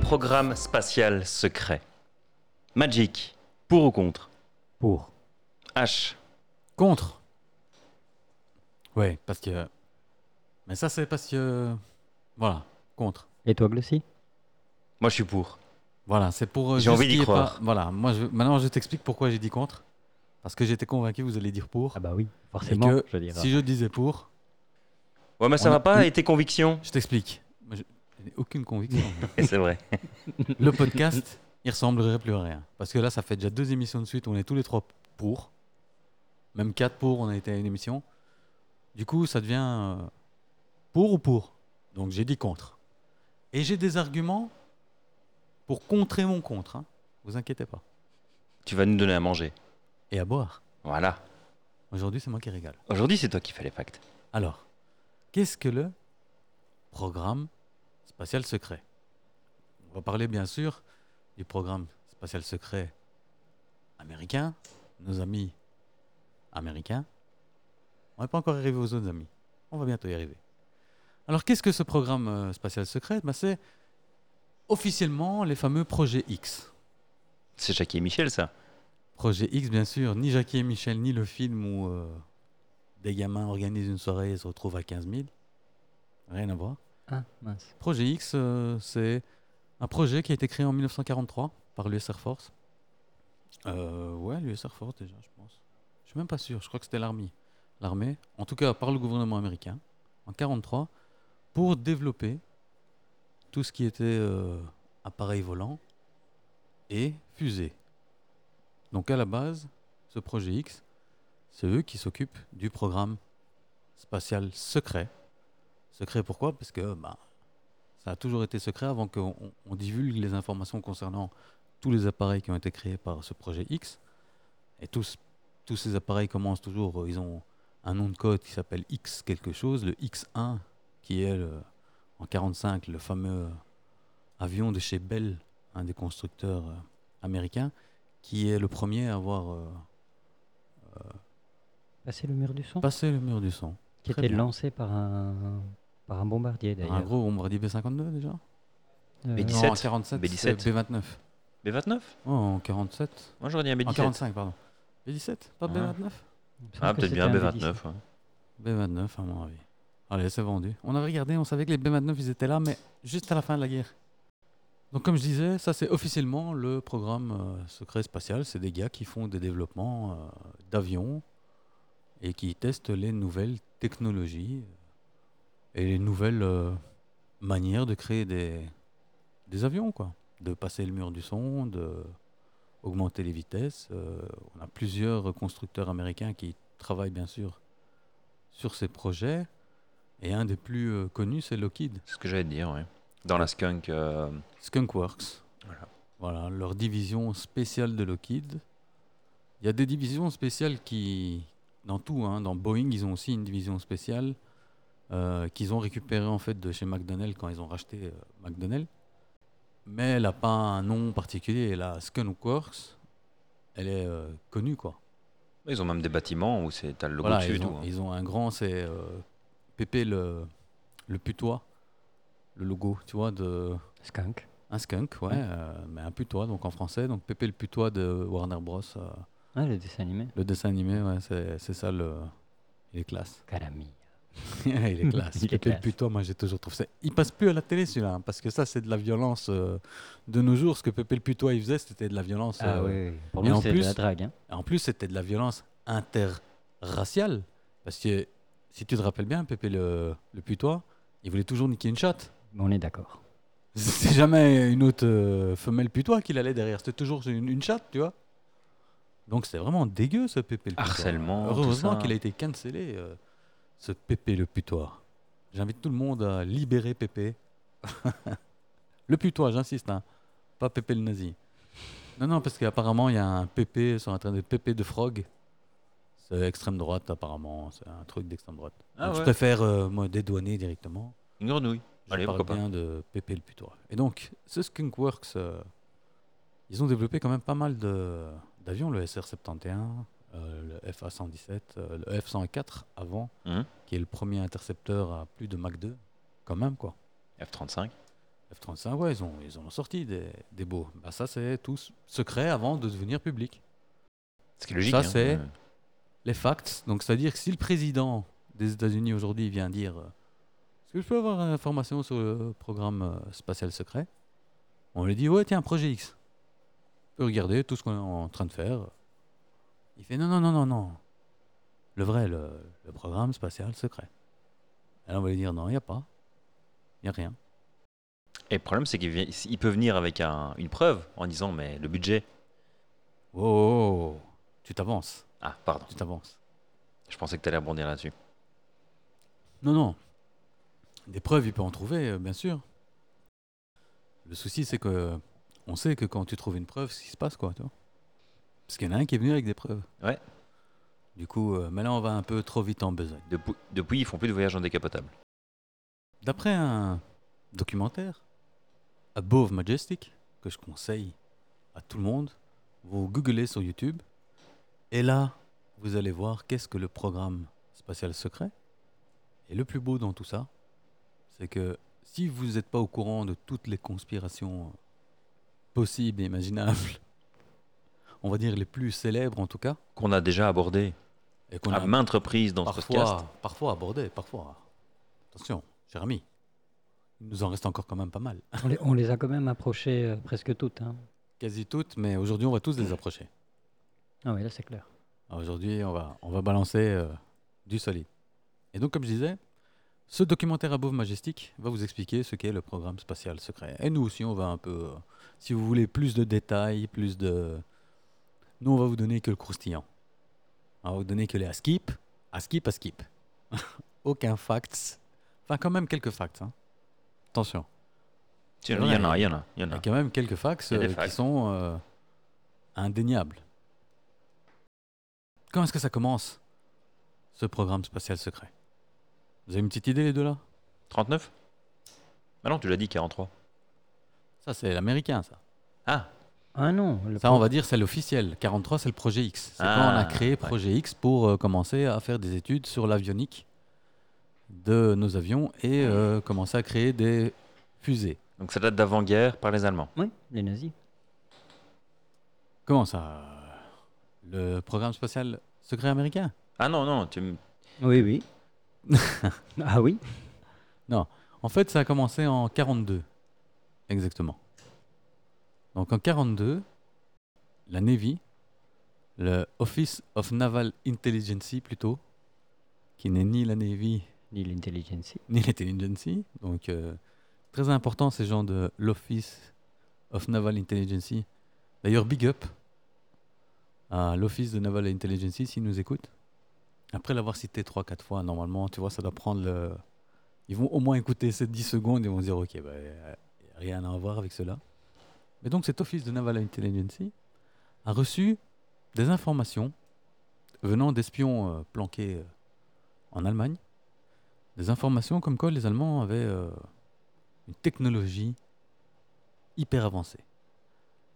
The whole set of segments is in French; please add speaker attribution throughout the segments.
Speaker 1: programme spatial secret. Magic, pour ou contre
Speaker 2: Pour.
Speaker 1: H.
Speaker 2: Contre. Ouais, parce que. Mais ça, c'est parce que. Voilà, contre.
Speaker 3: Et toi, Glossy
Speaker 1: Moi, je suis pour.
Speaker 2: Voilà, c'est pour. euh,
Speaker 1: J'ai envie d'y
Speaker 2: justifier
Speaker 1: croire.
Speaker 2: pas- Voilà, moi, je... maintenant, je t'explique pourquoi j'ai dit contre. Parce que j'étais convaincu que vous allez dire pour.
Speaker 3: Ah bah oui, forcément,
Speaker 2: que
Speaker 3: je veux dire.
Speaker 2: Si je disais pour,
Speaker 1: Ouais, mais ça
Speaker 2: On a-
Speaker 1: va pas, et tes convictions
Speaker 2: je t'explique. Moi, Je, je n'ai aucune conviction.
Speaker 1: Et c'est vrai.
Speaker 2: le podcast, il ressemblerait plus à rien. Parce que là, ça fait déjà deux émissions de suite. On est tous les trois pour. Même quatre pour, on a été à une émission. Du coup, ça devient euh, pour ou pour. Donc j'ai dit contre. Et j'ai des arguments pour contrer mon contre. hein. Vous inquiétez pas.
Speaker 1: Tu vas nous donner à manger.
Speaker 2: Et à boire.
Speaker 1: Voilà.
Speaker 2: Aujourd'hui, c'est moi qui régale.
Speaker 1: Aujourd'hui, c'est toi qui fais les pactes.
Speaker 2: Alors, qu'est-ce que le programme spatial secret On va parler bien sûr du programme spatial secret américain, nos amis américains. On n'est pas encore arrivé aux autres amis. On va bientôt y arriver. Alors, qu'est-ce que ce programme euh, spatial secret Ben, C'est officiellement les fameux projets X.
Speaker 1: C'est Jackie et Michel, ça.
Speaker 2: Projet X, bien sûr, ni Jackie et Michel, ni le film où euh, des gamins organisent une soirée et se retrouvent à 15 000. Rien à voir.
Speaker 3: Ah, mince.
Speaker 2: Projet X, euh, c'est un projet qui a été créé en 1943 par l'US Air Force. Euh, ouais, l'US Air Force déjà, je pense. Je suis même pas sûr, je crois que c'était l'armée. L'armée, en tout cas par le gouvernement américain, en 1943, pour développer tout ce qui était euh, appareil volant et fusée. Donc à la base, ce projet X, c'est eux qui s'occupent du programme spatial secret. Secret pourquoi Parce que bah, ça a toujours été secret avant qu'on on- on divulgue les informations concernant tous les appareils qui ont été créés par ce projet X. Et tous, tous ces appareils commencent toujours, euh, ils ont un nom de code qui s'appelle X quelque chose, le X1, qui est le- en 45 le fameux avion de chez Bell, un des constructeurs euh, américains, qui est le premier à avoir euh,
Speaker 3: Passer Ah, le mur du son
Speaker 2: passé le mur du son.
Speaker 3: Qui
Speaker 2: très
Speaker 3: était
Speaker 2: bien.
Speaker 3: lancé par un, par un bombardier,
Speaker 2: Un
Speaker 3: d'ailleurs.
Speaker 2: gros bombardier B-52 déjà
Speaker 3: Euh,
Speaker 1: Mais
Speaker 2: Non, en
Speaker 1: 17,
Speaker 2: 47,
Speaker 1: B-17.
Speaker 2: c'est B-29.
Speaker 1: B29
Speaker 2: Oh, en 47
Speaker 1: Moi, j'aurais dit un
Speaker 2: En
Speaker 1: B17.
Speaker 2: 45, pardon. B17 Pas
Speaker 1: Ouais.
Speaker 2: B29
Speaker 3: il me semble
Speaker 1: Ah,
Speaker 3: que
Speaker 1: peut-être bien
Speaker 3: c'était un
Speaker 1: B29.
Speaker 3: B-19.
Speaker 1: ouais.
Speaker 2: B29, à mon avis. Allez, c'est vendu. On avait regardé, on savait que les B29, ils étaient là, mais juste à la fin de la guerre. Donc, comme je disais, ça, c'est officiellement le programme euh, secret spatial. C'est des gars qui font des développements euh, d'avions et qui testent les nouvelles technologies et les nouvelles euh, manières de créer des, des avions, quoi. De passer le mur du son, de augmenter les vitesses. Euh, on a plusieurs constructeurs américains qui travaillent, bien sûr, sur ces projets. Et un des plus euh, connus, c'est Lockheed,
Speaker 1: C'est ce que j'allais te dire, ouais. Dans la skunk. euh,
Speaker 2: Skunkworks.
Speaker 1: Voilà.
Speaker 2: Voilà, leur division spéciale de Lockheed. Il y a des divisions spéciales qui, dans tout, hein, dans Boeing, ils ont aussi une division spéciale euh, qu'ils ont récupérée en fait de chez McDonnell quand ils ont racheté euh, McDonnell. Mais elle n'a pas un nom particulier. La Skunkworks, elle est euh, connue quoi.
Speaker 1: Ils ont même des bâtiments où c'est t'as le logo
Speaker 2: Voilà,
Speaker 1: dessus et
Speaker 2: ils,
Speaker 1: tout.
Speaker 2: ont,
Speaker 1: hein.
Speaker 2: ils ont un grand, c'est euh, Pépé le, le putois, le logo, tu vois, de
Speaker 3: Skunk.
Speaker 2: un skunk, ouais, euh, mais un putois, donc en français. Donc Pépé le putois de Warner Bros. euh,
Speaker 3: Ah, le dessin animé.
Speaker 2: le dessin animé, ouais, c'est c'est ça le. Il est classe.
Speaker 3: Calamie.
Speaker 2: il est classe.
Speaker 3: Il est
Speaker 2: Pépé
Speaker 3: classe.
Speaker 2: le putois, moi j'ai toujours trouvé ça. Il passe plus à la télé celui-là, hein, parce que ça c'est de la violence euh, de nos jours. Ce que Pépé le putois il faisait, c'était de la violence.
Speaker 3: Ah
Speaker 2: euh,
Speaker 3: oui, oui. Pour
Speaker 2: et en
Speaker 3: nous, c'est de
Speaker 2: plus-
Speaker 3: la drague. hein.
Speaker 2: Et En plus, c'était de la violence interraciale. Parce que, si tu te rappelles bien, Pépé le, le putois, il voulait toujours niquer une chatte.
Speaker 3: Mais on est d'accord.
Speaker 2: C'est jamais une autre euh, femelle putois qu'il allait derrière. C'était toujours une, une chatte, tu vois. Donc c'est vraiment dégueu ce Pépé le putois.
Speaker 1: Harcèlement, tout
Speaker 2: Heureusement
Speaker 1: ça.
Speaker 2: qu'il a été cancellé, euh, ce Pépé le putois. J'invite tout le monde à libérer Pépé. le putois, j'insiste, hein. pas Pépé le nazi. Non, non, parce qu'apparemment il y a un Pépé sur internet, Pépé de Frog. C'est extrême droite, apparemment. C'est un truc d'extrême droite.
Speaker 1: Ah
Speaker 2: Donc, Je
Speaker 1: ouais.
Speaker 2: préfère euh, me dédouaner directement.
Speaker 1: Une grenouille.
Speaker 2: Je
Speaker 1: Allez,
Speaker 2: parle
Speaker 1: pourquoi pas.
Speaker 2: bien de Pépé le putois. Et donc, ce Skunkworks, euh, ils ont développé quand même pas mal de- d'avions, le SR-71, euh, le FA-117, euh, le F-104 avant,
Speaker 1: Mhm.
Speaker 2: qui est le premier intercepteur à plus de Mach 2, quand même quoi.
Speaker 1: F35.
Speaker 2: F-35, ouais, ils ont, ils en ont sorti des, des beaux. Bah, ça, c'est tout s- secret avant de devenir public.
Speaker 1: Ce qui est logique.
Speaker 2: Ça,
Speaker 1: hein.
Speaker 2: c'est-
Speaker 1: Euh,
Speaker 2: les facts. Donc, c'est-à-dire que si le président des États-Unis aujourd'hui vient dire euh, Est-ce que je peux avoir une information sur le programme euh, spatial secret On lui dit Ouais, tiens, projet X. Tu peux regarder tout ce qu'on est en train de faire. Il fait Non, non, non, non, non. Le vrai, le, le programme spatial secret. Alors on va lui dire Non, il n'y a pas. Il n'y a rien.
Speaker 1: Et le problème, c'est qu'il vi- il peut venir avec un- une preuve en disant Mais le budget.
Speaker 2: Oh, oh, oh. tu t'avances.
Speaker 1: Ah, pardon.
Speaker 2: Tu t'avances.
Speaker 1: Je pensais que tu allais rebondir là-dessus.
Speaker 2: Non, non. Des preuves, il peut en trouver, euh, bien sûr. Le souci, c'est que on sait que quand tu trouves une preuve, ce qui se passe, quoi, tu vois. Parce qu'il y en a un qui est venu avec des preuves.
Speaker 1: Ouais.
Speaker 2: Du coup, euh, mais là, on va un peu trop vite en besogne.
Speaker 1: Depuis, depuis, ils font plus de voyages en décapotable.
Speaker 2: D'après un documentaire, Above Majestic, que je conseille à tout le monde, vous googlez sur YouTube, et là, vous allez voir qu'est-ce que le programme spatial secret. Et le plus beau dans tout ça, c'est que si vous n'êtes pas au courant de toutes les conspirations euh, possibles et imaginables, on va dire les plus célèbres en tout cas,
Speaker 1: Qu'on a déjà abordé
Speaker 2: et qu'on
Speaker 1: à
Speaker 2: a
Speaker 1: maintes reprises dans ce podcast.
Speaker 2: parfois, parfois abordé, parfois. Attention, cher ami, il nous en reste encore quand même pas mal.
Speaker 3: On les, on les a quand même approchés euh, presque toutes. hein.
Speaker 2: Quasi toutes, mais aujourd'hui, on va tous les approcher.
Speaker 3: Ah oui, là c'est clair.
Speaker 2: Alors Aujourd'hui, on va, on va balancer euh, du solide. Et donc, comme je disais, ce documentaire à Beauve Majestic va vous expliquer ce qu'est le programme spatial secret. Et nous aussi, on va un peu. euh, si vous voulez plus de détails, plus de. Nous, on va vous donner que le croustillant. On va vous donner que les à skip, à skip, à skip. Aucun fact. Enfin, quand même quelques facts. hein. Attention.
Speaker 1: Tiens, Il y en a, il y en a, il y en
Speaker 2: Il y a
Speaker 1: a.
Speaker 2: quand même quelques fax
Speaker 1: Il y a des
Speaker 2: qui
Speaker 1: facts.
Speaker 2: sont euh, indéniables. Quand est-ce que ça commence, ce programme spatial secret Vous avez une petite idée, les deux là
Speaker 1: 39 Ah non, tu l'as dit 43.
Speaker 2: Ça, c'est l'américain, ça.
Speaker 1: Ah,
Speaker 3: Ah non, le
Speaker 2: Ça, on va dire, c'est l'officiel. 43, c'est le projet X. C'est quand on
Speaker 1: Ah,
Speaker 2: a créé Projet X pour euh, commencer à faire des études sur l'avionique de nos avions et euh, commencer à créer des fusées.
Speaker 1: donc ça date d'avant-guerre par les Allemands.
Speaker 3: Oui, les nazis.
Speaker 2: Comment ça euh, Le programme spatial secret américain
Speaker 1: Ah non, non, tu me-
Speaker 3: Oui, oui. ah oui
Speaker 2: En fait, ça a commencé en 42. Exactement. Donc en 42, la Navy, le Office of Naval Intelligence plutôt, qui n'est ni la Navy
Speaker 3: Ni l'intelligence.
Speaker 2: ni l'Intelligence, donc euh, très important ces gens de l'Office of Naval Intelligence. D'ailleurs, big up à l'Office de Naval Intelligence s'ils nous écoutent. Après l'avoir cité 3-4 fois, normalement, tu vois, ça doit prendre le. Ils vont au moins écouter ces 10 secondes et vont se dire Ok, bah, euh, rien à voir avec cela. Mais donc, cet Office de Naval Intelligence a reçu des informations venant d'espions euh, planqués euh, en Allemagne. Des informations comme quoi les Allemands avaient euh, une technologie hyper avancée.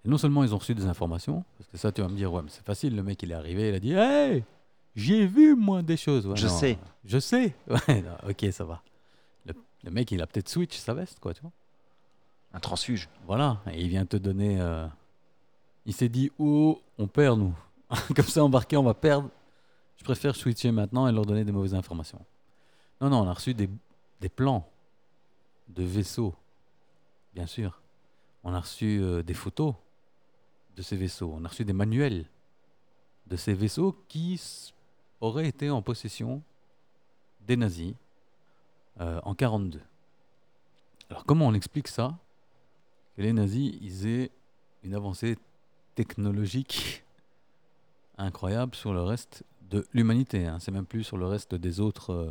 Speaker 2: Et non seulement ils ont reçu des informations, parce que ça tu vas me dire, ouais, mais c'est facile, le mec il est arrivé, il a dit, hey, j'ai vu moi des choses. Ouais,
Speaker 1: Je
Speaker 2: non,
Speaker 1: sais.
Speaker 2: Je sais. Ouais, non, ok, ça va. Le, le mec il a peut-être switch sa veste, quoi, tu vois.
Speaker 1: un transfuge.
Speaker 2: Voilà, et il vient te donner. euh, Il s'est dit, oh, on perd nous. Comme ça, embarqué, on va perdre. Je préfère switcher maintenant et leur donner des mauvaises informations. Non, non, on a reçu des, des plans de vaisseaux, bien sûr. On a reçu euh, des photos de ces vaisseaux. On a reçu des manuels de ces vaisseaux qui s- auraient été en possession des nazis euh, en 42. Alors, comment on explique ça que les nazis, ils aient une avancée technologique incroyable sur le reste de l'humanité. hein. C'est même plus sur le reste des autres euh,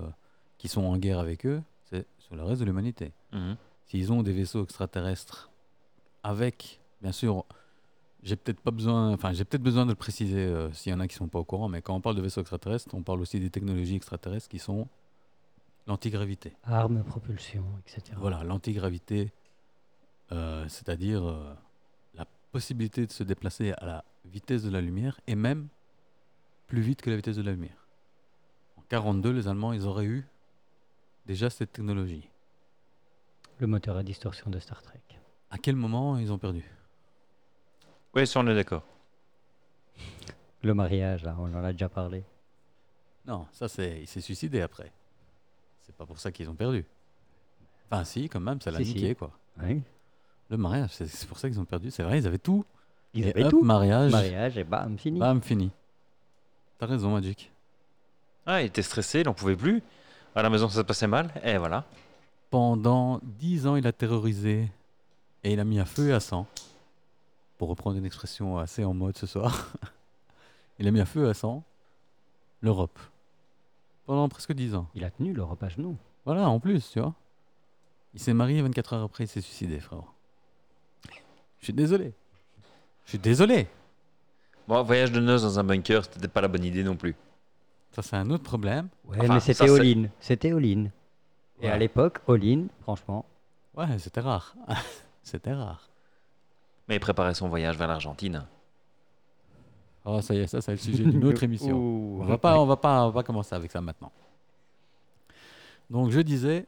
Speaker 2: qui sont en guerre avec eux, c'est sur le reste de l'humanité.
Speaker 1: Mhm.
Speaker 2: S'ils ont des vaisseaux extraterrestres avec, bien sûr, j'ai peut-être pas besoin, enfin j'ai peut-être besoin de le préciser euh, s'il y en a qui sont pas au courant, mais quand on parle de vaisseaux extraterrestres, on parle aussi des technologies extraterrestres qui sont l'antigravité.
Speaker 3: Armes, propulsion, etc.
Speaker 2: Voilà, l'antigravité, euh, c'est-à-dire euh, la possibilité de se déplacer à la vitesse de la lumière et même plus vite que la vitesse de la lumière. En 42, les Allemands, ils auraient eu déjà cette technologie.
Speaker 3: Le moteur à distorsion de Star Trek.
Speaker 2: À quel moment ils ont perdu
Speaker 1: Oui, ça on est d'accord.
Speaker 3: Le mariage, là, on en a déjà parlé.
Speaker 2: Non, ça c'est, il s'est suicidé après. C'est pas pour ça qu'ils ont perdu. Enfin si, quand même, ça l'a
Speaker 3: Si, si.
Speaker 2: niqué quoi.
Speaker 3: Oui.
Speaker 2: Le mariage, c'est- c'est pour ça qu'ils ont perdu. C'est vrai, ils avaient tout.
Speaker 3: Ils
Speaker 2: Et
Speaker 3: avaient
Speaker 2: hop, Bah.
Speaker 3: tout.
Speaker 2: Mariage.
Speaker 3: Mariage et bam, fini.
Speaker 2: Bam, fini. T'as raison, Magic.
Speaker 1: Ah, il était stressé, il n'en pouvait plus. À la maison, ça se passait mal. Et voilà.
Speaker 2: Pendant dix ans, il a terrorisé et il a mis à feu et à sang. Pour reprendre une expression assez en mode ce soir, il a mis à feu et à sang l'Europe. Pendant presque dix ans.
Speaker 3: Il a tenu le repas genou.
Speaker 2: Voilà, en plus, tu vois. Il s'est marié 24 heures après, il s'est suicidé, frérot. Je suis désolé. Je suis désolé.
Speaker 1: Bon, voyage de noces dans un bunker, c'était pas la bonne idée non plus.
Speaker 2: Ça, c'est un autre problème.
Speaker 3: Ouais,
Speaker 1: Enfin,
Speaker 3: mais
Speaker 1: ça,
Speaker 3: c'était
Speaker 1: c'est-
Speaker 3: all-in. C'était all-in. Et à
Speaker 2: Ouais.
Speaker 3: l'époque, all-in, franchement,
Speaker 2: Ouais, c'était rare. c'était rare.
Speaker 1: Mais il préparait son voyage vers l'Argentine.
Speaker 2: Oh, ça y est, ça, c'est le sujet d'une autre émission.
Speaker 3: Ouh.
Speaker 2: On va pas, on va pas, on va commencer avec ça maintenant. Donc, je disais,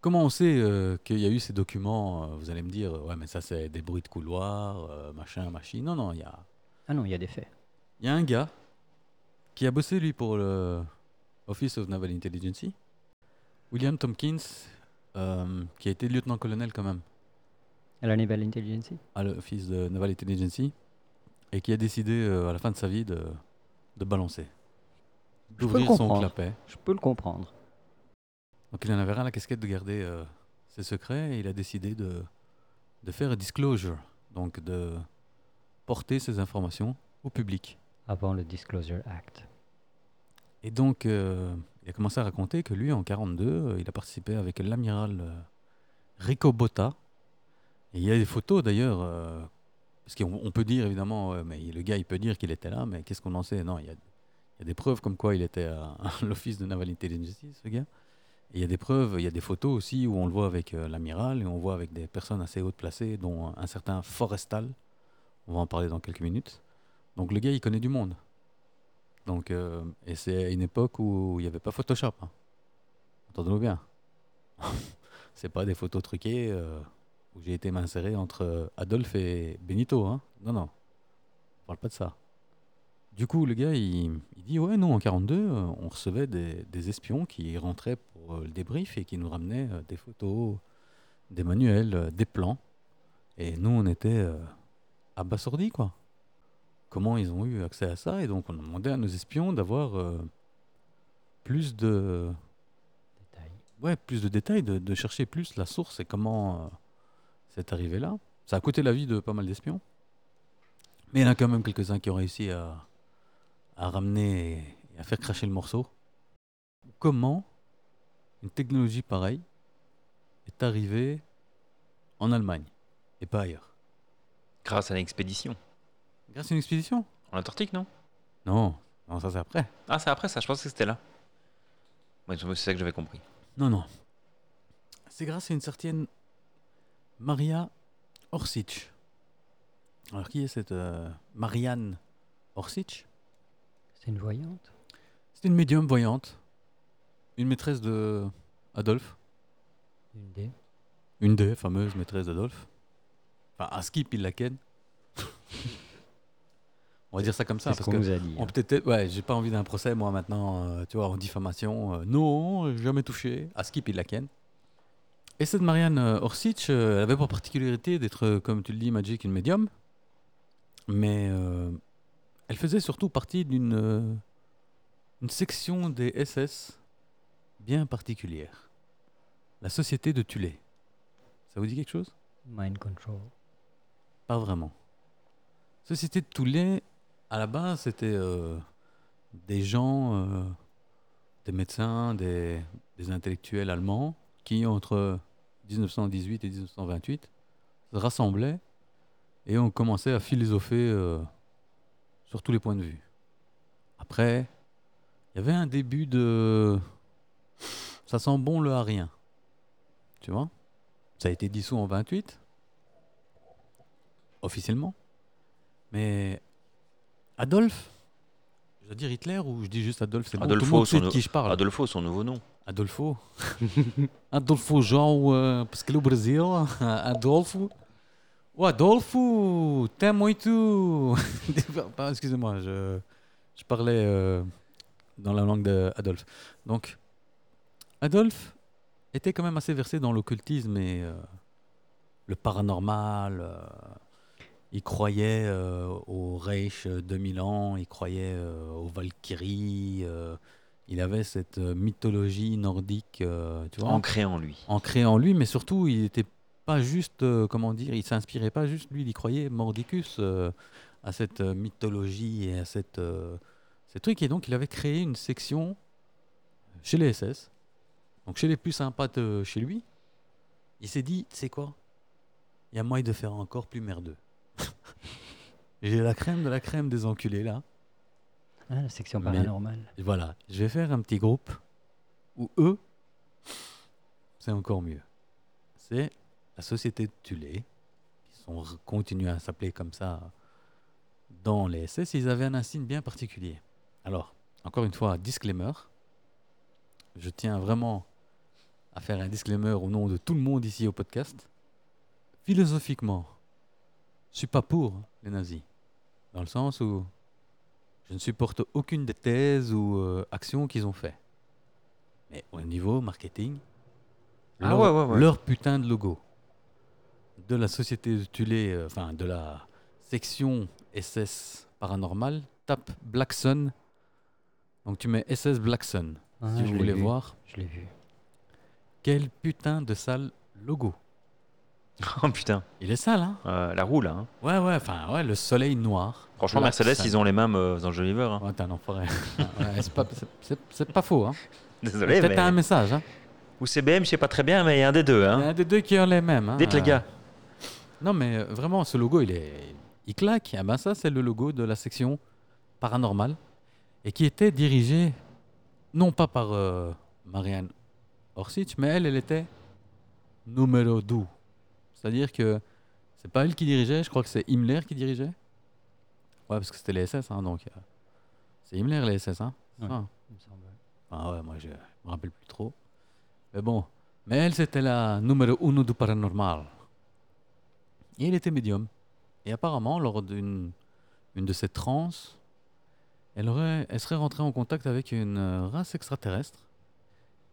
Speaker 2: comment on sait euh, qu'il y a eu ces documents euh, Vous allez me dire, ouais, mais ça, c'est des bruits de couloir, euh, machin, machin. Non, non, il y a,
Speaker 3: Ah non, il y a des faits.
Speaker 2: il y a un gars qui a bossé, lui, pour le Office of Naval Intelligence, William Tompkins, euh, qui a été lieutenant-colonel quand même.
Speaker 3: À la Naval Intelligence
Speaker 2: à l'office de Naval Intelligence et qui a décidé euh, à la fin de sa vie de, de balancer,
Speaker 3: peux
Speaker 2: d'ouvrir
Speaker 3: le
Speaker 2: son
Speaker 3: comprendre.
Speaker 2: clapet.
Speaker 3: Je peux le comprendre.
Speaker 2: Donc il en avait rien à la casquette de garder euh, ses secrets et il a décidé de, de faire un disclosure, donc de porter ces informations au public.
Speaker 3: Avant le Disclosure Act.
Speaker 2: Et donc euh, il a commencé à raconter que lui, en 42, euh, il a participé avec l'amiral euh, Rico Botta. Et il y a des photos d'ailleurs, euh, parce qu'on on peut dire évidemment, ouais, mais le gars il peut dire qu'il était là, mais qu'est-ce qu'on en sait Non, il y, a, il y a des preuves comme quoi il était à, à l'office de Naval Intelligence, ce gars. Et il y a des preuves, il y a des photos aussi où on le voit avec euh, l'amiral et on voit avec des personnes assez hautes placées, dont un certain Forestal. On va en parler dans quelques minutes. Donc le gars il connaît du monde. Donc, euh, et c'est à une époque où il n'y avait pas Photoshop. hein. Entendons-nous bien. c'est pas des photos truquées. euh, où j'ai été m'inséré entre euh, Adolphe et Benito. Hein. Non, non, on parle pas de ça. Du coup, le gars, il, il dit Ouais, nous, en 42, euh, on recevait des, des espions qui rentraient pour euh, le débrief et qui nous ramenaient euh, des photos, des manuels, euh, des plans. Et nous, on était euh, abasourdis, quoi. Comment ils ont eu accès à ça Et donc, on demandait à nos espions d'avoir euh, plus de.
Speaker 3: Détail.
Speaker 2: Ouais, plus de détails, de, de chercher plus la source et comment euh, c'est arrivé là. Ça a coûté la vie de pas mal d'espions. Mais il y en a quand même quelques-uns qui ont réussi à, à ramener et à faire cracher le morceau. Comment une technologie pareille est arrivée en Allemagne et pas ailleurs
Speaker 1: Grâce à l'expédition.
Speaker 2: Grâce à une expédition
Speaker 1: En Antarctique, non
Speaker 2: Non, non ça c'est après.
Speaker 1: Ah, c'est après ça, je pensais que c'était là. Ouais, c'est ça que j'avais compris.
Speaker 2: Non, non. C'est grâce à une certaine Maria Orsic. Alors, qui est cette euh, Marianne Orsic
Speaker 3: C'est une voyante
Speaker 2: C'est une médium voyante, une maîtresse de Adolphe,
Speaker 3: Une idée
Speaker 2: une des fameuses maîtresses d'Adolphe. Enfin, à Skip, il la ken. On va dire ça comme ça
Speaker 3: C'est ce
Speaker 2: parce
Speaker 3: qu'on
Speaker 2: que
Speaker 3: nous a dit.
Speaker 2: On
Speaker 3: hein.
Speaker 2: peut être- ouais, j'ai pas envie d'un procès moi maintenant, euh, tu vois, en diffamation. euh, non, j'ai jamais touché. À skip il la ken. Et cette Marianne euh, Orsic, euh, elle avait pour particularité d'être, euh, comme tu le dis, Magic, une médium. Mais euh, elle faisait surtout partie d'une euh, une section des SS bien particulière. La société de Tulé. Ça vous dit quelque chose
Speaker 3: Mind control.
Speaker 2: pas vraiment. Société de Toulet, à la base, c'était euh, des gens, euh, des médecins, des, des intellectuels allemands qui, entre 1918 et 1928, se rassemblaient et ont commencé à philosopher euh, sur tous les points de vue. Après, il y avait un début de. Ça sent bon le à rien. Tu vois Ça a été dissous en 28 officiellement. Mais Adolphe, je dois dire Hitler ou je dis juste Adolphe, c'est bon, tout le
Speaker 1: Adolfo,
Speaker 2: monde
Speaker 1: son
Speaker 2: sait de
Speaker 1: nom.
Speaker 2: qui je parle.
Speaker 1: Adolfo, son nouveau nom.
Speaker 2: Adolfo. Adolfo João, eh, parce que le Brésil, Adolfo. O Adolfo, t'es muito. Pardon, Excusez-moi, je, je parlais euh, dans la langue d'Adolphe. Donc, Adolphe était quand même assez versé dans l'occultisme et euh, le paranormal. euh, il croyait euh, au Reich euh, de Milan, il croyait euh, aux Valkyries. euh, il avait cette euh, mythologie nordique, euh, tu vois,
Speaker 1: Ancré en lui.
Speaker 2: ancrée en lui, mais surtout, il n'était pas juste, euh, comment dire, il s'inspirait pas juste, lui, il y croyait mordicus euh, à cette euh, mythologie et à cette, euh, ces trucs. Et donc, il avait créé une section chez les SS, donc chez les plus sympas de chez lui. Il s'est dit, c'est quoi Il y a moyen de faire encore plus merdeux. J'ai la crème de la crème des enculés, là.
Speaker 3: Ah, la section
Speaker 2: Mais-
Speaker 3: paranormale.
Speaker 2: Et Voilà, je vais faire un petit groupe où eux, c'est encore mieux. C'est la société de Tulé, qui sont re- continués à s'appeler comme ça dans les SS, ils avaient un insigne bien particulier. Alors, encore une fois, disclaimer. Je tiens vraiment à faire un disclaimer au nom de tout le monde ici au podcast. Philosophiquement, je suis pas pour les nazis. Dans le sens où je ne supporte aucune des thèses ou euh, actions qu'ils ont fait. Mais au niveau marketing,
Speaker 1: Ah
Speaker 2: leur,
Speaker 1: ouais, ouais, ouais.
Speaker 2: leur putain de logo de la société de Tulé, euh, enfin de la section SS paranormal, tape Black Sun. Donc tu mets SS Black Sun
Speaker 3: Ah,
Speaker 2: si
Speaker 3: je
Speaker 2: vous
Speaker 3: l'ai
Speaker 2: voulez
Speaker 3: vu,
Speaker 2: voir.
Speaker 3: Je l'ai vu.
Speaker 2: Quel putain de sale logo.
Speaker 1: Oh putain,
Speaker 2: Il est sale, hein
Speaker 1: euh, la roue là. hein.
Speaker 2: Ouais, ouais, enfin, ouais, le soleil noir.
Speaker 1: Franchement,
Speaker 2: Black
Speaker 1: Mercedes,
Speaker 2: Sun.
Speaker 1: ils ont les mêmes euh, enjoliveurs. hein.
Speaker 2: Ouais, t'es un enfoiré. Ah, Ouais, c'est pas, c'est- c'est- c'est pas faux, hein.
Speaker 1: Désolé,
Speaker 2: Peut-être
Speaker 1: mais.
Speaker 2: t'as un message, hein.
Speaker 1: Ou CBM, je sais pas très bien, mais il y a un des deux.
Speaker 2: Il y en
Speaker 1: Hein.
Speaker 2: a des deux qui ont les mêmes. hein.
Speaker 1: Dites les gars.
Speaker 2: Non, mais euh, vraiment, ce logo, il est, il claque. Ah ben ça, c'est le logo de la section paranormale et qui était dirigée non pas par euh, Marianne Orsic, mais elle, elle était numéro 12. C'est-à-dire que c'est pas elle qui dirigeait, je crois que c'est Himmler qui dirigeait. Ouais, parce que c'était les SS, hein, donc euh, c'est Himmler les SS, hein.
Speaker 3: Ouais.
Speaker 2: Ah.
Speaker 3: il me semble.
Speaker 2: Ah ouais, moi je me rappelle plus trop. Mais bon, mais elle c'était la numéro uno du paranormal. Et elle était médium. Et apparemment, lors d'une une de ces transes, elle, aurait, elle serait rentrée en contact avec une euh, race extraterrestre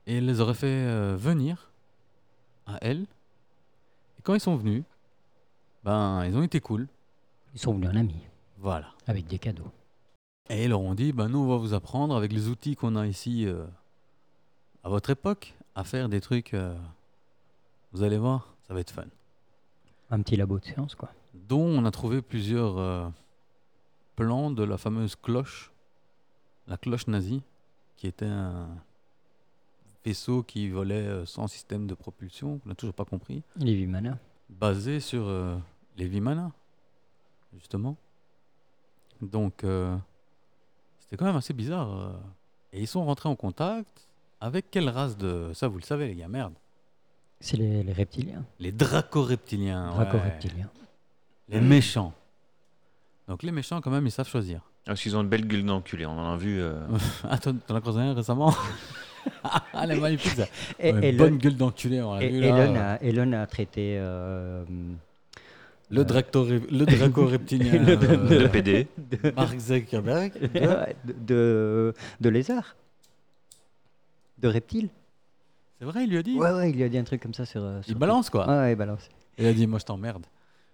Speaker 2: et elle les aurait fait euh, venir à elle. Et quand ils sont venus, ben ils ont été cool.
Speaker 3: Ils sont venus en amis,
Speaker 2: Voilà.
Speaker 3: avec des cadeaux.
Speaker 2: Et ils leur ont dit, ben nous, on va vous apprendre avec les outils qu'on a ici euh, à votre époque à faire des trucs. euh, vous allez voir, ça va être fun.
Speaker 3: Un petit labo de séance, quoi.
Speaker 2: Dont on a trouvé plusieurs euh, plans de la fameuse cloche, la cloche nazie, qui était un vaisseau qui volait euh, sans système de propulsion, qu'on n'a toujours pas compris.
Speaker 3: Les Vimana.
Speaker 2: basé sur euh, les Vimana, justement. Donc, euh, c'était quand même assez bizarre. euh. Et ils sont rentrés en contact avec quelle race de... Ça, vous le savez, les gars, merde.
Speaker 3: C'est les, les reptiliens.
Speaker 2: Les draco-reptiliens. Ah ouais.
Speaker 3: Draco-reptiliens.
Speaker 2: Les méchants. Donc, les méchants, quand même, ils savent choisir.
Speaker 1: Ah, Parce qu'ils ont une belle gueule d'enculé, on en a vu. euh,
Speaker 2: Ah, t'en t'en as croisé un récemment Ah, elle est magnifique, ça.
Speaker 3: Et
Speaker 2: Ouais,
Speaker 3: Elon,
Speaker 2: Bonne gueule d'enculé, on l'a vu, là.
Speaker 3: Elon, a, Elon a traité euh,
Speaker 2: Le, dracto- le draco-reptilien.
Speaker 3: Le-
Speaker 2: euh,
Speaker 1: le PD.
Speaker 2: Mark Zuckerberg.
Speaker 3: de, de, de lézard. De reptile.
Speaker 2: C'est vrai, il lui a dit.
Speaker 3: Ouais, ouais, il lui a dit un truc comme ça sur. euh, sur
Speaker 2: Il balance, quoi.
Speaker 3: Twitter. Ouais, ouais, il balance.
Speaker 2: Il a dit, moi je t'emmerde.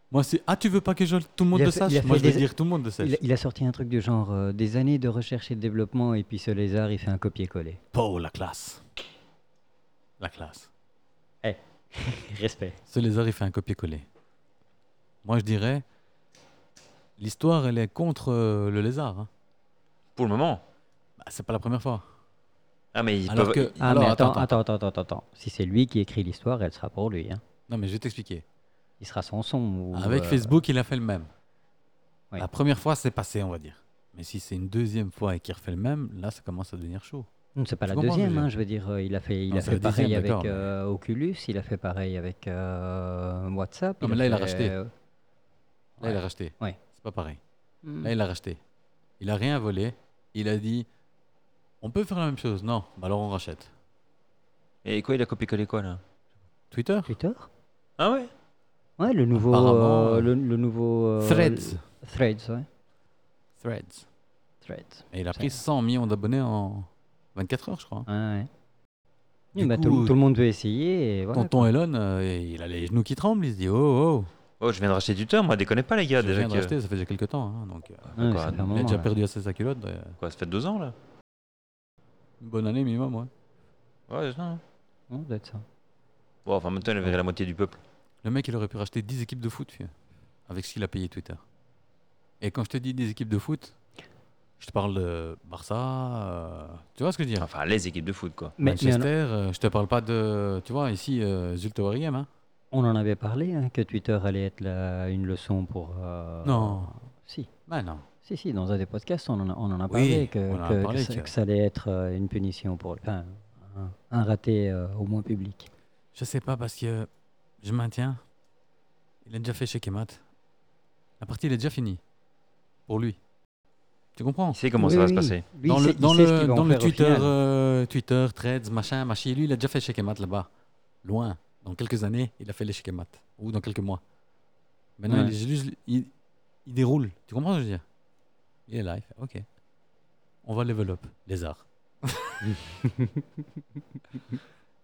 Speaker 2: Moi c'est, ah tu veux pas que je... tout le monde
Speaker 3: Il a
Speaker 2: le
Speaker 3: fait- il
Speaker 2: sache
Speaker 3: a
Speaker 2: Moi
Speaker 3: fait
Speaker 2: je vais
Speaker 3: des-
Speaker 2: dire tout le monde le sache.
Speaker 3: Il, il a sorti un truc du genre euh, des années de recherche et de développement, et puis ce lézard, il fait un copier-coller.
Speaker 2: Oh la classe. La classe.
Speaker 3: Respect.
Speaker 2: Ce lézard il fait un copier-coller. Moi je dirais, l'histoire elle est contre euh, le lézard. hein.
Speaker 1: Pour le moment.
Speaker 2: Bah, c'est pas la première fois.
Speaker 1: Ah, mais ils
Speaker 2: Alors
Speaker 1: peuvent.
Speaker 2: que...
Speaker 3: Ah,
Speaker 2: alors,
Speaker 3: mais attends, attends, attends, attends, attends, Si c'est lui qui écrit l'histoire, elle sera pour lui. hein.
Speaker 2: Non mais je vais t'expliquer.
Speaker 3: Il sera sans son. ou,
Speaker 2: Avec
Speaker 3: euh,
Speaker 2: Facebook il a fait le même.
Speaker 3: Ouais.
Speaker 2: La première fois c'est passé on va dire. Mais si c'est une deuxième fois et qu'il refait le même, là ça commence à devenir chaud.
Speaker 3: Non, C'est pas la
Speaker 2: Tu comprends ce que
Speaker 3: deuxième,
Speaker 2: je veux
Speaker 3: hein, je veux dire. euh, Il a fait, il
Speaker 2: Non,
Speaker 3: a
Speaker 2: c'est
Speaker 3: fait
Speaker 2: la
Speaker 3: pareil
Speaker 2: dixième,
Speaker 3: avec
Speaker 2: d'accord, mais-
Speaker 3: euh, Oculus, il a fait pareil avec euh, WhatsApp.
Speaker 2: Non, mais là, il a
Speaker 3: fait,
Speaker 2: racheté.
Speaker 3: euh,
Speaker 2: Là il a racheté.
Speaker 3: Ouais.
Speaker 2: C'est pas pareil.
Speaker 3: hmm.
Speaker 2: Là, il a racheté. Il a rien volé. Il a dit, on peut faire la même chose. Non, bah alors on rachète.
Speaker 1: Et quoi, il a copié-collé quoi là
Speaker 2: Twitter
Speaker 3: Twitter
Speaker 1: Ah ouais
Speaker 3: Ouais, le nouveau.
Speaker 2: Apparemment,
Speaker 3: euh,
Speaker 2: euh,
Speaker 3: le, le nouveau euh,
Speaker 2: Threads.
Speaker 3: le- Threads, ouais.
Speaker 2: Threads.
Speaker 3: Threads.
Speaker 2: Et il a pris 100 millions d'abonnés en 24 heures, je crois. hein.
Speaker 3: Ouais, ouais.
Speaker 2: Du
Speaker 3: Oui, bah, tout-
Speaker 2: coup,
Speaker 3: tout, le monde veut essayer. Et voilà.
Speaker 2: Tonton Elon, euh, il a les genoux qui tremblent, il se dit Oh, oh,
Speaker 1: Oh, je viens de racheter du temps, moi, déconnez pas les gars,
Speaker 2: je
Speaker 1: Ah, déjà.
Speaker 2: viens de
Speaker 1: que-
Speaker 2: racheter, ça fait déjà quelques temps. hein, donc, euh,
Speaker 3: Ouais,
Speaker 1: quoi,
Speaker 3: ça fait un
Speaker 1: il a
Speaker 2: il a
Speaker 3: moment,
Speaker 2: déjà
Speaker 3: là.
Speaker 2: perdu assez sa culotte. euh,
Speaker 1: Quoi, ça fait deux ans là
Speaker 2: une bonne année minimum, ouais.
Speaker 1: Ouais, non.
Speaker 3: Ouais, doit être ça.
Speaker 1: Bon, enfin, en même temps, il avait la moitié du peuple.
Speaker 2: Le mec, il aurait pu racheter 10 équipes de foot, fieu, avec ce qu'il a payé Twitter. Et quand je te dis 10 équipes de foot, je te parle de Barça, euh, tu vois ce que je veux dire
Speaker 1: Enfin, les équipes de foot, quoi.
Speaker 3: Mais, mais
Speaker 2: Manchester, euh, je te parle pas de. Tu vois, ici, euh, Zulte Waregem, hein.
Speaker 3: on, on en avait parlé, hein, que Twitter allait être la- une leçon pour. euh,
Speaker 2: Non.
Speaker 3: Si.
Speaker 2: Bah non.
Speaker 3: Si, si, dans un des podcasts, on en a, on en a
Speaker 2: Oui,
Speaker 3: parlé, que,
Speaker 2: on en a
Speaker 3: que- que
Speaker 2: parlé
Speaker 3: ça,
Speaker 2: que-
Speaker 3: que ça allait être euh, une punition pour. Enfin, un, un raté euh, au moins public.
Speaker 2: Je sais pas parce que je maintiens. Il a déjà fait chez Kemat. La partie, elle est déjà finie. Pour lui. Tu comprends
Speaker 1: Il sait comment ça
Speaker 3: Oui,
Speaker 1: va se
Speaker 3: oui.
Speaker 1: passer.
Speaker 3: Lui,
Speaker 2: Dans
Speaker 3: il
Speaker 2: le,
Speaker 3: sait- il
Speaker 2: dans
Speaker 3: sait ce qu'ils
Speaker 2: le,
Speaker 3: vont
Speaker 2: dans le
Speaker 3: faire au
Speaker 2: Twitter,
Speaker 3: final.
Speaker 2: euh, Twitter, Threads, machin, machin, lui, il a déjà fait chez Kemat là-bas. Loin. Dans quelques années, il a fait les chez Kemat. Ou dans quelques mois. Maintenant,
Speaker 3: Ouais.
Speaker 2: il, est juste- il, il déroule. Tu comprends ce que je veux dire Il est live. Ok. On va level up. Les arts.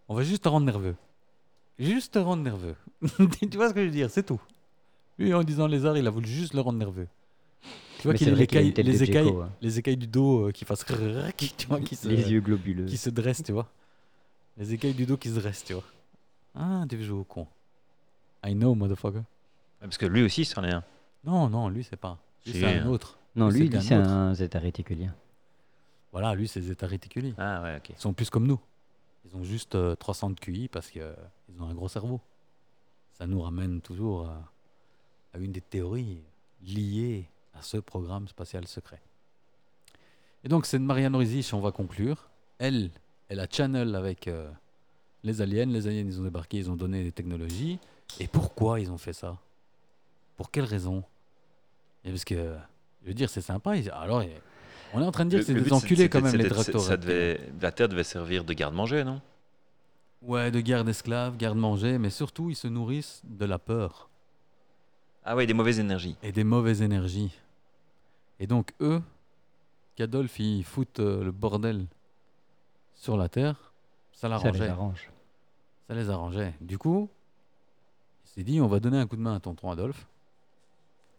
Speaker 2: On va juste te rendre nerveux. Juste te rendre nerveux. tu tu vois ce que je veux dire C'est tout. Lui, en disant lézard, il a voulu juste le rendre nerveux. Tu vois
Speaker 3: Mais
Speaker 2: qu'il
Speaker 3: c'est
Speaker 2: a
Speaker 3: vrai
Speaker 2: les,
Speaker 3: qu'il a une
Speaker 2: écailles-
Speaker 3: tête de
Speaker 2: les,
Speaker 3: Dzeko,
Speaker 2: écailles,
Speaker 3: hein.
Speaker 2: les écailles du dos euh, qui fassent crrrr, qui, tu vois, qui se,
Speaker 3: Les yeux globuleux.
Speaker 2: qui se dressent, tu vois. Les écailles du dos qui se dressent, tu vois. Ah, tu veux jouer au con. I know, motherfucker.
Speaker 1: Ouais, Parce que lui aussi, c'en est un.
Speaker 2: Non, non, lui, c'est pas. Lui,
Speaker 1: Si,
Speaker 2: c'est un
Speaker 1: hein.
Speaker 2: autre.
Speaker 3: Non, lui, il
Speaker 2: c'était
Speaker 3: dit
Speaker 2: un
Speaker 3: c'est
Speaker 2: autre.
Speaker 3: un zeta réticulien.
Speaker 2: Voilà, lui, c'est des états réticulés.
Speaker 1: Ah ouais, ok.
Speaker 2: Ils sont plus comme nous. Ils ont juste euh, 300 de QI parce qu'ils ont un gros cerveau. Ça nous ramène toujours à, à une des théories liées à ce programme spatial secret. Et donc, c'est de Marianne Rizich, on va conclure. Elle, elle a channel avec euh, les aliens. Les aliens, ils ont débarqué, ils ont donné des technologies. Et pourquoi ils ont fait ça Pour quelles raisons Et Parce que, je veux dire, c'est sympa. ils- Alors, on est en train de dire que c'est des
Speaker 1: but,
Speaker 2: enculés quand même,
Speaker 1: c'était-
Speaker 2: les
Speaker 1: c'était-
Speaker 2: tracteurs.
Speaker 1: ça devait- La terre devait servir de garde-manger, non
Speaker 2: Ouais, de garde esclave, garde manger, mais surtout ils se nourrissent de la peur
Speaker 1: Ah ouais, des mauvaises énergies.
Speaker 2: et des mauvaises énergies. Et donc eux, qu'Adolphe ils foutent euh, le bordel sur la terre, ça
Speaker 3: Ça les
Speaker 2: l'arrangeait.
Speaker 3: arrange.
Speaker 2: Ça les arrangeait. Du coup, il s'est dit on va donner un coup de main à tonton Adolphe,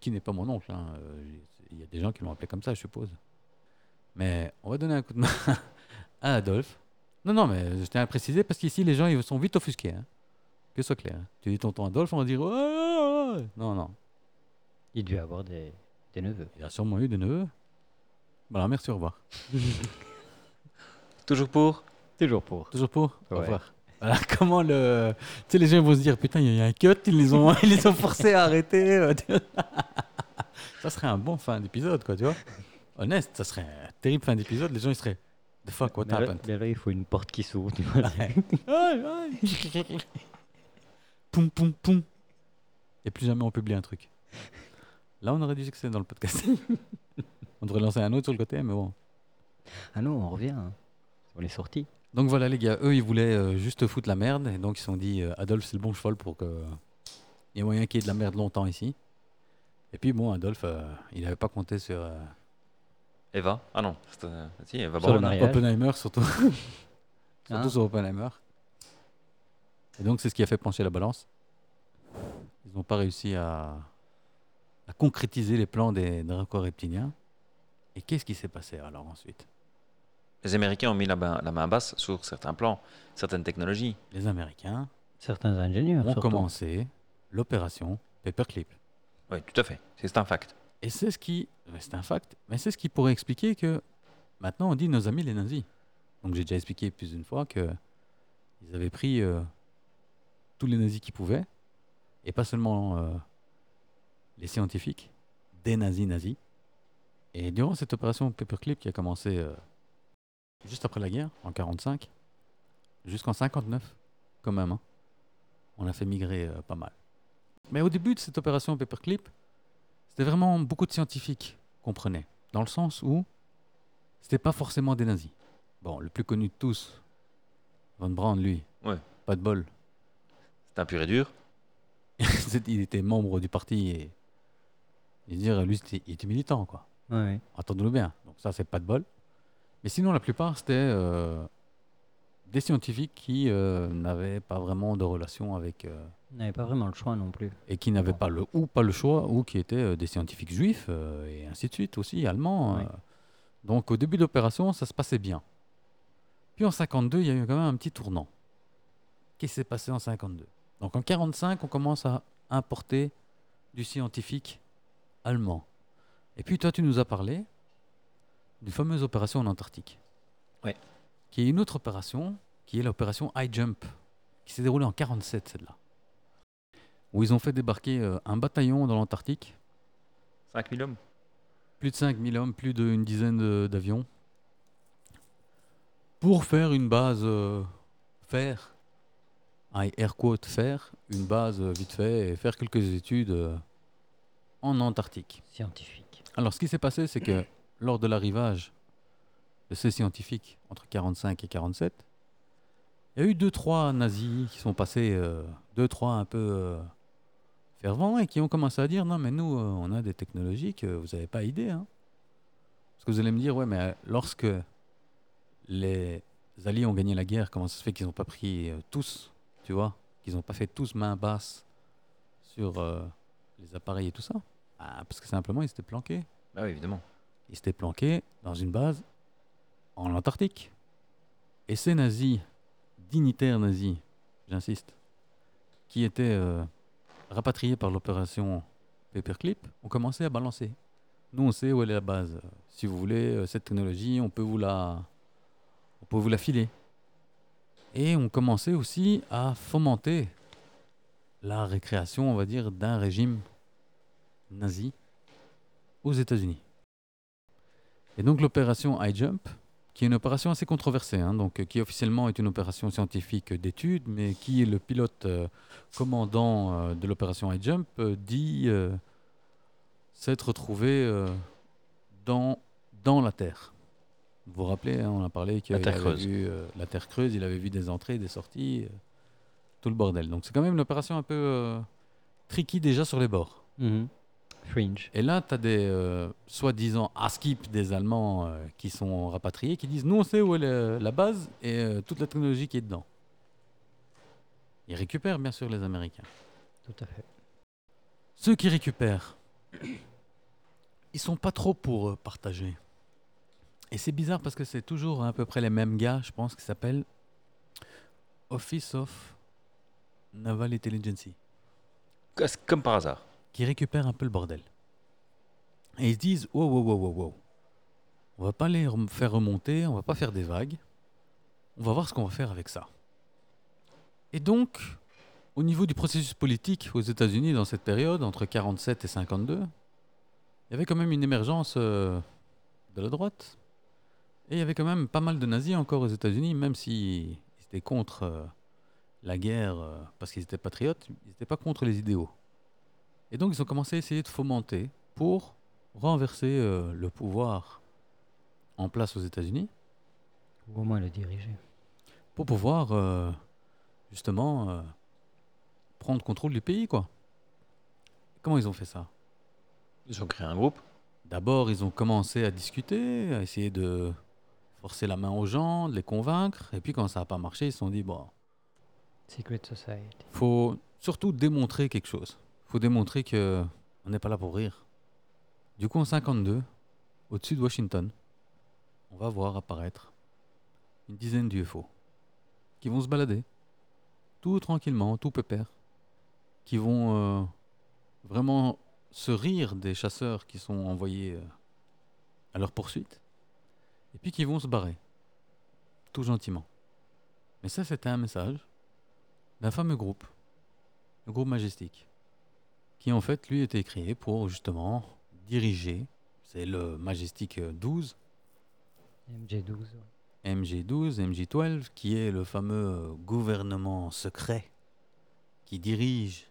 Speaker 2: qui n'est pas mon oncle. hein, euh, j'ai- Il y a des gens qui l'ont appelé comme ça, je suppose. Mais on va donner un coup de main à Adolphe. Non, non, mais je tiens à préciser parce qu'ici les gens ils sont vite offusqués. hein. Que ce soit clair. hein. Tu dis tonton Adolphe, on va dire Ouais, ouais, ouais. non, non.
Speaker 3: Il devait avoir des, des neveux.
Speaker 2: Il a sûrement eu des neveux. Voilà, merci, au revoir.
Speaker 1: Toujours pour
Speaker 3: Toujours pour.
Speaker 2: Toujours pour Au
Speaker 3: Ouais.
Speaker 2: revoir. Voilà, comment le. Tu sais, les gens vont se dire Putain, il y a eu un cut, ils les ont, ils les ont forcés à arrêter. euh, ça serait un bon fin d'épisode, quoi, tu vois. Honnête, ça serait un terrible fin d'épisode. Les gens, ils seraient The fuck, what
Speaker 3: mais, là,
Speaker 2: happened
Speaker 3: mais là, il faut une porte qui s'ouvre. tu vois.
Speaker 2: Poum, poum, poum. Et plus jamais on publie un truc. Là, on aurait du succès dans le podcast. on devrait lancer un autre sur le côté, mais bon.
Speaker 3: ah non, on revient. hein. On est sorti.
Speaker 2: Donc voilà les gars, eux ils voulaient euh, juste foutre la merde et donc ils se sont dit euh, Adolphe c'est le bon cheval pour que il y ait moyen qu'il y ait de la merde longtemps ici. Et puis bon Adolphe euh, il n'avait pas compté sur, euh,
Speaker 1: Eva Ah non, c'est, euh, si, Eva
Speaker 3: Sur le
Speaker 1: Braun.
Speaker 3: mariage.
Speaker 2: Oppenheimer surtout. surtout
Speaker 3: Hein
Speaker 2: sur Oppenheimer. Et donc c'est ce qui a fait pencher la balance. Ils n'ont pas réussi à, à concrétiser les plans des draco-reptiliens. Et qu'est-ce qui s'est passé alors ensuite
Speaker 1: Les Américains ont mis la, main- la main basse sur certains plans, certaines technologies.
Speaker 2: Les Américains
Speaker 3: Certains ingénieurs.
Speaker 2: ont
Speaker 3: surtout.
Speaker 2: commencé l'opération Paperclip.
Speaker 1: Oui, tout à fait. C'est un fact.
Speaker 2: Et c'est ce qui, ouais, c'est un fact, mais c'est ce qui pourrait expliquer que maintenant on dit nos amis les nazis. Donc j'ai déjà expliqué plus d'une fois que ils avaient pris euh, tous les nazis qu'ils pouvaient, et pas seulement euh, les scientifiques, des nazis nazis. Et durant cette opération Paperclip qui a commencé euh, juste après la guerre, en 45, jusqu'en 59, quand même, hein, on a fait migrer euh, pas mal. Mais au début de cette opération Paperclip, c'était vraiment beaucoup de scientifiques qu'on prenait, dans le sens où c'était pas forcément des nazis. Bon, le plus connu de tous, Von Braun, lui.
Speaker 1: Ouais.
Speaker 2: Pas de bol.
Speaker 1: C'est un pur et dur.
Speaker 2: C'est- il était membre du parti et. et dire, lui, c'était- il était militant, quoi.
Speaker 3: Ouais, ouais.
Speaker 2: Attendons-le bien. Donc, ça, c'est pas de bol. Mais sinon, la plupart, c'était euh, des scientifiques qui euh, n'avaient pas vraiment de relation avec. euh,
Speaker 3: On n'avait pas vraiment le choix non plus.
Speaker 2: et qui n'avaient pas le ou pas le choix ou qui étaient euh, des scientifiques juifs euh, et ainsi de suite aussi allemands.
Speaker 3: Oui.
Speaker 2: euh. Donc au début de l'opération, ça se passait bien. Puis en 52, il y a eu quand même un petit tournant. Qu'est-ce qui s'est passé en 52 Donc en 45, on commence à importer du scientifique allemand. Et puis toi, tu nous as parlé d'une fameuse opération en Antarctique.
Speaker 1: Ouais.
Speaker 2: Qui est une autre opération, qui est l'opération High Jump, qui s'est déroulée en 47, celle-là. Où ils ont fait débarquer euh, un bataillon dans l'Antarctique,
Speaker 1: 5000 hommes.
Speaker 2: plus de 5000 hommes, plus d'une dizaine de- d'avions, pour faire une base, euh, faire, un air quote, faire une base euh, vite fait et faire quelques études euh, en Antarctique.
Speaker 3: Scientifique.
Speaker 2: Alors, ce qui s'est passé, c'est que lors de l'arrivage de ces scientifiques entre 45 et 47, il y a eu deux trois nazis qui sont passés, euh, deux trois un peu euh, fervents et qui ont commencé à dire non mais nous euh, on a des technologies que vous n'avez pas idée. Hein. Parce que vous allez me dire ouais mais euh, lorsque les Alliés ont gagné la guerre, comment ça se fait qu'ils n'ont pas pris euh, tous, tu vois, qu'ils n'ont pas fait tous main basse sur euh, les appareils et tout ça Ah, Parce que simplement ils s'étaient planqués.
Speaker 1: Bah oui, évidemment.
Speaker 2: Il s'était planqué dans une base en Antarctique. Et ces nazis, dignitaires nazis, j'insiste, qui étaient euh, rapatriés par l'opération Paperclip, ont commencé à balancer. Nous, on sait où elle est la base. Si vous voulez euh, cette technologie, on peut vous la, on peut vous la filer. Et on commençait aussi à fomenter la récréation, on va dire, d'un régime nazi aux États-Unis. Et donc l'opération High Jump, qui est une opération assez controversée, hein, donc, euh, qui officiellement est une opération scientifique euh, d'étude, mais qui est le pilote euh, commandant euh, de l'opération High Jump euh, dit euh, s'être retrouvé euh, dans, dans la Terre. Vous vous rappelez, hein, on a parlé qu'il
Speaker 1: La Terre
Speaker 2: avait
Speaker 1: creuse.
Speaker 2: vu euh, la Terre creuse, il avait vu des entrées, des sorties, euh, tout le bordel. Donc c'est quand même une opération un peu euh, tricky déjà sur les bords.
Speaker 3: Mhm. Fringe.
Speaker 2: Et là, tu as des euh, soi-disant ASCIP des Allemands euh, qui sont rapatriés, qui disent Nous, on sait où est le- la base et euh, toute la technologie qui est dedans. Ils récupèrent, bien sûr, les Américains.
Speaker 3: Tout à fait.
Speaker 2: Ceux qui récupèrent, ils sont pas trop pour euh, partager. Et c'est bizarre parce que c'est toujours à peu près les mêmes gars, je pense, qui s'appellent Office of Naval Intelligence.
Speaker 1: Cos- Comme par hasard.
Speaker 2: qui récupèrent un peu le bordel. Et ils se disent wow, wow, wow, wow, wow. On va pas les rem- faire remonter, on va pas faire des vagues. On va voir ce qu'on va faire avec ça. Et donc, au niveau du processus politique aux États-Unis dans cette période, entre 47 et 52, il y avait quand même une émergence euh, de la droite. Et il y avait quand même pas mal de nazis encore aux États-Unis, même s'ils étaient contre euh, la guerre euh, parce qu'ils étaient patriotes, ils n'étaient pas contre les idéaux. Et donc ils ont commencé à essayer de fomenter pour renverser euh, le pouvoir en place aux États-Unis,
Speaker 3: Ou au moins le diriger.
Speaker 2: pour pouvoir euh, justement euh, prendre contrôle du pays, quoi. Comment ils ont fait ça
Speaker 1: Ils ont créé un groupe.
Speaker 2: D'abord, ils ont commencé à discuter, à essayer de forcer la main aux gens, de les convaincre. Et puis quand ça n'a pas marché, ils se sont dit bon,
Speaker 3: Secret Society.
Speaker 2: faut surtout démontrer quelque chose. faut démontrer que on n'est pas là pour rire. Du coup, en 52, au-dessus de Washington, on va voir apparaître une dizaine d'UFO qui vont se balader, tout tranquillement, tout pépère, qui vont euh, vraiment se rire des chasseurs qui sont envoyés euh, à leur poursuite, et puis qui vont se barrer, tout gentiment. Mais ça, c'était un message d'un fameux groupe, le groupe Majestic, qui en fait, lui, était créé pour justement diriger, c'est le Majestic euh, 12,
Speaker 3: MJ12. ouais.
Speaker 2: MG12, MG12, qui est le fameux euh, gouvernement secret qui dirige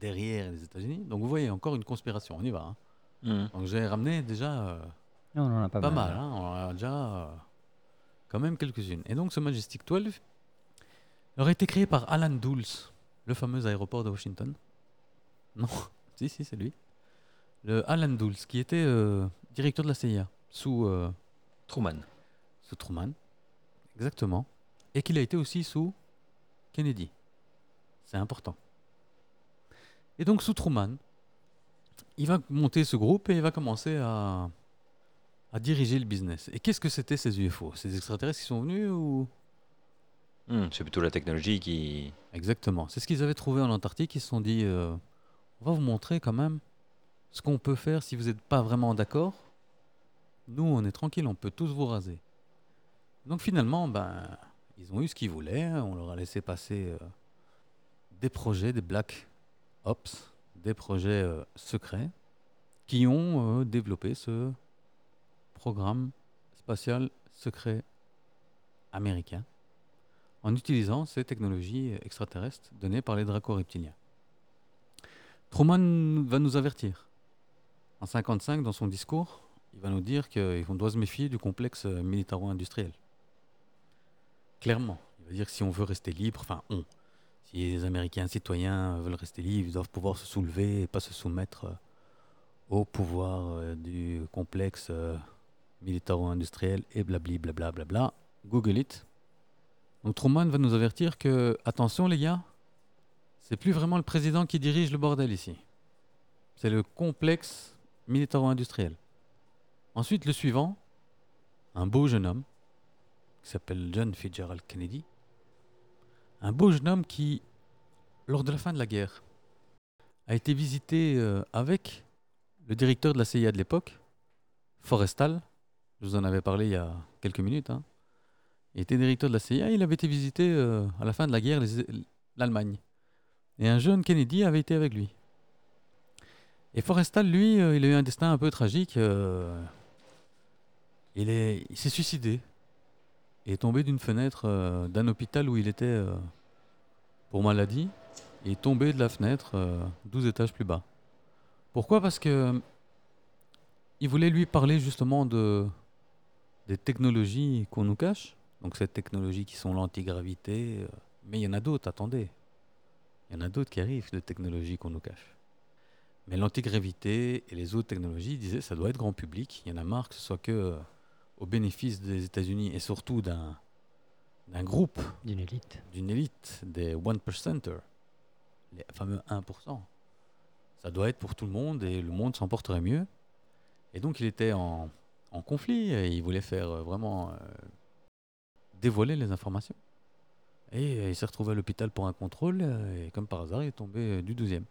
Speaker 2: derrière les États-Unis. Donc vous voyez, encore une conspiration, on y va. hein.
Speaker 1: Hmm.
Speaker 2: Donc j'ai ramené déjà euh,
Speaker 3: Non, on en a pas,
Speaker 2: hein. pas mal, hein, on en a déjà euh, quand même quelques-unes. Et donc ce Majestic 12, Il aurait été créé par Alan Dulles, le fameux aéroport de Washington. Non, si, si, c'est lui. Le Alan Dulles, qui était euh, directeur de la CIA sous, euh,
Speaker 4: Truman.
Speaker 2: sous Truman, exactement, et qu'il a été aussi sous Kennedy. C'est important. Et donc sous Truman, il va monter ce groupe et il va commencer à, à diriger le business. Et qu'est-ce que c'était ces UFO Ces extraterrestres qui sont venus ou
Speaker 1: Hmm, c'est plutôt la technologie qui.
Speaker 2: Exactement. C'est ce qu'ils avaient trouvé en Antarctique. Ils se sont dit, euh, on va vous montrer quand même ce qu'on peut faire si vous n'êtes pas vraiment d'accord. Nous, on est tranquille, on peut tous vous raser. Donc finalement, ben, ils ont eu ce qu'ils voulaient. On leur a laissé passer euh, des projets, des black ops, des projets euh, secrets, qui ont euh, développé ce programme spatial secret américain en utilisant ces technologies extraterrestres données par les dracos reptiliens. Truman va nous avertir. En 1955, dans son discours, il va nous dire qu'on doit se méfier du complexe euh, militaro-industriel. Clairement, il va dire que si on veut rester libre, enfin on, si les Américains citoyens euh, veulent rester libres, ils doivent pouvoir se soulever et pas se soumettre euh, au pouvoir euh, du complexe euh, militaro-industriel et blabli blabla blabla. Google it. Donc Truman va nous avertir que, attention les gars, c'est plus vraiment le président qui dirige le bordel ici. C'est le complexe militaro-industriel. Ensuite, le suivant, un beau jeune homme, qui s'appelle John Fitzgerald Kennedy. Un beau jeune homme qui, lors de la fin de la guerre, a été visité euh, avec le directeur de la CIA de l'époque, Forrestal. Je vous en avais parlé il y a quelques minutes. hein. Il était directeur de la CIA, il avait été visiter euh, à la fin de la guerre les- l'Allemagne. Et un jeune Kennedy avait été avec lui. Et Forrestal, lui, euh, il a eu un destin un peu tragique. euh, il est- il s'est suicidé. Il est tombé d'une fenêtre euh, d'un hôpital où il était euh, pour maladie. Il est tombé de la fenêtre euh, 12 étages plus bas. Pourquoi Parce que euh, il voulait lui parler justement de, des technologies qu'on nous cache. Donc ces technologies qui sont l'antigravité, euh, mais il y en a d'autres, attendez. Il y en a d'autres qui arrivent, de technologies qu'on nous cache. Mais l'antigravité et les autres technologies, ils disaient, ça doit être grand public. Il y en a marre que ce soit que euh, au bénéfice des États-Unis et surtout d'un d'un groupe
Speaker 3: d'une élite.
Speaker 2: d'une élite, des one percenters, les fameux 1%. Ça doit être pour tout le monde et le monde s'en porterait mieux. Et donc il était en, en conflit et il voulait faire euh, vraiment euh, dévoiler les informations. Et euh, il s'est retrouvé à l'hôpital pour un contrôle euh, et comme par hasard il est tombé euh, du 12e.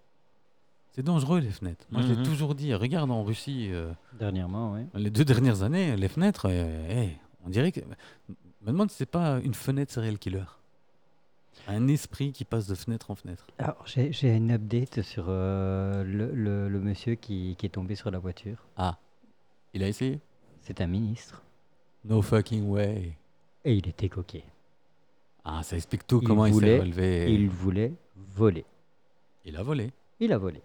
Speaker 2: C'est dangereux les fenêtres. Moi je l'ai
Speaker 1: Mhm.
Speaker 2: toujours dit, regarde en Russie. euh,
Speaker 3: Dernièrement, oui.
Speaker 2: les deux dernières années, les fenêtres, euh, hey, on dirait que. Je me demande si c'est pas une fenêtre serial killer. Un esprit qui passe de fenêtre en fenêtre.
Speaker 3: Alors, j'ai j'ai une update sur euh, le, le- le monsieur qui, qui est tombé sur la voiture.
Speaker 2: Il a essayé
Speaker 3: C'est un ministre.
Speaker 2: No fucking way.
Speaker 3: Et il était coquet.
Speaker 2: Ah, ça explique tout
Speaker 3: Il
Speaker 2: comment il s'est
Speaker 3: voulait-
Speaker 2: relevé.
Speaker 3: Il voulait voler.
Speaker 2: Il a volé.
Speaker 3: Il a volé.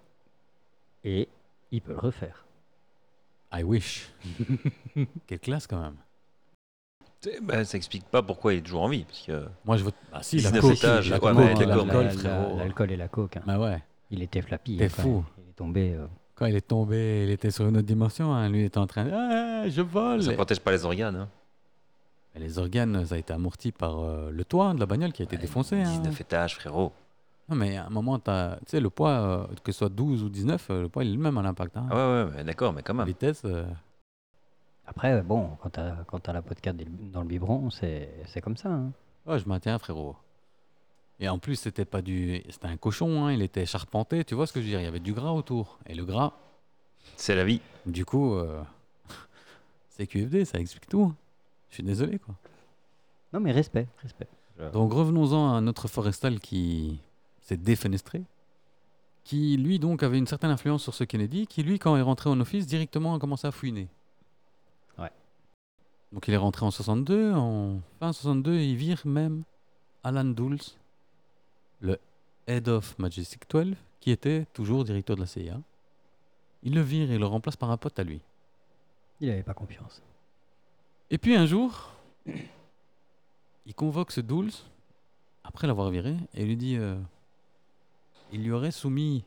Speaker 3: Et il peut le refaire.
Speaker 2: I wish. Quelle classe quand même.
Speaker 1: C'est- bah, ça explique pas pourquoi il est toujours en vie. Parce que...
Speaker 2: Moi je vote. Ah si, la
Speaker 1: 19
Speaker 2: coke,
Speaker 1: étages,
Speaker 2: la
Speaker 1: ouais,
Speaker 2: coke,
Speaker 1: mais
Speaker 2: la-
Speaker 1: d'accord,
Speaker 2: l'alcool,
Speaker 1: mais-
Speaker 2: frérot.
Speaker 3: L'alcool et la coke. hein.
Speaker 2: Bah ouais.
Speaker 3: Il était flappy.
Speaker 2: T'es
Speaker 3: hein, quand
Speaker 2: fou.
Speaker 3: même. Il est tombé. euh,
Speaker 2: Quand il est tombé, il était sur une autre dimension. hein. Lui il était en train. de, Ah, je vole.
Speaker 1: Ça protège pas les organes. Hein.
Speaker 2: Mais les organes, ça a été amorti par euh, le toit de la bagnole qui a été défoncé. hein.
Speaker 1: 19 étages, frérot.
Speaker 2: Non, mais à un moment, t'as- tu sais, le poids, euh, que ce soit 12 ou 19, euh, le poids, il est le même à l'impact. Hein.
Speaker 1: Ah ouais, ouais, mais d'accord, mais quand
Speaker 2: La
Speaker 1: même.
Speaker 2: vitesse, euh,
Speaker 3: Après, bon, quand t'as quand t'as la podcast dans le biberon, c'est c'est comme ça. hein.
Speaker 2: ouais, je maintiens, frérot. Et en plus, c'était pas du. C'était un cochon, hein, il était charpenté, tu vois ce que je veux dire Il y avait du gras autour. Et le gras,
Speaker 1: C'est la vie.
Speaker 2: du coup, euh, c'est QFD, ça explique tout. hein. Je suis désolé, quoi.
Speaker 3: Non, mais respect, respect.
Speaker 2: Donc revenons-en à notre Forestal qui s'est défenestré, qui lui donc avait une certaine influence sur ce Kennedy, qui lui quand est rentré en office directement a commencé à fouiner.
Speaker 3: Ouais.
Speaker 2: Donc il est rentré en 62, en fin 62 il vire même Alan Dulles, le head of Majestic 12, qui était toujours directeur de la CIA. Il le vire et le remplace par un pote à lui.
Speaker 3: Il n'avait pas confiance.
Speaker 2: Et puis un jour, il convoque ce Dulles après l'avoir viré, et lui dit euh, il lui aurait soumis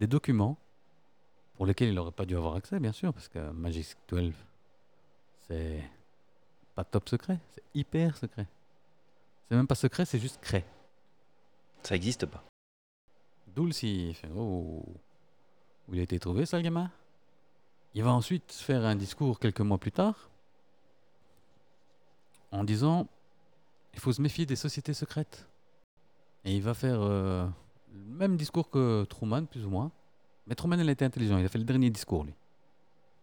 Speaker 2: des documents pour lesquels il n'aurait pas dû avoir accès, bien sûr, parce que Magic 12, c'est pas top secret, c'est hyper secret. C'est même pas secret, c'est juste cré.
Speaker 1: Ça existe pas.
Speaker 2: Dulce, il fait Oh, où il a été trouvé, ça, le gamin Il va ensuite faire un discours quelques mois plus tard en disant Il faut se méfier des sociétés secrètes. Et il va faire euh, le même discours que Truman, plus ou moins. Mais Truman, il a été intelligent, il a fait le dernier discours, lui.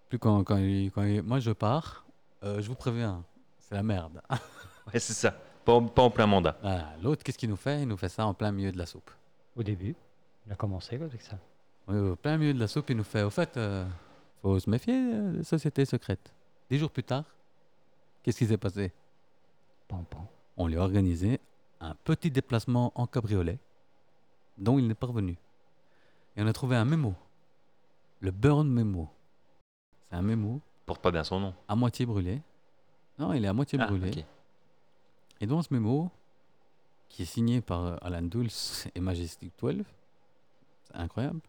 Speaker 2: Plus quand, quand, il- quand il- moi je pars, euh, je vous préviens, c'est la merde.
Speaker 1: Ouais, c'est ça. Pas en, pas en plein mandat.
Speaker 2: Voilà. L'autre, qu'est-ce qu'il nous fait Il nous fait ça en plein milieu de la soupe.
Speaker 3: Au début, il a commencé quoi, avec ça.
Speaker 2: Oui, au plein milieu de la soupe, il nous fait, au fait, euh, faut se méfier euh, des sociétés secrètes. Dix jours plus tard, qu'est-ce qui s'est passé
Speaker 3: Pam, pam.
Speaker 2: On lui a organisé un petit déplacement en cabriolet, dont il n'est pas revenu. Et on a trouvé un mémo, le Burn Memo. C'est un mémo
Speaker 1: Porte pas bien son nom.
Speaker 2: à moitié brûlé. Non, il est à moitié
Speaker 1: Ah,
Speaker 2: brûlé.
Speaker 1: ok.
Speaker 2: Et dans ce mémo, qui est signé par euh, Alan Dulce et Majestic 12, c'est incroyable,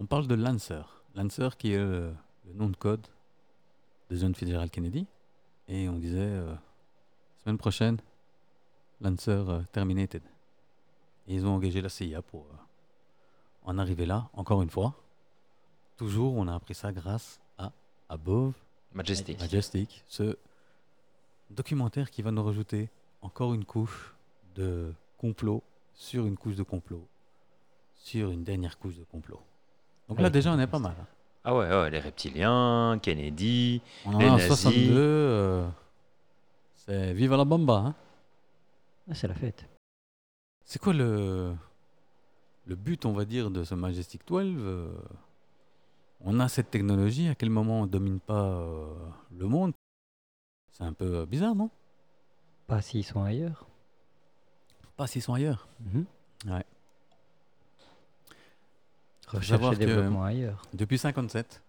Speaker 2: on parle de Lancer. Lancer qui est euh, le nom de code de John Fitzgerald Kennedy. Et on disait, euh, semaine prochaine, Lancer euh, terminated. Et ils ont engagé la CIA pour euh, en arriver là, encore une fois. Toujours, on a appris ça grâce à Above
Speaker 1: Majestic.
Speaker 2: Majestic, ce documentaire qui va nous rajouter encore une couche de complot sur une couche de complot sur une dernière couche de complot. Donc là
Speaker 3: Avec
Speaker 2: déjà on est
Speaker 3: Fantastic.
Speaker 2: pas mal. hein.
Speaker 1: Ah ouais, ouais, les reptiliens, Kennedy.
Speaker 2: On en
Speaker 1: Les
Speaker 2: est en
Speaker 1: nazis.
Speaker 2: 62. euh, c'est vive la bomba. hein.
Speaker 3: Ah, c'est la fête.
Speaker 2: C'est quoi le le but on va dire de ce Majestic 12 euh, On a cette technologie. À quel moment on domine pas euh, le monde C'est un peu euh, bizarre, non
Speaker 3: Pas s'ils sont ailleurs.
Speaker 2: Pas s'ils sont ailleurs.
Speaker 3: Mhm.
Speaker 2: Ouais.
Speaker 3: Recherche
Speaker 2: savoir
Speaker 3: et
Speaker 2: que-
Speaker 3: développement ailleurs.
Speaker 2: Depuis 57,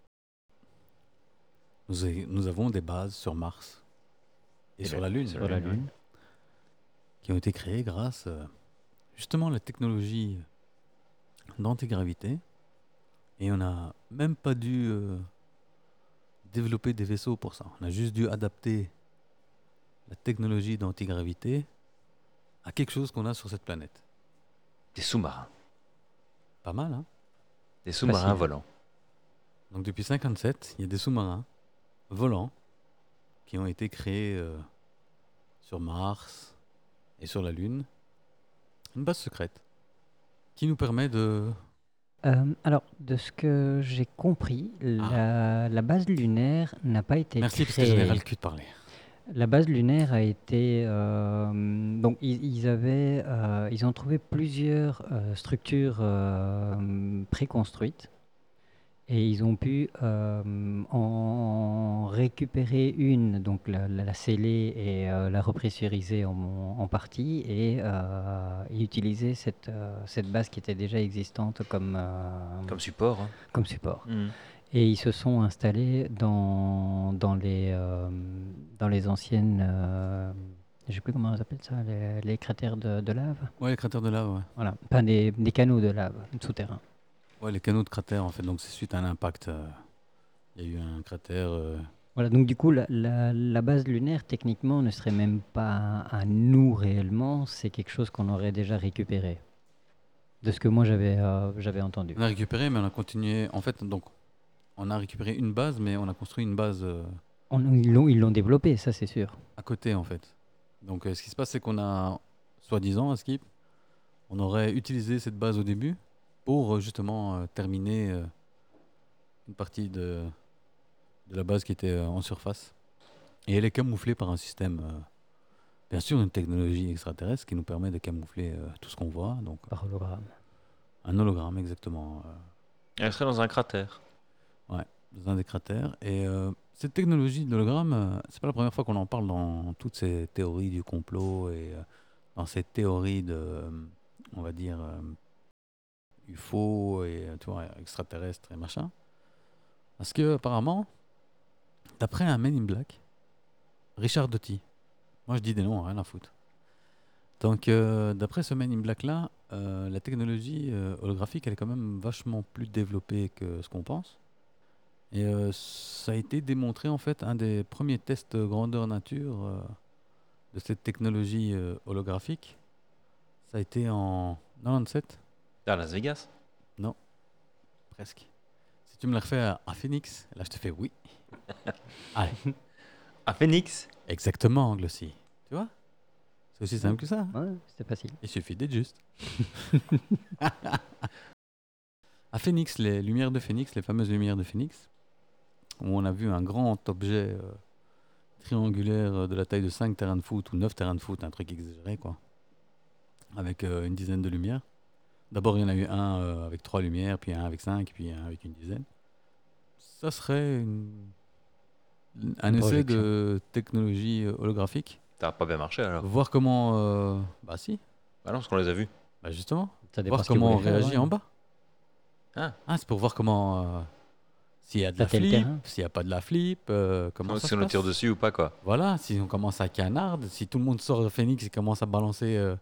Speaker 2: nous, a- nous avons des bases sur Mars et,
Speaker 1: Et
Speaker 2: sur
Speaker 1: la-
Speaker 2: la Lune
Speaker 1: sur
Speaker 3: Sur la
Speaker 1: Lune, ouais.
Speaker 3: Lune.
Speaker 2: qui ont été créées grâce euh, justement à la technologie d'antigravité. Et on n'a même pas dû euh, développer des vaisseaux pour ça. On a juste dû adapter la technologie d'antigravité à quelque chose qu'on a sur cette planète.
Speaker 1: Des sous-marins.
Speaker 2: Pas mal, hein
Speaker 1: Des sous-marins
Speaker 3: Facile.
Speaker 1: volants.
Speaker 2: Donc depuis 57, il y a des sous-marins volants qui ont été créés euh, sur Mars et sur la Lune. Une base secrète qui nous permet de...
Speaker 3: Euh, alors, de ce que j'ai compris, la, la base lunaire n'a pas été
Speaker 2: Ah. Merci parce que
Speaker 3: créée.
Speaker 2: j'en ai ras le cul de parler.
Speaker 3: La base lunaire a été euh, donc ils, ils avaient euh, ils ont trouvé plusieurs euh, structures euh, préconstruites et ils ont pu euh, en récupérer une donc la, la- la sceller et euh, la repressuriser en, en partie et, euh, et utiliser cette euh, cette base qui était déjà existante comme euh,
Speaker 1: Comme support. hein.
Speaker 3: comme support.
Speaker 1: Mhm.
Speaker 3: Et ils se sont installés dans, dans, les, euh, dans les anciennes. euh, je sais plus comment on appelle ça, les, les cratères de, de lave.
Speaker 2: Ouais, les cratères de lave, ouais.
Speaker 3: Voilà, enfin des, des canaux de lave souterrains.
Speaker 2: Ouais, les canaux de cratères, en fait. Donc c'est suite à un impact. euh, Il y a eu un cratère... euh,
Speaker 3: Voilà, donc du coup, la, la- la base lunaire, techniquement, ne serait même pas à nous réellement, c'est quelque chose qu'on aurait déjà récupéré. De ce que moi j'avais euh, j'avais entendu.
Speaker 2: On a récupéré, mais on a continué... En fait, donc, on a récupéré une base, mais on a construit une base... euh,
Speaker 3: On- ils l'ont- ils l'ont développé, ça c'est sûr.
Speaker 2: à côté en fait. Donc euh, ce qui se passe c'est qu'on a, soi-disant à Skip, on aurait utilisé cette base au début pour euh, justement euh, terminer euh, une partie de, de la base qui était euh, en surface. Et elle est camouflée par un système, euh, bien sûr une technologie extraterrestre qui nous permet de camoufler euh, tout ce qu'on voit. Donc
Speaker 3: Par hologramme.
Speaker 2: un hologramme exactement. euh,
Speaker 1: Elle serait dans un cratère.
Speaker 2: dans un des cratères. Et euh, cette technologie de l'hologramme, euh, c'est pas la première fois qu'on en parle dans toutes ces théories du complot et euh, dans ces théories de, euh, on va dire, euh, UFO et euh, tu vois, extraterrestre et machin. Parce que apparemment, d'après un Men in Black, Richard Doty, moi je dis des noms, rien à foutre. Donc, euh, d'après ce Men in Black là, euh, la technologie euh, holographique, elle est quand même vachement plus développée que ce qu'on pense. Et euh, ça a été démontré en fait un des premiers tests grandeur nature euh, de cette technologie euh, holographique. Ça a été en 97,
Speaker 1: À Las Vegas
Speaker 2: presque. Si tu me le refais à, à Phoenix, là je te fais oui.
Speaker 1: À Phoenix
Speaker 2: Exactement, Glossy. Tu vois C'est aussi simple que ça. hein.
Speaker 3: Ouais, c'était facile.
Speaker 2: Il suffit d'être juste. à Phoenix, les lumières de Phoenix, les fameuses lumières de Phoenix, où on a vu un grand objet euh, triangulaire euh, de la taille de 5 terrains de foot ou 9 terrains de foot, un truc exagéré, quoi. Avec euh, une dizaine de lumières. D'abord, il y en a eu un euh, avec 3 lumières, puis un avec 5, puis un avec une dizaine. Ça serait une- un essai
Speaker 4: projection.
Speaker 2: de technologie euh, holographique.
Speaker 1: Ça n'a pas bien marché alors.
Speaker 2: Voir comment. euh, Bah, si,
Speaker 1: Bah non, parce qu'on les a vus.
Speaker 2: bah, justement
Speaker 3: Ça dépend
Speaker 2: voir
Speaker 3: ce que vous
Speaker 2: comment on
Speaker 3: voulez faire,
Speaker 2: réagit hein.
Speaker 3: ouais.
Speaker 2: en bas.
Speaker 1: Ah.
Speaker 2: c'est pour voir comment. euh, s'il y a de
Speaker 3: Ça
Speaker 2: la
Speaker 3: fait le
Speaker 2: flip,
Speaker 3: terrain.
Speaker 2: s'il n'y a pas de la flip, euh, comment
Speaker 1: Donc,
Speaker 2: ça
Speaker 1: si
Speaker 2: se
Speaker 1: on le
Speaker 2: passe.
Speaker 1: tire dessus ou pas quoi.
Speaker 2: Voilà, si on commence à canard, si tout le monde sort de Phoenix et commence à balancer euh,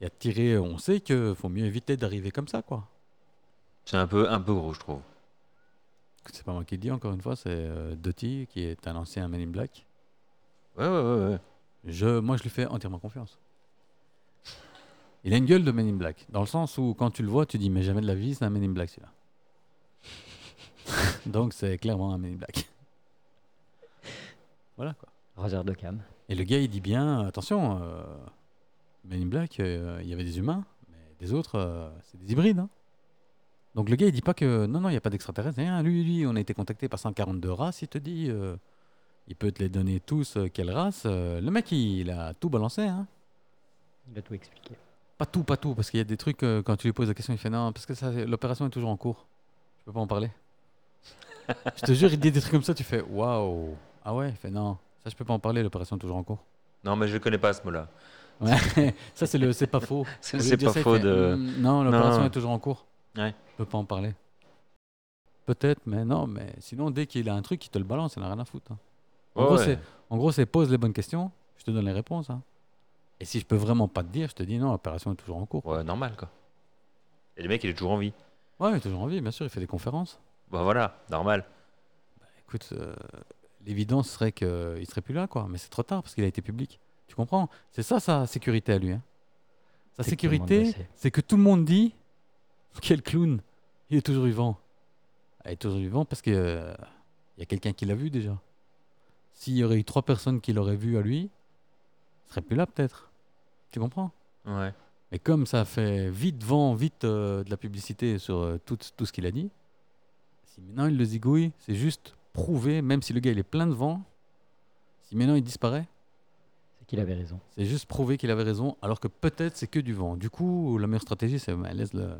Speaker 2: et à tirer, on sait qu'il faut mieux éviter d'arriver comme ça, quoi.
Speaker 1: C'est un peu, un peu gros, je trouve.
Speaker 2: C'est pas moi qui le dis, encore une fois, c'est euh, Doty, qui est un ancien Men in Black.
Speaker 1: Ouais, ouais, ouais. ouais.
Speaker 2: Je, moi, je lui fais entièrement confiance. Il a une gueule de Men in Black, dans le sens où quand tu le vois, tu dis mais jamais de la vie, c'est un Men in Black celui-là. Donc c'est clairement un Men in Black. Voilà quoi.
Speaker 3: Roger de Cam.
Speaker 2: Et le gars il dit bien attention, euh, Men in Black, euh, il y avait des humains, mais des autres, euh, c'est des hybrides. hein. Donc le gars il dit pas que non non il y a pas d'extraterrestres, rien. Lui lui on a été contacté par 142 races, il te dit, euh, il peut te les donner tous euh, quelle race. Euh, le mec il, il a tout balancé hein.
Speaker 3: Il a tout expliqué.
Speaker 2: Pas tout, pas tout, parce qu'il y a des trucs, euh, quand tu lui poses la question, il fait non, parce que ça, l'opération est toujours en cours. Je peux pas en parler. je te jure, il dit des trucs comme ça, tu fais waouh. Ah ouais, il fait non, ça je peux pas en parler, l'opération est toujours en cours.
Speaker 1: Non, mais je le connais pas ce mot-là.
Speaker 2: Ouais, ça c'est le c'est pas faux.
Speaker 1: C'est
Speaker 2: Au
Speaker 1: le
Speaker 2: lieu
Speaker 1: c'est
Speaker 2: de dire
Speaker 1: pas
Speaker 2: ça, il
Speaker 1: faux
Speaker 2: fait,
Speaker 1: de.
Speaker 2: Hum, Non, l'opération
Speaker 1: Non.
Speaker 2: est toujours en cours.
Speaker 1: Ouais.
Speaker 2: Je peux pas en parler. Peut-être, mais non, mais sinon, dès qu'il a un truc, il te le balance, il n'a rien à foutre. hein. En
Speaker 1: Ouais,
Speaker 2: gros,
Speaker 1: ouais.
Speaker 2: c'est- En gros, c'est pose les bonnes questions, je te donne les réponses. hein. Et si je peux vraiment pas te dire, je te dis non, l'opération est toujours en cours.
Speaker 1: Ouais, normal quoi. Et le mec, il est toujours en vie.
Speaker 2: Ouais, il est toujours en vie, bien sûr, il fait des conférences.
Speaker 1: Bah voilà, normal.
Speaker 2: Écoute, euh, l'évidence serait qu'il ne serait plus là, quoi. Mais c'est trop tard parce qu'il a été public. Tu comprends C'est ça sa sécurité à lui. hein. Sa
Speaker 3: C'est que tout le monde le
Speaker 2: sécurité,
Speaker 3: sait.
Speaker 2: c'est que tout le monde dit Quel clown Il est toujours vivant. Il est toujours vivant parce qu'il y a quelqu'un qui l'a vu déjà. S'il y aurait eu trois personnes qui l'auraient vu à lui, il serait plus là peut-être. Tu comprends
Speaker 1: Ouais.
Speaker 2: mais comme ça fait vite vent, vite euh, de la publicité sur euh, tout, tout ce qu'il a dit, si maintenant il le zigouille, c'est juste prouver, même si le gars il est plein de vent, si maintenant il disparaît,
Speaker 3: C'est qu'il avait raison.
Speaker 2: c'est juste prouver qu'il avait raison, alors que peut-être c'est que du vent. Du coup, la meilleure stratégie, c'est bah, laisse-le,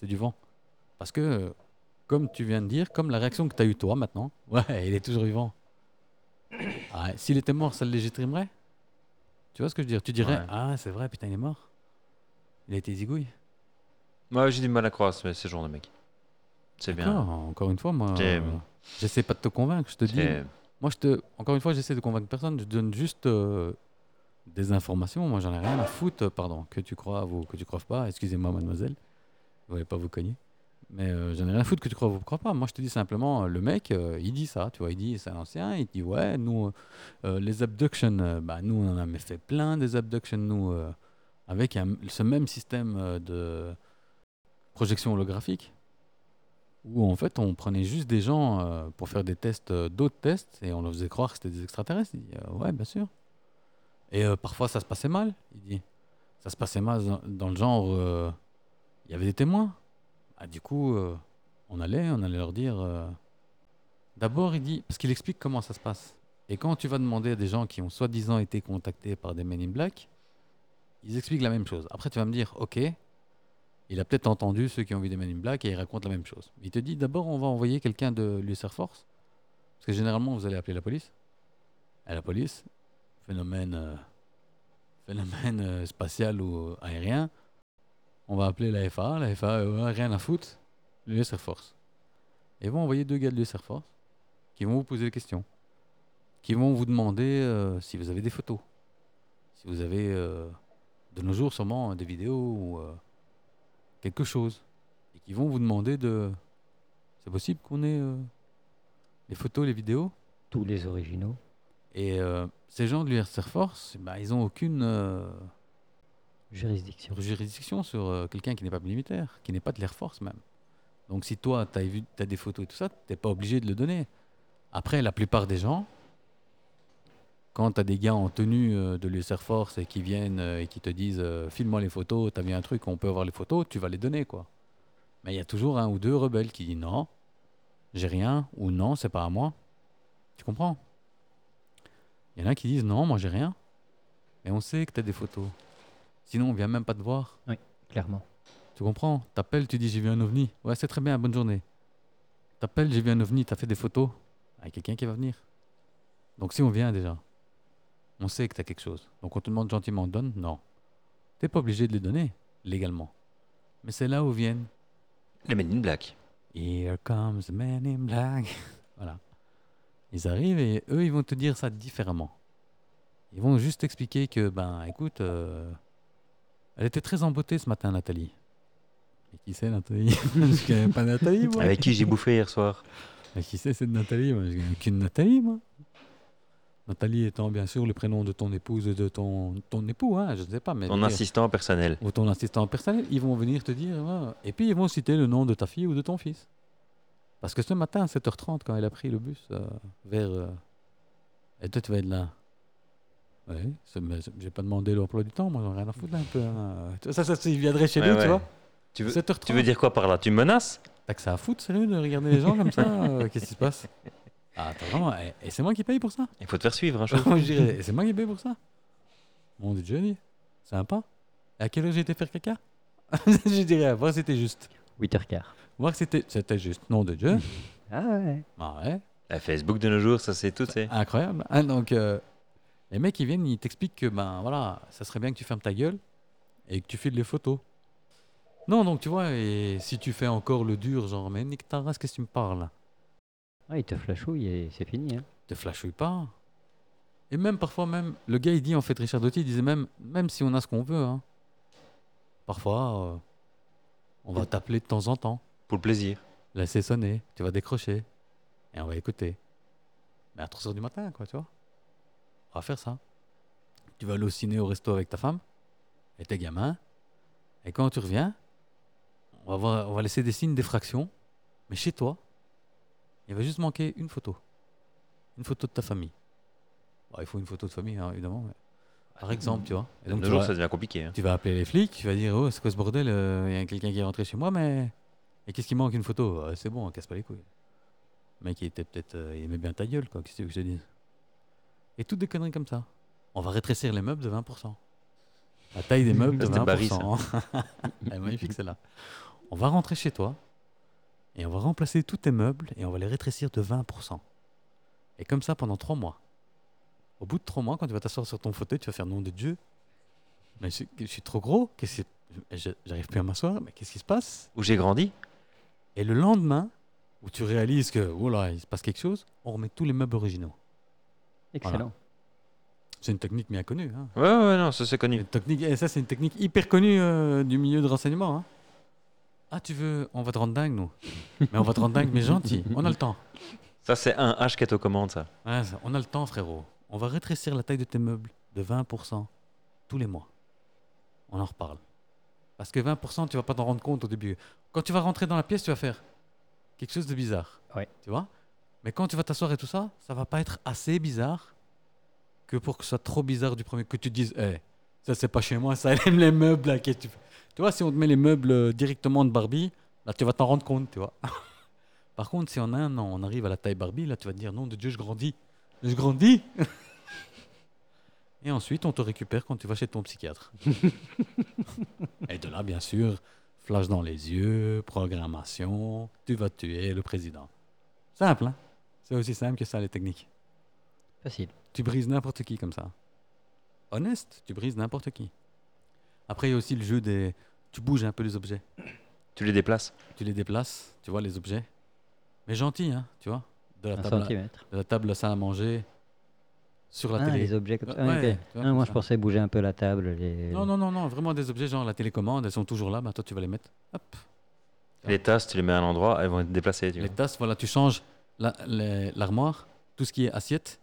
Speaker 2: c'est du vent. Parce que, euh, comme tu viens de dire, comme la réaction que tu as eue toi maintenant, ouais, il est toujours vivant. Ah, S'il était mort, ça le légitimerait Tu vois ce que je veux dire Tu dirais,
Speaker 1: Ouais.
Speaker 2: ah, c'est vrai, putain, il est mort. Il a été zigouille.
Speaker 1: Moi, j'ai du mal à croire ce- ce genre de mec. C'est bien.
Speaker 2: D'accord, encore une fois, moi,
Speaker 1: J'ai-
Speaker 2: euh, j'essaie pas de te convaincre. Je te dis,
Speaker 1: C'est-
Speaker 2: moi, je te, encore une fois, j'essaie de convaincre personne. Je donne juste euh, des informations. Moi, j'en ai rien à foutre, euh, pardon, que tu crois ou que tu crois pas. Excusez-moi, mademoiselle, vous voulez pas vous cogner. Mais euh, j'en ai rien à foutre que tu crois ou que tu crois pas. Moi, je te dis simplement, euh, le mec, euh, il dit ça, tu vois, il dit, c'est un ancien, il dit, ouais, nous, euh, euh, les abductions, euh, bah, nous, on en a fait plein des abductions, nous, euh, avec un- ce même système euh, de projection holographique où en fait on prenait juste des gens euh, pour faire des tests, euh, d'autres tests, et on leur faisait croire que c'était des extraterrestres. Il dit, euh, ouais, bien sûr. Et euh, parfois ça se passait mal, il dit. Ça se passait mal dans, dans le genre, euh, il y avait des témoins. Ah, du coup, euh, on allait, on allait leur dire. euh, D'abord, il dit, parce qu'il explique comment ça se passe. Et quand tu vas demander à des gens qui ont soi-disant été contactés par des Men in Black, ils expliquent la même chose. Après, tu vas me dire, ok, il a peut-être entendu ceux qui ont vu des Men in Black et il raconte la même chose. Il te dit d'abord, on va envoyer quelqu'un de l'US Force. Parce que généralement, vous allez appeler la police. À la police, phénomène, euh, phénomène euh, spatial ou euh, aérien, on va appeler la FA. La FA, euh, ouais, rien à foutre, l'US Force. Et ils vont envoyer deux gars de l'US Force qui vont vous poser des questions. Qui vont vous demander euh, si vous avez des photos. Si vous avez. euh, de nos jours sûrement des vidéos ou euh, quelque chose, et qui vont vous demander de... C'est possible qu'on ait euh, les photos, les vidéos
Speaker 3: Tous les originaux.
Speaker 2: Et euh, ces gens de l'URSR Force, bah, ils n'ont aucune euh,
Speaker 3: Juridiction.
Speaker 2: juridiction sur euh, quelqu'un qui n'est pas militaire, qui n'est pas de l'Air Force même. Donc si toi, tu as, des photos et tout ça, tu n'es pas obligé de le donner. Après, la plupart des gens, quand tu as des gars en tenue euh, de l'URSR Force et qui viennent euh, et qui te disent euh, filme-moi les photos, tu as vu un truc, on peut avoir les photos, tu vas les donner. quoi. Mais il y a toujours un ou deux rebelles qui disent non, j'ai rien, ou non, c'est pas à moi. Tu comprends il y en a qui disent non, moi j'ai rien. Et on sait que t'as des photos. Sinon, on vient même pas te voir.
Speaker 3: Clairement.
Speaker 2: Tu comprends T'appelles, tu dis j'ai vu un ovni. Ouais, c'est très bien, bonne journée. T'appelles, j'ai vu un ovni, t'as fait des photos. Avec quelqu'un qui va venir. Donc si on vient déjà, on sait que t'as quelque chose. Donc on te demande gentiment, donne Non. T'es pas obligé de les donner, légalement. Mais c'est là où viennent
Speaker 1: Les Men in Black.
Speaker 2: Here comes the man in black. voilà. Ils arrivent et eux, ils vont te dire ça différemment. Ils vont juste expliquer que, ben, écoute, euh, elle était très embêtée ce matin, Nathalie. Mais qui c'est, Nathalie Je connais pas Nathalie, moi.
Speaker 1: Avec qui j'ai bouffé hier soir.
Speaker 2: Mais qui c'est, cette Nathalie moi Je connais aucune Nathalie, moi. Nathalie étant, bien sûr, le prénom de ton épouse et de ton, ton époux, hein, je ne sais pas. mais
Speaker 1: Ton
Speaker 2: dire-
Speaker 1: assistant personnel.
Speaker 2: ou ton assistant personnel, ils vont venir te dire, voilà. et puis ils vont citer le nom de ta fille ou de ton fils. Parce que ce matin, à 7h30, quand elle a pris le bus euh, vers... euh, et toi, tu vas être là. Oui, c'est- mais c'est- j'ai pas demandé l'emploi du temps, moi, j'en ai rien à foutre là, un peu. hein. Tu vois, Ça, ça, ça, ils viendraient chez
Speaker 1: Ouais,
Speaker 2: nous,
Speaker 1: ouais.
Speaker 2: tu vois.
Speaker 1: Tu veux,
Speaker 2: 7h30.
Speaker 1: tu veux dire quoi par là Tu me menaces
Speaker 2: T'as que ça à foutre, sérieux, de regarder les gens comme ça euh, Qu'est-ce qui se passe Ah, attends, vraiment, et, et c'est moi qui paye pour ça
Speaker 1: Il faut te faire suivre, hein, chose.
Speaker 2: Je dirais, Et c'est moi qui paye pour ça Mon dieu, Johnny, sympa. Et à quelle heure j'ai été faire caca Je dirais, à voir si c'était juste.
Speaker 3: 8h15.
Speaker 2: Voir que c'était, c'était juste nom de Dieu.
Speaker 3: Ah ouais.
Speaker 2: Ah ouais,
Speaker 1: La Facebook de nos jours, ça c'est tout, tu sais.
Speaker 2: incroyable. Hein, donc, euh, les mecs, ils viennent, ils t'expliquent que, ben voilà, ça serait bien que tu fermes ta gueule et que tu files les photos. Non, donc tu vois, et si tu fais encore le dur, genre, mais nique ta race, qu'est-ce que tu me parles
Speaker 3: Ouais, Ah, il te flashouille et c'est fini. hein.
Speaker 2: Te flashouille pas. Et même parfois, même, le gars, il dit, en fait, Richard Doty, il disait même, même si on a ce qu'on veut, hein, parfois, euh, on va t'appeler de temps en temps.
Speaker 1: Pour le plaisir.
Speaker 2: Laissez sonner, tu vas décrocher. Et on va écouter. Mais à 3h du matin, quoi, tu vois. On va faire ça. Tu vas aller au ciné, au resto avec ta femme et tes gamins. Et quand tu reviens, on va, voir- on va laisser des signes d'effraction. Mais chez toi, il va juste manquer une photo. Une photo de ta famille. Bon, il faut une photo de famille, hein, évidemment. mais Par exemple, tu vois. Et
Speaker 1: De
Speaker 2: donc,
Speaker 1: nos
Speaker 2: tu
Speaker 1: jours,
Speaker 2: vas-
Speaker 1: ça devient compliqué. hein.
Speaker 2: tu vas appeler les flics, tu vas dire Oh, c'est quoi ce bordel Euh, Il y a quelqu'un qui est rentré chez moi, mais. Et qu'est-ce qui manque Une photo Ouais, C'est bon, on casse pas les couilles. Le mec, il était peut-être. euh, il aimait bien ta gueule, quoi. Qu'est-ce que tu veux que je te dise Et toutes des conneries comme ça. On va rétrécir les meubles de 20%. La taille des meubles de
Speaker 1: Ça, c'était
Speaker 2: 20%.
Speaker 1: Barry,
Speaker 2: hein. Elle est magnifique, celle-là. On va rentrer chez toi et on va remplacer tous tes meubles et on va les rétrécir de 20%. Et comme ça pendant trois mois. Au bout de trois mois, quand tu vas t'asseoir sur ton fauteuil, tu vas faire nom de Dieu. Mais je, je suis trop gros, qu'est-ce que je- j'arrive plus à m'asseoir, mais qu'est-ce qui se passe
Speaker 1: Où j'ai grandi
Speaker 2: Et le lendemain, où tu réalises que, oh là, il se passe quelque chose, on remet tous les meubles originaux.
Speaker 3: Excellent.
Speaker 2: C'est une technique bien connue. hein.
Speaker 1: Ouais, ouais, non, ça c'est
Speaker 2: Une
Speaker 1: connu.
Speaker 2: technique, et ça, c'est une technique hyper connue euh, du milieu de renseignement. hein. Ah, tu veux, on va te rendre dingue, nous. Mais on va te rendre dingue, mais gentil. On a le temps.
Speaker 1: Ça c'est un H qui est aux commandes, ça.
Speaker 2: Ouais, ça- on a le temps, frérot. On va rétrécir la taille de tes meubles de 20% tous les mois. On en reparle. Parce que 20%, tu vas pas t'en rendre compte au début. Quand tu vas rentrer dans la pièce, tu vas faire quelque chose de bizarre.
Speaker 3: Ouais.
Speaker 2: Tu vois Mais quand tu vas t'asseoir et tout ça, ça va pas être assez bizarre que pour que ce soit trop bizarre du premier que tu te dises Eh, ça c'est pas chez moi, ça elle aime les meubles. là, qu'est-ce que tu... fais tu vois, si on te met les meubles euh, directement de Barbie, là tu vas t'en rendre compte, tu vois. Par contre, si en un an on arrive à la taille Barbie, là tu vas te dire non de Dieu, je grandis. Je grandis Et ensuite, on te récupère quand tu vas chez ton psychiatre. Et de là, bien sûr, flash dans les yeux, programmation, tu vas tuer le président. Simple, hein C'est aussi simple que ça, les techniques.
Speaker 3: Facile.
Speaker 2: Tu brises n'importe qui comme ça. Honnête, tu brises n'importe qui. Après, il y a aussi le jeu des... Tu bouges un peu les objets.
Speaker 1: Tu les déplaces.
Speaker 2: Tu les déplaces, tu vois, les objets. Mais gentil, hein, tu vois. De la
Speaker 3: Un
Speaker 2: table à-
Speaker 3: centimètre.
Speaker 2: de la table de salle à manger sur la
Speaker 3: Ah,
Speaker 2: télé.
Speaker 3: les objets comme
Speaker 2: Ouais,
Speaker 3: ça. Ah, ok.
Speaker 2: ouais, tu vois,
Speaker 3: Ah,
Speaker 2: comme
Speaker 3: moi,
Speaker 2: ça.
Speaker 3: je pensais bouger un peu la table. les-
Speaker 2: Non, non, non, non, vraiment des objets genre la télécommande, elles sont toujours là, bah toi tu vas les mettre. Hop.
Speaker 1: Les tasses, tu les mets à un endroit, elles vont être déplacées. Tu
Speaker 2: Ah. Les
Speaker 1: vois.
Speaker 2: tasses, voilà, tu changes la- les- l'armoire, tout ce qui est assiette,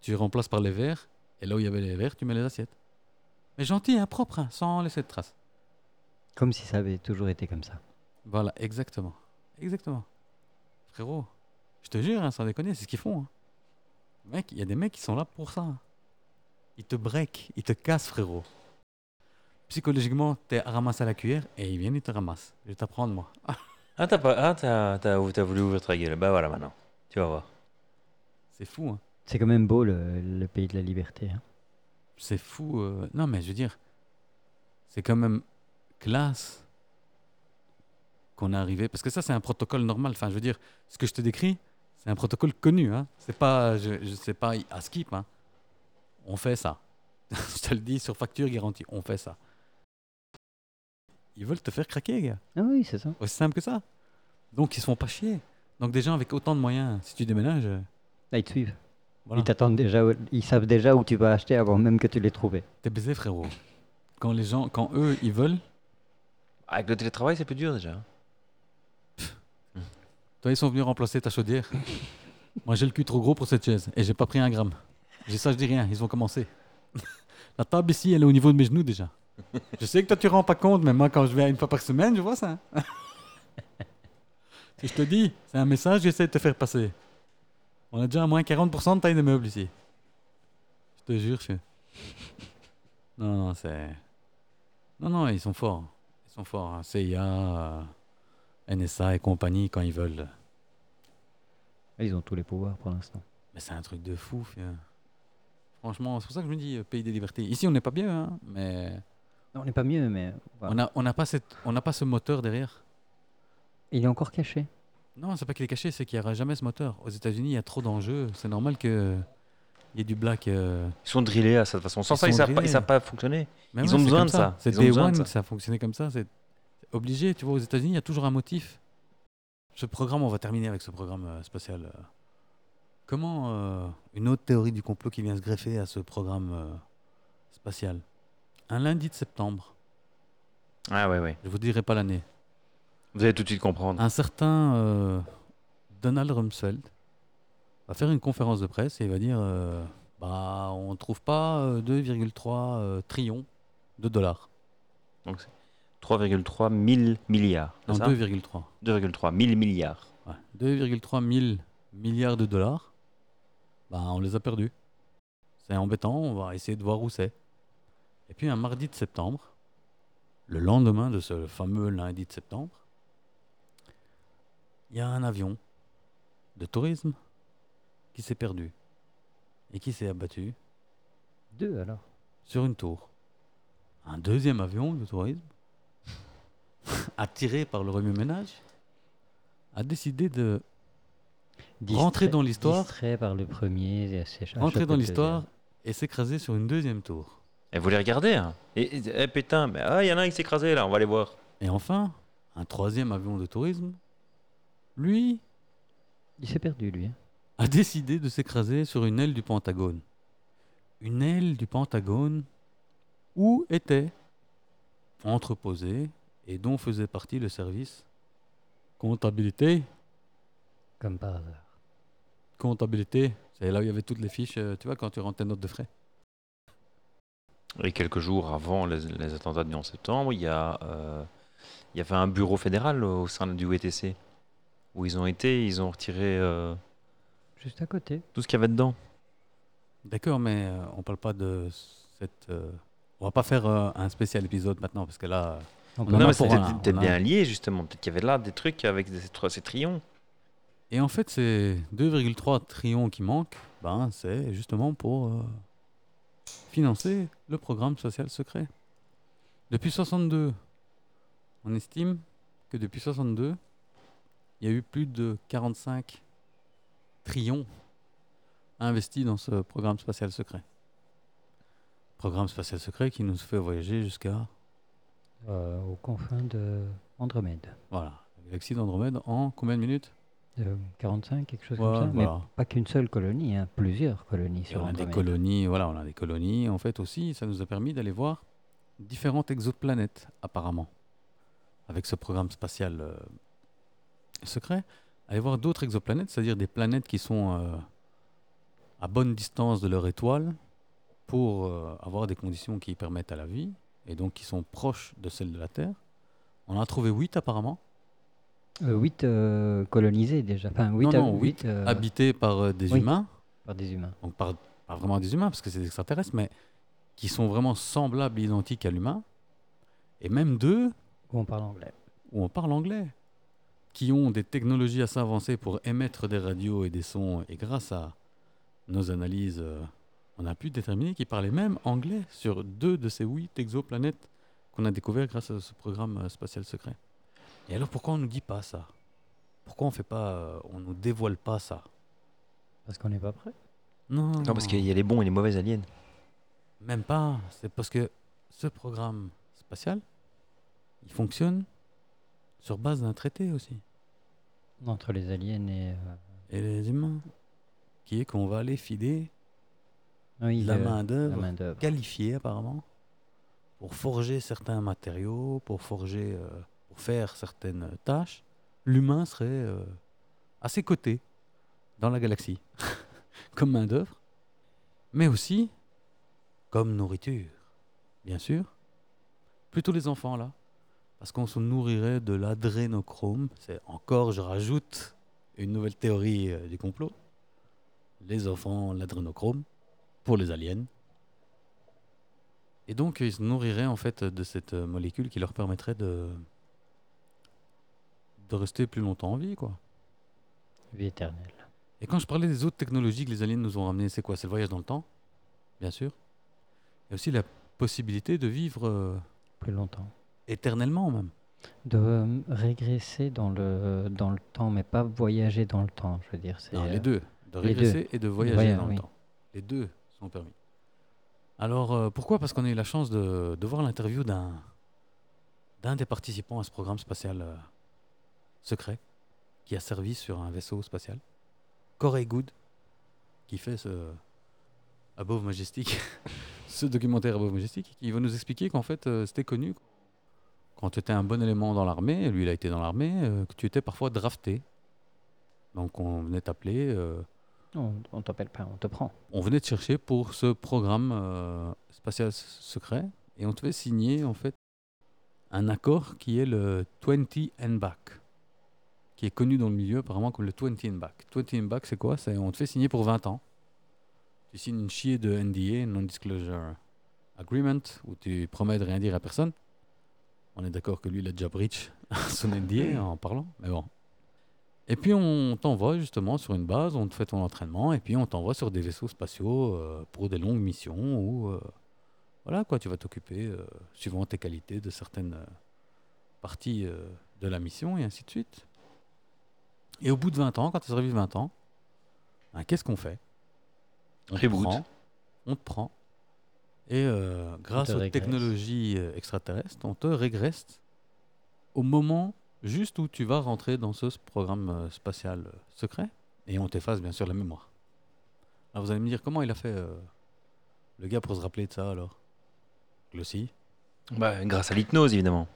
Speaker 2: tu remplaces par les verres, et là où il y avait les verres, tu mets les assiettes. Mais gentil, hein, propre, hein, sans laisser de traces.
Speaker 3: Comme si ça avait toujours été comme ça.
Speaker 2: Voilà, exactement. Exactement. Frérot, je te jure, hein, sans déconner, c'est ce qu'ils font. hein. Mec, il y a des mecs qui sont là pour ça. hein. Ils te break, ils te cassent, frérot. Psychologiquement, t'es ramassé à la cuillère et ils viennent, ils te ramassent. Je vais t'apprendre, moi. Ah,
Speaker 1: Ah, t'as pas... ah, t'as- t'as- t'as voulu ouvrir ta gueule. Bah voilà, maintenant. Tu vas voir.
Speaker 2: c'est fou, hein.
Speaker 3: C'est quand même beau, le, le pays de la liberté. hein.
Speaker 2: C'est fou. euh, Non, mais je veux dire, c'est quand même classe qu'on est arrivé. Parce que ça, c'est un protocole normal. Enfin, je veux dire, ce que je te décris, c'est un protocole connu. Hein. C'est pas, je, je sais pas, à skip. hein. On fait ça. je te le dis sur facture garantie. On fait ça. Ils veulent te faire craquer, gars.
Speaker 3: Ah oui, c'est ça.
Speaker 2: Aussi simple que ça. Donc, ils se font pas chier. Donc, des gens avec autant de moyens, si tu déménages, euh,
Speaker 3: Là, ils te suivent.
Speaker 2: voilà.
Speaker 3: Ils t'attendent déjà, où- ils savent déjà où tu vas acheter avant même que tu l'aies trouvé.
Speaker 2: t'es baisé, frérot. Quand les gens, quand eux, ils veulent,
Speaker 1: Avec le télétravail, c'est plus dur déjà.
Speaker 2: Toi, ils sont venus remplacer ta chaudière. Moi, j'ai le cul trop gros pour cette chaise et j'ai pas pris un gramme. J'ai ça, je dis rien. Ils ont commencé. La table ici, elle est au niveau de mes genoux déjà. Je sais que toi, tu rends pas compte, mais moi, quand je vais une fois par semaine, je vois ça. Si je te dis, c'est un message, j'essaie de te faire passer. On a déjà à moins 40% de taille de meubles ici. Je te jure, je... Non, non, c'est... Non, non, ils sont forts. Ils sont forts. hein. CIA, euh, NSA et compagnie, quand ils veulent...
Speaker 3: Ah, Ils ont tous les pouvoirs pour l'instant.
Speaker 2: Mais c'est un truc de fou. fieu. Franchement, c'est pour ça que je me dis euh, pays des libertés. Ici, on n'est pas bien, hein, mais
Speaker 3: Non, On n'est pas mieux, mais
Speaker 2: on n'a on a pas, cette- on n'a pas ce moteur derrière.
Speaker 3: il est encore caché.
Speaker 2: Non, c'est pas qu'il est caché, c'est qu'il n'y aura jamais ce moteur. Aux États-Unis, il y a trop d'enjeux. C'est normal que il y ait du black. euh.
Speaker 1: Ils sont drillés à cette façon. Sans
Speaker 2: Ils
Speaker 1: ça, ils
Speaker 2: sont
Speaker 1: savent pas, ils
Speaker 2: drillés.
Speaker 1: savent pas fonctionner.
Speaker 2: Mais
Speaker 1: Ils
Speaker 2: ouais,
Speaker 1: ont
Speaker 2: c'est
Speaker 1: besoin
Speaker 2: comme
Speaker 1: de ça.
Speaker 2: C'est
Speaker 1: Ils ont
Speaker 2: Day
Speaker 1: besoin
Speaker 2: One,
Speaker 1: de
Speaker 2: ça.
Speaker 1: ça.
Speaker 2: a fonctionné comme ça. C'est c'est obligé. Tu vois, aux États-Unis, il y a toujours un motif. Ce programme, on va terminer avec ce programme euh, spatial. euh. Comment euh, une autre théorie du complot qui vient se greffer à ce programme euh, spatial Un lundi de septembre.
Speaker 1: Ah ouais, ouais.
Speaker 2: Je vous dirai pas l'année.
Speaker 1: Vous allez tout de suite comprendre.
Speaker 2: Un certain euh, Donald Rumsfeld va faire une conférence de presse et il va dire euh, bah on ne trouve pas euh, 2,3 euh, trillions de dollars.
Speaker 1: 3,3 000 milliards. c'est
Speaker 2: Non,
Speaker 1: ça
Speaker 2: 2,3.
Speaker 1: 2,3 000 milliards.
Speaker 2: Ouais. 2,3 mille milliards de dollars. Bah on les a perdus. C'est embêtant, on va essayer de voir où c'est. Et puis un mardi de septembre, le lendemain de ce fameux lundi de septembre, il y a un avion de tourisme qui s'est perdu et qui s'est abattu
Speaker 3: Deux alors.
Speaker 2: sur une tour. Un deuxième avion de tourisme, attiré par le remue-ménage, a décidé de Rentrer
Speaker 3: Distrait-
Speaker 2: dans l'histoire.
Speaker 3: Distrait par le premier. et s'échappe
Speaker 2: rentrer
Speaker 3: le
Speaker 2: dans
Speaker 3: deuxième.
Speaker 2: l'histoire et s'écraser sur une deuxième tour.
Speaker 1: Et vous les regardez, hein. Et, et- eh, putain, mais ah, il y en a un qui s'est écrasé là, on va aller voir.
Speaker 2: Et enfin, un troisième avion de tourisme, lui,
Speaker 3: Il s'est perdu, lui. hein.
Speaker 2: a décidé de s'écraser sur une aile du Pentagone. Une aile du Pentagone où était entreposée et dont faisait partie le service comptabilité.
Speaker 3: Comme par hasard.
Speaker 2: Comptabilité, c'est là où il y avait toutes les fiches, euh, tu vois, quand tu rentres tes notes de frais.
Speaker 1: Et quelques jours avant les, les attentats du 11 septembre, il y, a, euh, il y avait un bureau fédéral au sein du WTC où ils ont été, ils ont retiré euh,
Speaker 3: Juste à côté.
Speaker 1: tout ce qu'il y avait dedans.
Speaker 2: D'accord, mais euh, on parle pas de cette. euh, On va pas faire euh, un spécial épisode maintenant parce que là. euh,
Speaker 3: On
Speaker 2: Non,
Speaker 3: peut
Speaker 2: mais
Speaker 1: non,
Speaker 3: pas-
Speaker 1: mais
Speaker 2: pour
Speaker 1: c'était
Speaker 2: un, on
Speaker 1: peut-être
Speaker 2: a-
Speaker 1: bien lié justement. Peut-être qu'il y avait là des trucs avec des- ces, trois- ces trions.
Speaker 2: Et en fait, ces 2,3 trillions qui manquent, ben, c'est justement pour euh, financer le programme social secret. Depuis 62, on estime que depuis 62, il y a eu plus de 45 trillions investis dans ce programme spatial secret. Programme spatial secret qui nous fait voyager jusqu'à
Speaker 3: euh, aux confins de Andromède.
Speaker 2: voilà, la galaxie d'Andromède en combien de minutes
Speaker 3: de 45, Euh, quelque chose
Speaker 2: Ouais,
Speaker 3: comme ça.
Speaker 2: voilà.
Speaker 3: Mais pas qu'une seule colonie, hein, plusieurs colonies
Speaker 2: Et
Speaker 3: sur
Speaker 2: on a des
Speaker 3: Andromède.
Speaker 2: colonies, voilà, on a des colonies. En fait aussi, ça nous a permis d'aller voir différentes exoplanètes, apparemment, avec ce programme spatial euh, secret. Aller voir d'autres exoplanètes, c'est-à-dire des planètes qui sont euh, à bonne distance de leur étoile pour euh, avoir des conditions qui permettent à la vie et donc qui sont proches de celles de la Terre. On en a trouvé 8 apparemment,
Speaker 3: Euh, huit euh, colonisées déjà. Enfin, huit,
Speaker 2: Non,
Speaker 3: hab-
Speaker 2: non, huit
Speaker 3: huit, euh,
Speaker 2: habitées par euh, des
Speaker 3: oui.
Speaker 2: humains.
Speaker 3: par des humains.
Speaker 2: donc par, pas vraiment des humains parce que c'est des extraterrestres, mais qui sont vraiment semblables, identiques à l'humain, et même deux
Speaker 3: Où on parle anglais.
Speaker 2: où on parle anglais, qui ont des technologies assez avancées pour émettre des radios et des sons, et grâce à nos analyses, euh, on a pu déterminer qu'ils parlaient même anglais sur deux de ces huit exoplanètes qu'on a découvert grâce à ce programme euh, spatial secret. Et alors pourquoi on nous dit pas ça Pourquoi on fait pas, euh, on nous dévoile pas ça
Speaker 3: Parce qu'on n'est pas prêt.
Speaker 2: Non,
Speaker 1: Non, parce qu'il y a les bons et les mauvais aliens.
Speaker 2: Même pas. C'est parce que ce programme spatial, il fonctionne sur base d'un traité aussi.
Speaker 3: Entre les aliens et. euh,
Speaker 2: Et les humains, qui est qu'on va aller filer
Speaker 3: oui,
Speaker 2: la
Speaker 3: le-
Speaker 2: main
Speaker 3: la
Speaker 2: d'œuvre
Speaker 3: main-d'œuvre.
Speaker 2: qualifiée apparemment pour forger certains matériaux, pour forger, euh, pour faire certaines tâches. L'humain serait euh, à ses côtés dans la galaxie comme main d'œuvre, mais aussi comme nourriture, bien sûr. Plutôt les enfants là, parce qu'on se nourrirait de l'adrénochrome. C'est encore, je rajoute une nouvelle théorie euh, du complot. Les enfants, l'adrénochrome pour les aliens. Et donc, ils se nourriraient en fait de cette euh, molécule qui leur permettrait de de rester plus longtemps en vie, quoi.
Speaker 3: Vie éternelle.
Speaker 2: Et quand je parlais des autres technologies que les aliens nous ont ramenées, c'est quoi C'est le voyage dans le temps, bien sûr. Et aussi la possibilité de vivre euh,
Speaker 3: Plus longtemps.
Speaker 2: éternellement même.
Speaker 3: De euh, régresser dans le, dans le temps, mais pas voyager dans le temps, je veux dire. c'est,
Speaker 2: Non,
Speaker 3: euh,
Speaker 2: les deux. De
Speaker 3: les deux.
Speaker 2: régresser et de voyager
Speaker 3: voyage,
Speaker 2: dans le
Speaker 3: oui.
Speaker 2: temps. Les deux sont permis. Alors, euh, pourquoi Parce qu'on a eu la chance de, de voir l'interview d'un d'un des participants à ce programme spatial euh, secret qui a servi sur un vaisseau spatial. Corey Good, qui fait ce Above Majestic, ce documentaire Above Majestic, qui va nous expliquer qu'en fait, euh, c'était connu quand tu étais un bon élément dans l'armée, lui il a été dans l'armée, euh, que tu étais parfois drafté. Donc on venait t'appeler, euh,
Speaker 3: On, on t'appelle pas, on te prend.
Speaker 2: on venait te chercher pour ce programme euh, spatial s- secret et on te fait signer en fait un accord qui est le 20 and back, qui est connu dans le milieu apparemment comme le 20 and back. 20 and back c'est quoi C'est on te fait signer pour 20 ans. Tu signes une chier de NDA, Non-Disclosure Agreement, où tu promets de rien dire à personne. On est d'accord que lui, il a déjà breach son NDA en parlant, mais bon. Et puis on t'envoie justement sur une base, on te fait ton entraînement, et puis on t'envoie sur des vaisseaux spatiaux euh, pour des longues missions où, euh, voilà quoi, tu vas t'occuper, euh, suivant tes qualités, de certaines euh, parties euh, de la mission, et ainsi de suite. Et au bout de 20 ans, quand tu as servi 20 ans, ben, qu'est-ce qu'on fait on te,
Speaker 1: Reboot.
Speaker 2: prend, on te prend, et euh, grâce aux
Speaker 3: régresse.
Speaker 2: technologies euh, extraterrestres, on te régresse au moment juste où tu vas rentrer dans ce s- programme euh, spatial euh, secret et on t'efface bien sûr la mémoire. Alors vous allez me dire comment il a fait euh, le gars pour se rappeler de ça alors Glossy
Speaker 1: Bah, grâce à l'hypnose, évidemment.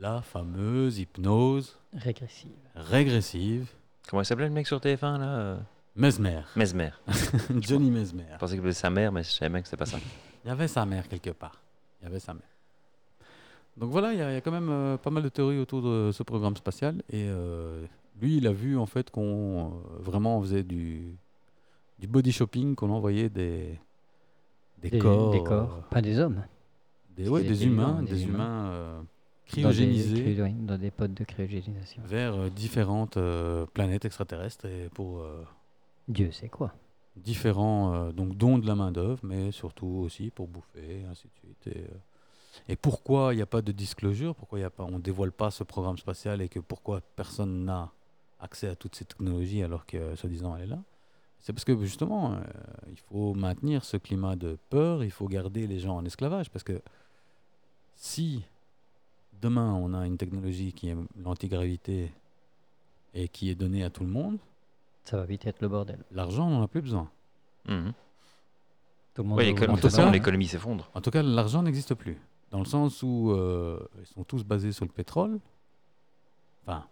Speaker 2: La fameuse hypnose
Speaker 3: Régressive.
Speaker 2: régressive
Speaker 1: Comment il s'appelait le mec sur TF1 là euh,
Speaker 2: Mesmer,
Speaker 1: Mesmer.
Speaker 2: Johnny Mesmer.
Speaker 1: Je pensais qu'il appelait sa mère, mais je savais bien que c'était pas ça.
Speaker 2: Il y avait sa mère quelque part. Il y avait sa mère. Donc voilà, il y, a- il y a quand même euh, pas mal de théories autour de ce programme spatial. Et euh, lui, il a vu en fait qu'on euh, vraiment on faisait du, du body shopping, qu'on envoyait des, des, corps,
Speaker 3: des corps. Pas des hommes.
Speaker 2: euh, des, ouais,
Speaker 3: Des-
Speaker 2: des
Speaker 3: des
Speaker 2: humains,
Speaker 3: humains,
Speaker 2: des,
Speaker 3: des
Speaker 2: humains,
Speaker 3: humains.
Speaker 2: euh,
Speaker 3: Dans des-
Speaker 2: cryogénisés
Speaker 3: cryo- oui, Dans des potes de cryogénisation.
Speaker 2: vers euh, différentes euh, planètes extraterrestres et pour euh,
Speaker 3: Dieu sait quoi.
Speaker 2: différents euh, donc dons de la main d'œuvre, mais surtout aussi pour bouffer, et ainsi de suite. Et, euh, et pourquoi il n'y a pas de disclosure Pourquoi il y a pas, on dévoile pas ce programme spatial et que pourquoi personne n'a accès à toutes ces technologies alors que euh, soi-disant elle est là C'est parce que justement, euh, il faut maintenir ce climat de peur, il faut garder les gens en esclavage parce que si demain on a une technologie qui est l'antigravité et qui est donné à tout le monde,
Speaker 3: Ça va vite être le bordel.
Speaker 2: l'argent, on n'en a plus besoin.
Speaker 1: Mhm.
Speaker 3: Tout le monde
Speaker 1: Ouais,
Speaker 3: va
Speaker 1: économie-
Speaker 3: vouloir
Speaker 2: en tout
Speaker 3: savoir.
Speaker 2: cas-
Speaker 1: non, l'économie s'effondre.
Speaker 2: En tout cas, l'argent n'existe plus. Dans le sens où euh, ils sont tous basés sur le pétrole. Enfin,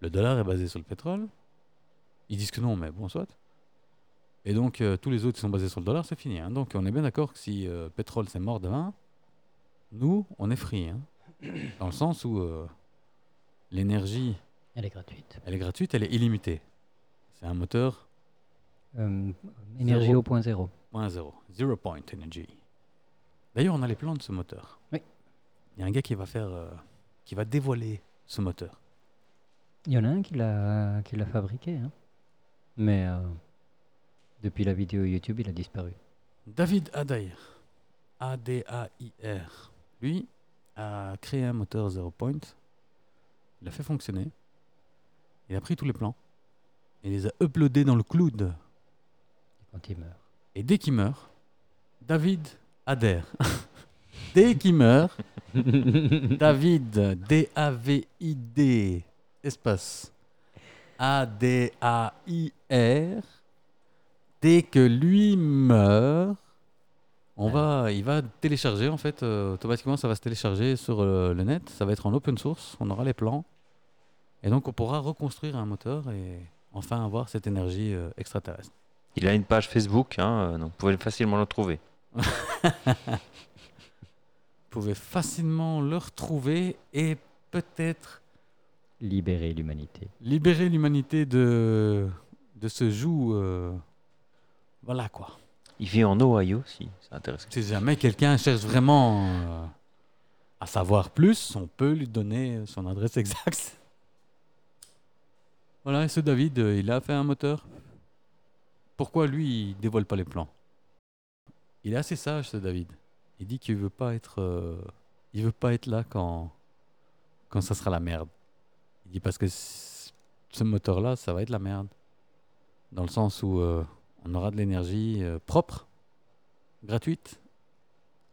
Speaker 2: le dollar est basé sur le pétrole. Ils disent que non, mais bon, soit. Et donc, euh, tous les autres qui sont basés sur le dollar, c'est fini. hein. Donc, on est bien d'accord que si euh, pétrole, c'est mort demain, nous, on est free. hein. Dans le sens où euh, l'énergie,
Speaker 3: Elle est gratuite.
Speaker 2: elle est gratuite, elle est illimitée. C'est un moteur
Speaker 3: Euh, énergie
Speaker 2: Zéro.
Speaker 3: au point zéro.
Speaker 2: Point zéro. Zero point energy. D'ailleurs, on a les plans de ce moteur.
Speaker 3: Oui.
Speaker 2: Il y a un gars qui va faire, euh, qui va dévoiler ce moteur.
Speaker 3: Il y en a un qui l'a qui l'a fabriqué, hein. mais euh, depuis la vidéo YouTube, il a disparu.
Speaker 2: David Adair, A-D-A-I-R, lui a créé un moteur zero point. Il l'a fait fonctionner. Il a pris tous les plans. Il les a uploadés dans le cloud.
Speaker 3: Quand il meurt.
Speaker 2: Et dès qu'il meurt, David adhère. dès qu'il meurt, David, D-A-V-I-D, espace, A-D-A-I-R, dès que lui meurt, on va, il va télécharger, en fait, euh, automatiquement, ça va se télécharger sur euh, le net, ça va être en open source, on aura les plans, et donc on pourra reconstruire un moteur et enfin avoir cette énergie euh, extraterrestre.
Speaker 1: Il a une page Facebook, hein, euh, donc vous pouvez facilement le trouver.
Speaker 2: pouvait facilement le retrouver et peut-être
Speaker 3: Libérer l'humanité.
Speaker 2: libérer l'humanité de, de ce joug. euh, Voilà quoi.
Speaker 1: Il vit en Ohio, si ça intéresse.
Speaker 2: Si jamais quelqu'un cherche vraiment euh, à savoir plus, on peut lui donner son adresse exacte. Voilà, et ce David, euh, il a fait un moteur. Pourquoi lui, il dévoile pas les plans Il est assez sage, ce David. Il dit qu'il veut pas être, euh, il veut pas être là quand, quand ça sera la merde. Il dit parce que c- ce moteur-là, ça va être la merde, dans le sens où euh, on aura de l'énergie euh, propre, gratuite,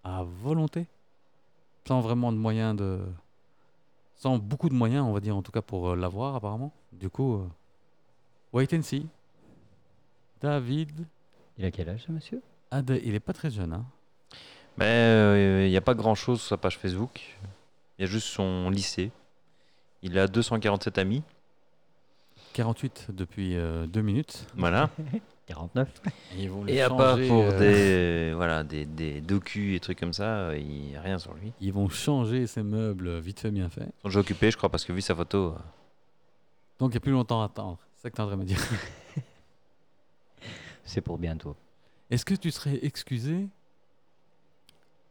Speaker 2: à volonté, sans vraiment de moyens de, sans beaucoup de moyens, on va dire en tout cas pour euh, l'avoir apparemment. Du coup, euh, wait and see. David,
Speaker 3: Il a quel âge, ce monsieur
Speaker 2: Adé- il est pas très jeune, hein.
Speaker 1: Mais euh, il n'y a pas grand chose sur sa page Facebook. Il y a juste son lycée. Il a 247 amis.
Speaker 2: 48 depuis euh, deux minutes.
Speaker 1: Voilà.
Speaker 3: 49.
Speaker 2: Et, ils vont le
Speaker 1: Et à part
Speaker 2: changer,
Speaker 1: pour
Speaker 2: euh,
Speaker 1: des, voilà, des, des docus et trucs comme ça, euh, il n'y a rien sur lui.
Speaker 2: Ils vont changer ces meubles vite fait, bien fait.
Speaker 1: J'ai occupé, je crois, parce que vu sa photo. euh,
Speaker 2: Donc il n'y a plus longtemps à attendre. C'est ça que tu me dire.
Speaker 3: C'est pour bientôt.
Speaker 2: Est-ce que tu serais excusé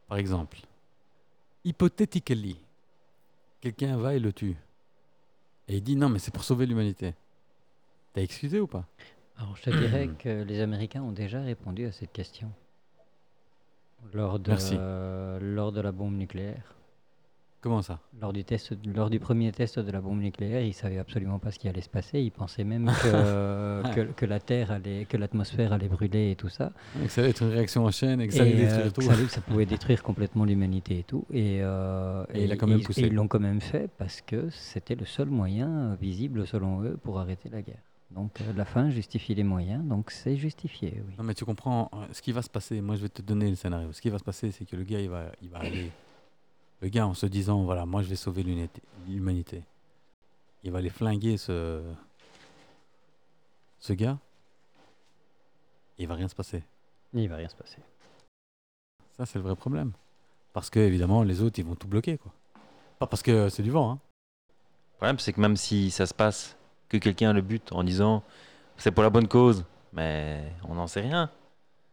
Speaker 2: Par exemple, hypothétically, quelqu'un va et le tue. Et il dit non, mais c'est pour sauver l'humanité. T'as excusé ou pas
Speaker 3: Alors, je te dirais que les Américains ont déjà répondu à cette question. Lors de,
Speaker 2: Merci.
Speaker 3: lors de la bombe nucléaire.
Speaker 2: Comment ça
Speaker 3: Lors du, test, lors du premier test de la bombe nucléaire, ils savaient absolument pas ce qui allait se passer. Ils pensaient même que, que, que la Terre allait, que l'atmosphère allait brûler et tout ça.
Speaker 2: Et que ça allait être une réaction en chaîne et que ça allait
Speaker 3: et, euh,
Speaker 2: détruire
Speaker 3: que
Speaker 2: tout.
Speaker 3: ça, ça pouvait détruire complètement l'humanité et tout. Et, euh,
Speaker 2: Et il a quand même
Speaker 3: ils-
Speaker 2: poussé.
Speaker 3: et ils l'ont quand même fait parce que c'était le seul moyen euh, visible, selon eux, pour arrêter la guerre. Donc euh, la fin justifie les moyens, donc c'est justifié, oui.
Speaker 2: Non mais tu comprends euh, ce qui va se passer. Moi je vais te donner le scénario. Ce qui va se passer c'est que le gars il va, il va aller. Le gars en se disant voilà moi je vais sauver l'unité- l'humanité. Il va aller flinguer ce ce gars. Et il va rien se passer.
Speaker 3: Il va rien se passer.
Speaker 2: Ça c'est le vrai problème. Parce que évidemment les autres ils vont tout bloquer quoi. Pas parce que c'est du vent hein.
Speaker 1: Le problème, c'est que même si ça se passe, que quelqu'un le bute en disant c'est pour la bonne cause, mais on n'en sait rien.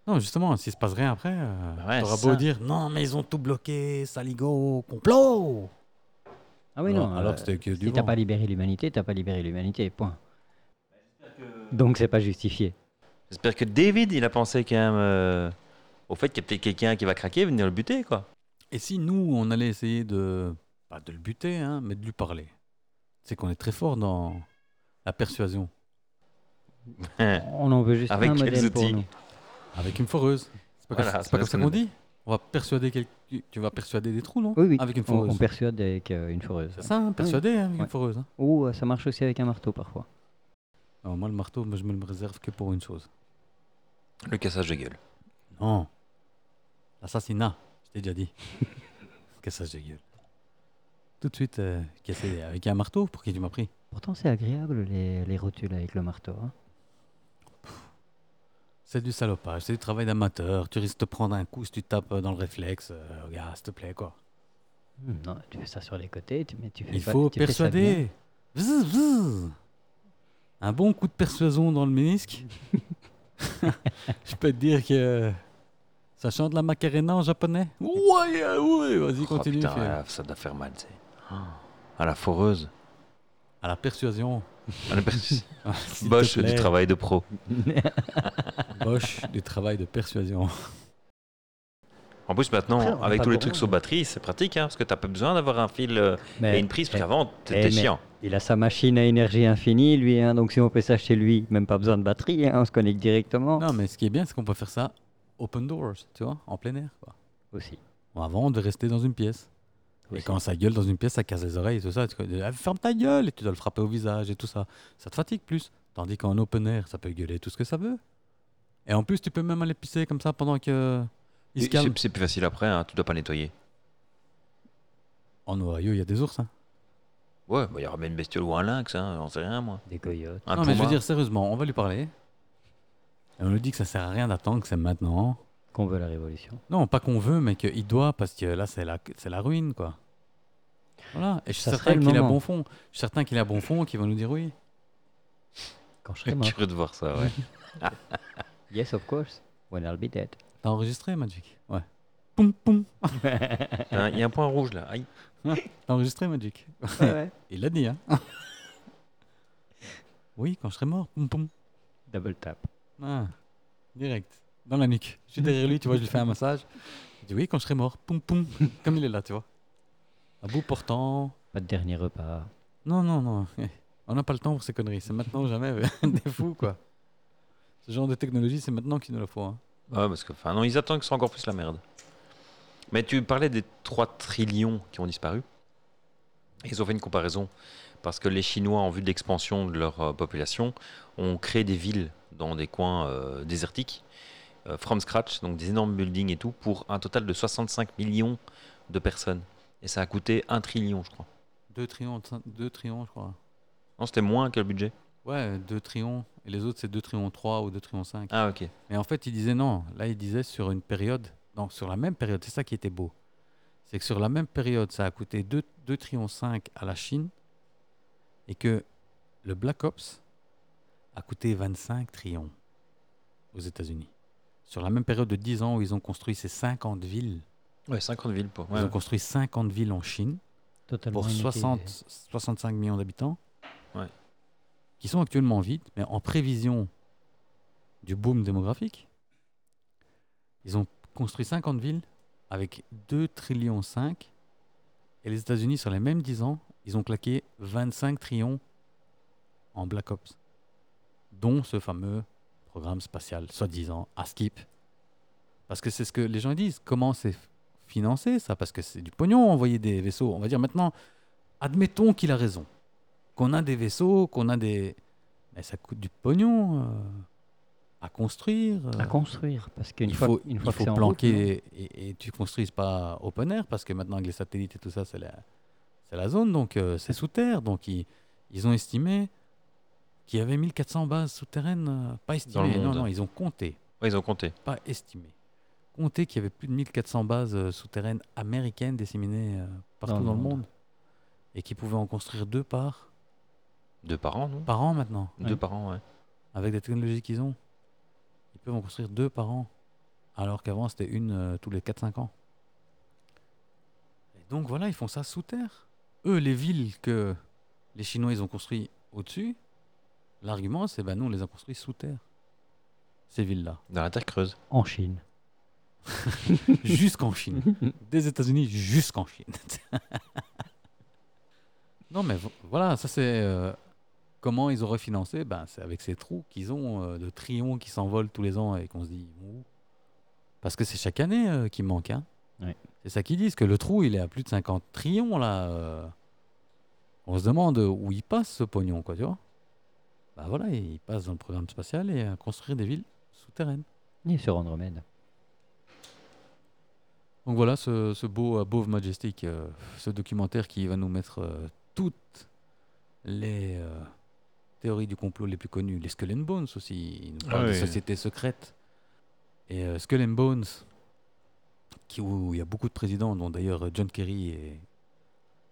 Speaker 2: Non justement s'il se passe rien après, euh,
Speaker 1: Bah ouais,
Speaker 2: t'auras
Speaker 1: c'est
Speaker 2: beau
Speaker 1: ça.
Speaker 2: dire non mais ils ont tout bloqué, saligo, complot.
Speaker 3: Ah oui,
Speaker 2: Alors-
Speaker 3: non.
Speaker 2: alors
Speaker 3: euh,
Speaker 2: que c'était que du
Speaker 3: si t'as
Speaker 2: vent.
Speaker 3: pas libéré l'humanité, t'as pas libéré l'humanité, point. Donc c'est pas justifié.
Speaker 1: J'espère que David, il a pensé quand même euh, au fait qu'il y a peut-être quelqu'un qui va craquer et venir le buter, quoi.
Speaker 2: Et si nous, on allait essayer de, pas de le buter, hein, mais de lui parler C'est qu'on est très fort dans la persuasion.
Speaker 3: On en veut juste
Speaker 1: Avec
Speaker 3: un
Speaker 1: quels
Speaker 3: modèle pour
Speaker 1: outils
Speaker 3: nous.
Speaker 2: Avec une foreuse. C'est pas,
Speaker 1: Voilà,
Speaker 2: comme, c'est
Speaker 1: c'est
Speaker 2: pas comme
Speaker 1: parce
Speaker 2: ça
Speaker 1: que-
Speaker 2: qu'on dit On va persuader quel- tu- Tu vas persuader des trous, non
Speaker 3: Oui, oui.
Speaker 2: Avec une
Speaker 3: on-
Speaker 2: foreuse.
Speaker 3: On, persuade avec euh, une foreuse.
Speaker 2: C'est Oh, ça, hein, persuader hein, avec
Speaker 3: Ouais.
Speaker 2: une foreuse. hein.
Speaker 3: Ou euh, ça marche aussi avec un marteau parfois.
Speaker 2: Alors moi, le marteau, moi, je me le réserve que pour une chose.
Speaker 1: Le cassage de gueule.
Speaker 2: Non. L'assassinat, je t'ai déjà dit. Cassage de gueule. Tout de suite, euh, casser avec un marteau, pour qui tu m'as pris
Speaker 3: Pourtant, c'est agréable les, les rotules avec le marteau. hein.
Speaker 2: C'est du salopage, c'est du travail d'amateur. Tu risques de te prendre un coup si tu tapes euh, dans le réflexe. Euh, gars, s'il te plaît, quoi.
Speaker 3: Hmm, Non, tu fais ça sur les côtés, tu, mais tu fais
Speaker 2: Il
Speaker 3: pas-
Speaker 2: faut
Speaker 3: bah, tu fais ça bien.
Speaker 2: persuader. Vzz, vzz. Un bon coup de persuasion dans le ménisque. Je peux te dire que ça chante la macarena en japonais. Ouais, euh, ouais, vas-y,
Speaker 1: Oh,
Speaker 2: continue.
Speaker 1: putain,
Speaker 2: fais.
Speaker 1: ah, ça doit faire mal, tu sais. À la foreuse.
Speaker 2: À la persuasion.
Speaker 1: À la persu-
Speaker 2: S'il te
Speaker 1: Boche du
Speaker 2: plaît.
Speaker 1: travail de pro.
Speaker 2: Bosch du travail de persuasion.
Speaker 1: En plus,
Speaker 3: Après,
Speaker 1: maintenant,
Speaker 3: on
Speaker 1: avec
Speaker 3: est
Speaker 1: tous
Speaker 3: pas
Speaker 1: les
Speaker 3: bourrin,
Speaker 1: trucs sur
Speaker 3: mais-
Speaker 1: batterie, c'est pratique, hein, parce que t'as pas besoin d'avoir un fil euh,
Speaker 3: Mais
Speaker 1: et une prise, parce
Speaker 3: eh,
Speaker 1: qu'avant, t'étais
Speaker 3: mais-
Speaker 1: chiant.
Speaker 3: il a sa machine à énergie infinie, lui. hein, donc si on fait ça chez lui, même pas besoin de batterie, hein, on se connecte directement.
Speaker 2: Non, mais ce qui est bien, c'est qu'on peut faire ça open doors, tu vois, en plein air. Quoi.
Speaker 3: Aussi.
Speaker 2: Bon, avant, on devait rester dans une pièce. Et
Speaker 3: aussi.
Speaker 2: quand ça gueule dans une pièce, ça casse les oreilles et tout ça. Tu connais, Ah, ferme ta gueule et tu dois le frapper au visage et tout ça. Ça te fatigue plus. Tandis qu'en open air, ça peut gueuler tout ce que ça veut. Et en plus, tu peux même aller pisser comme ça pendant que il se
Speaker 1: Et C'est
Speaker 2: calme.
Speaker 1: c'est plus facile après, hein, tu dois pas nettoyer.
Speaker 2: En Ohio, il y a des ours. hein.
Speaker 1: Ouais, bah, il y aura bien une bestiole ou un lynx, hein, j'en sais rien, moi.
Speaker 3: Des coyotes.
Speaker 1: Un
Speaker 2: non, mais je veux
Speaker 1: puma.
Speaker 2: dire, sérieusement, on va lui parler. Et on lui dit que ça sert à rien d'attendre, que c'est maintenant.
Speaker 3: Qu'on veut la révolution.
Speaker 2: Non, pas qu'on veut, mais qu'il doit, parce que là, c'est la, c'est la ruine, quoi. Voilà, et je suis
Speaker 3: Ça serait
Speaker 2: certain
Speaker 3: le
Speaker 2: qu'il a
Speaker 3: moment.
Speaker 2: bon fond. Je suis certain qu'il a bon fond, qu'il va nous dire oui.
Speaker 3: Quand je serai mort.
Speaker 1: Curieux de voir ça, ouais.
Speaker 3: yes, of course. When I'll be dead.
Speaker 2: T'as enregistré, Magic Ouais. Poum, poum.
Speaker 1: Hein, Il y a un point rouge là. Aïe.
Speaker 2: T'as enregistré, Magic
Speaker 3: Ouais.
Speaker 2: Il l'a dit, hein Oui, quand je serai mort. Poum, poum.
Speaker 3: Double tap.
Speaker 2: Ah, direct. Dans la nuque. Je suis derrière lui, tu vois, je lui fais un massage. Je dis oui, quand je serai mort. Poum, poum. Comme il est là, tu vois. À bout portant.
Speaker 3: Pas de dernier repas.
Speaker 2: Non, non, non. On n'a pas le temps pour ces conneries. C'est maintenant ou jamais. euh, Des fous, quoi. Ce genre de technologie, c'est maintenant qu'il nous la faut. hein.
Speaker 1: Ouais, parce que, enfin, non, ils attendent que ce soit encore plus la merde. Mais tu parlais des 3 trillions qui ont disparu. Ils ont fait une comparaison. Parce que les Chinois, en vue de l'expansion de leur euh, population, ont créé des villes dans des coins euh, désertiques, euh, from scratch, donc des énormes buildings et tout, pour un total de 65 millions de personnes. Et ça a coûté 1 trillion, je crois.
Speaker 2: Deux trillions, de cin- deux trillions, je crois.
Speaker 1: Non, c'était moins que le budget.
Speaker 2: Ouais, deux trillions. Et les autres, c'est deux trillions 3 ou deux trillions 5.
Speaker 1: Ah, ok.
Speaker 2: Mais en fait, il disait non. Là, il disait sur une période. Non, sur la même période. C'est ça qui était beau. C'est que sur la même période, ça a coûté 2, trillions 5 à la Chine. Et que le Black Ops a coûté 25 trillions aux États-Unis. Sur la même période de 10 ans où ils ont construit ces 50 villes.
Speaker 1: Ouais, 50 villes pour. ouais.
Speaker 2: Ils ont construit 50 villes en Chine
Speaker 3: Totalement.
Speaker 2: pour
Speaker 3: inutilisé.
Speaker 2: 60, 65 millions d'habitants,
Speaker 1: Ouais.
Speaker 2: qui sont actuellement vides, mais en prévision du boom démographique, ils ont construit 50 villes avec 2 trillions 5, et les États-Unis, sur les mêmes 10 ans, ils ont claqué 25 trillions en Black Ops, dont ce fameux programme spatial, soi-disant, ASKIP. Parce que c'est ce que les gens disent, comment c'est financer ça parce que c'est du pognon envoyer des vaisseaux. On va dire maintenant, admettons qu'il a raison, qu'on a des vaisseaux, qu'on a des, mais ça coûte du pognon euh, à construire. euh.
Speaker 3: À construire. Parce qu'une
Speaker 2: il
Speaker 3: fois,
Speaker 2: faut,
Speaker 3: une
Speaker 2: il
Speaker 3: fois que
Speaker 2: faut
Speaker 3: c'est en route, non
Speaker 2: planquer et, et tu construises pas open air parce que maintenant avec les satellites et tout ça, c'est la, c'est la zone donc euh, c'est sous terre donc ils, ils ont estimé qu'il y avait 1400 bases souterraines euh, pas estimées non
Speaker 1: monde.
Speaker 2: non ils ont compté
Speaker 1: Ouais, ils ont compté.
Speaker 2: pas estimé. Comptez qu'il y avait plus de 1400 bases euh, souterraines américaines disséminées euh, partout
Speaker 3: Dans
Speaker 2: dans,
Speaker 3: le
Speaker 2: le
Speaker 3: monde.
Speaker 2: monde. Et qui pouvaient en construire deux par,
Speaker 1: Deux par an, non
Speaker 2: par an maintenant,
Speaker 1: Deux par an, ouais.
Speaker 2: avec la technologie qu'ils ont. Ils peuvent en construire deux par an, alors qu'avant c'était une euh, tous les 4-5 ans. Et donc voilà, ils font ça sous terre. Eux, les villes que les Chinois ils ont construites au-dessus, l'argument c'est ben nous on les a construites sous terre. Ces villes-là.
Speaker 1: Dans la terre creuse.
Speaker 3: En Chine.
Speaker 2: jusqu'en Chine. Des États-Unis jusqu'en Chine. non, mais vo- voilà, ça c'est. euh, comment ils ont refinancé ben, C'est avec ces trous qu'ils ont euh, de trillions qui s'envolent tous les ans et qu'on se dit. ils vont où Parce que c'est chaque année euh, qui manque. Hein.
Speaker 3: Ouais.
Speaker 2: C'est ça qu'ils disent, que le trou il est à plus de 50 trillions là. euh. on se demande où il passe ce pognon, quoi, tu vois Bah voilà, ils passent dans le programme spatial et à construire des villes souterraines.
Speaker 3: Et sur Andromède.
Speaker 2: Donc voilà ce, ce beau euh, Beauve Majestic, euh, ce documentaire qui va nous mettre euh, toutes les euh, théories du complot les plus connues. Les Skull and Bones aussi, il nous
Speaker 1: Ah
Speaker 2: parle des
Speaker 1: oui.
Speaker 2: sociétés secrètes. Et euh, Skull and Bones, qui, où il y a beaucoup de présidents, dont d'ailleurs euh, John Kerry et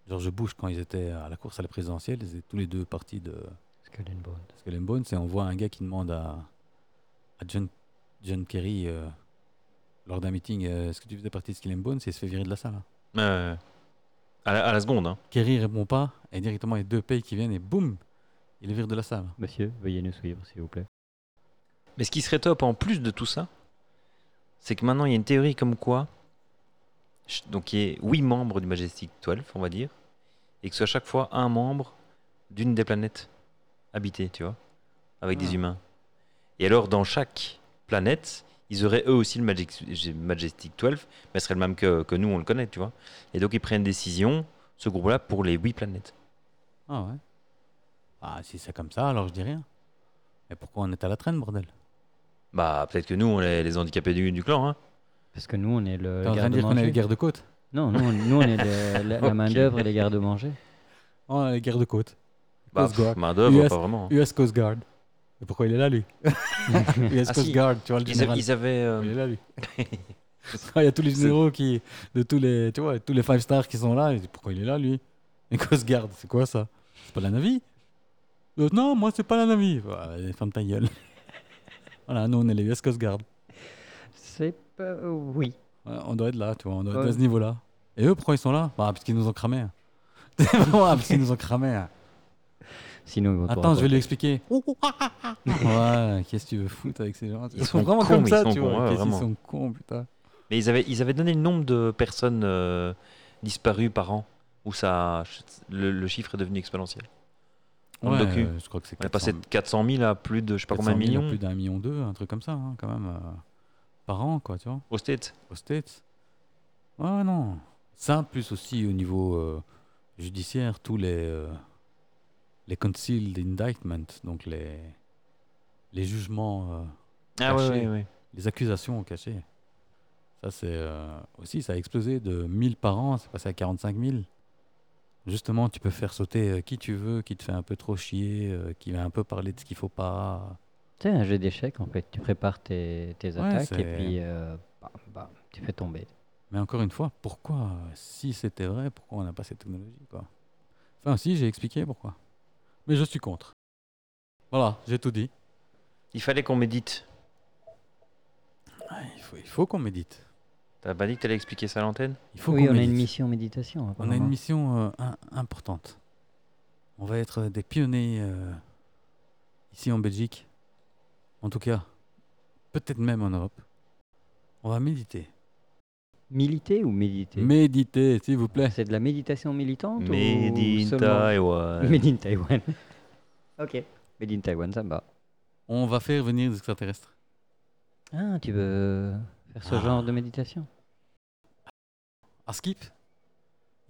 Speaker 2: George Bush, quand ils étaient à la course à la présidentielle, ils étaient tous les deux partis de
Speaker 3: Skull and Bones.
Speaker 2: Skull and Bones, et on voit un gars qui demande à, à John, John Kerry, euh, lors d'un meeting, euh, est-ce que tu faisais partie de Skull and Bones, et il se fait virer de la salle. hein.
Speaker 1: Euh, à, la, à la seconde, hein.
Speaker 2: Kerry répond pas, et directement, il y a deux pays qui viennent, et boum, il le vire de la salle.
Speaker 3: Monsieur, veuillez nous suivre, s'il vous plaît.
Speaker 1: Mais ce qui serait top en plus de tout ça, c'est que maintenant il y a une théorie comme quoi, ch- donc il y a 8 membres du Majestic 12, on va dire, et que ce soit à chaque fois un membre d'une des planètes habitées, tu vois, avec
Speaker 2: Ah.
Speaker 1: des humains. Et alors dans chaque planète, ils auraient eux aussi le Magic- Majestic 12, mais ce serait le même que, que nous, on le connaît, tu vois. Et donc ils prennent une décision, ce groupe-là, pour les 8 planètes.
Speaker 2: Ah ouais. Ah, si c'est comme ça, alors je dis rien. Mais pourquoi on est à la traîne, bordel
Speaker 1: Bah peut-être que nous, on est les handicapés du, du clan, hein.
Speaker 3: Parce que nous, on est le.
Speaker 2: T'es en train de dire qu'on est
Speaker 3: garde-manger.
Speaker 2: les gardes-côtes
Speaker 3: Non, nous, on- nous, on est le- la,
Speaker 1: Ok.
Speaker 3: main-d'œuvre et les gardes-manger.
Speaker 2: Oh, les gardes-côtes.
Speaker 1: Bah,
Speaker 2: Coast Guard.
Speaker 1: pff, main d'œuvre,
Speaker 2: US.
Speaker 1: pas vraiment. hein.
Speaker 2: US Coast Guard. Mais pourquoi il est là, lui US
Speaker 1: Ah,
Speaker 2: Coast
Speaker 1: si.
Speaker 2: Guard, tu vois le
Speaker 1: Ils,
Speaker 2: général.
Speaker 1: ils avaient. euh,
Speaker 2: Il est là, lui. Quand il y a tous les
Speaker 1: C'est-
Speaker 2: généraux qui, de tous les, tu vois, tous les five stars qui sont là, il dit, pourquoi il est là, lui Et Coast Guard, c'est quoi ça C'est pas la Navy L'autre, non, moi, c'est pas la Navy. Bah, Allez, ferme ta gueule. voilà, nous, on est les US Coast Guard.
Speaker 3: C'est pas. euh, Oui.
Speaker 2: Ouais, on doit être là, tu vois, on doit être
Speaker 3: Ouais.
Speaker 2: à ce niveau-là. Et eux, pourquoi ils sont là Bah, parce qu'ils nous ont cramé. hein. C'est vraiment parce qu'ils nous ont cramé. hein.
Speaker 3: Sinon, ils vont te
Speaker 2: Attends, je vais
Speaker 3: raconter.
Speaker 2: lui expliquer. ouais, qu'est-ce que tu veux foutre avec ces gens
Speaker 1: Ils sont cons, ils sont cons, ouais,
Speaker 2: Qu'est-ce qu'ils
Speaker 1: vraiment.
Speaker 2: sont cons, putain.
Speaker 1: Mais ils avaient, ils avaient donné le nombre de personnes euh, disparues par an, où ça, le, le chiffre est devenu exponentiel. On
Speaker 2: Ouais,
Speaker 1: le docu.
Speaker 2: euh, je crois que c'est
Speaker 1: On est passé
Speaker 2: 400
Speaker 1: de 400 000 à plus de, je sais pas combien,
Speaker 2: 400 000 à
Speaker 1: millions
Speaker 2: Plus d'un million deux, un truc comme ça, hein, quand même, euh, par an, quoi, tu vois,
Speaker 1: au States.
Speaker 2: aux States. Ouais, non. Ça, plus aussi au niveau euh, judiciaire, tous les, euh, les concealed indictments, donc les, les jugements, euh,
Speaker 1: Ah ouais,
Speaker 2: Caché.
Speaker 1: ouais, ouais.
Speaker 2: les accusations cachées. Ça, c'est euh, aussi, ça a explosé de 1000 par an, c'est passé à 45 000. Justement, tu peux faire sauter euh, qui tu veux, qui te fait un peu trop chier, euh, qui va un peu parler de ce qu'il faut pas.
Speaker 3: C'est un jeu d'échecs, en fait. Tu prépares tes, tes
Speaker 2: Ouais,
Speaker 3: attaques
Speaker 2: c'est-
Speaker 3: et puis. euh, bam, bam, tu fais tomber.
Speaker 2: Mais encore une fois, pourquoi, euh, si c'était vrai, pourquoi on n'a pas cette technologie quoi Enfin, si, j'ai expliqué pourquoi. Mais je suis contre. Voilà, j'ai tout dit.
Speaker 1: Il fallait qu'on médite.
Speaker 2: Il faut, il faut qu'on médite.
Speaker 1: T'as pas dit que t'allais expliquer ça à l'antenne
Speaker 2: Il faut
Speaker 3: oui,
Speaker 2: qu'on
Speaker 3: on a une
Speaker 2: médite.
Speaker 3: mission méditation.
Speaker 2: On a une mission euh, im- importante. On va être des pionniers euh, ici en Belgique. En tout cas, peut-être même en Europe. On va méditer.
Speaker 3: Militer ou méditer
Speaker 2: Méditer, s'il vous plaît.
Speaker 3: C'est de la méditation militante ou
Speaker 1: Médite
Speaker 3: seulement...
Speaker 1: Taïwan.
Speaker 3: Made in Taiwan. ok. Made in Taiwan, ça me va.
Speaker 2: On va faire venir des extraterrestres.
Speaker 3: Ah, tu veux faire ce
Speaker 2: Ah.
Speaker 3: genre de méditation
Speaker 2: À Skip,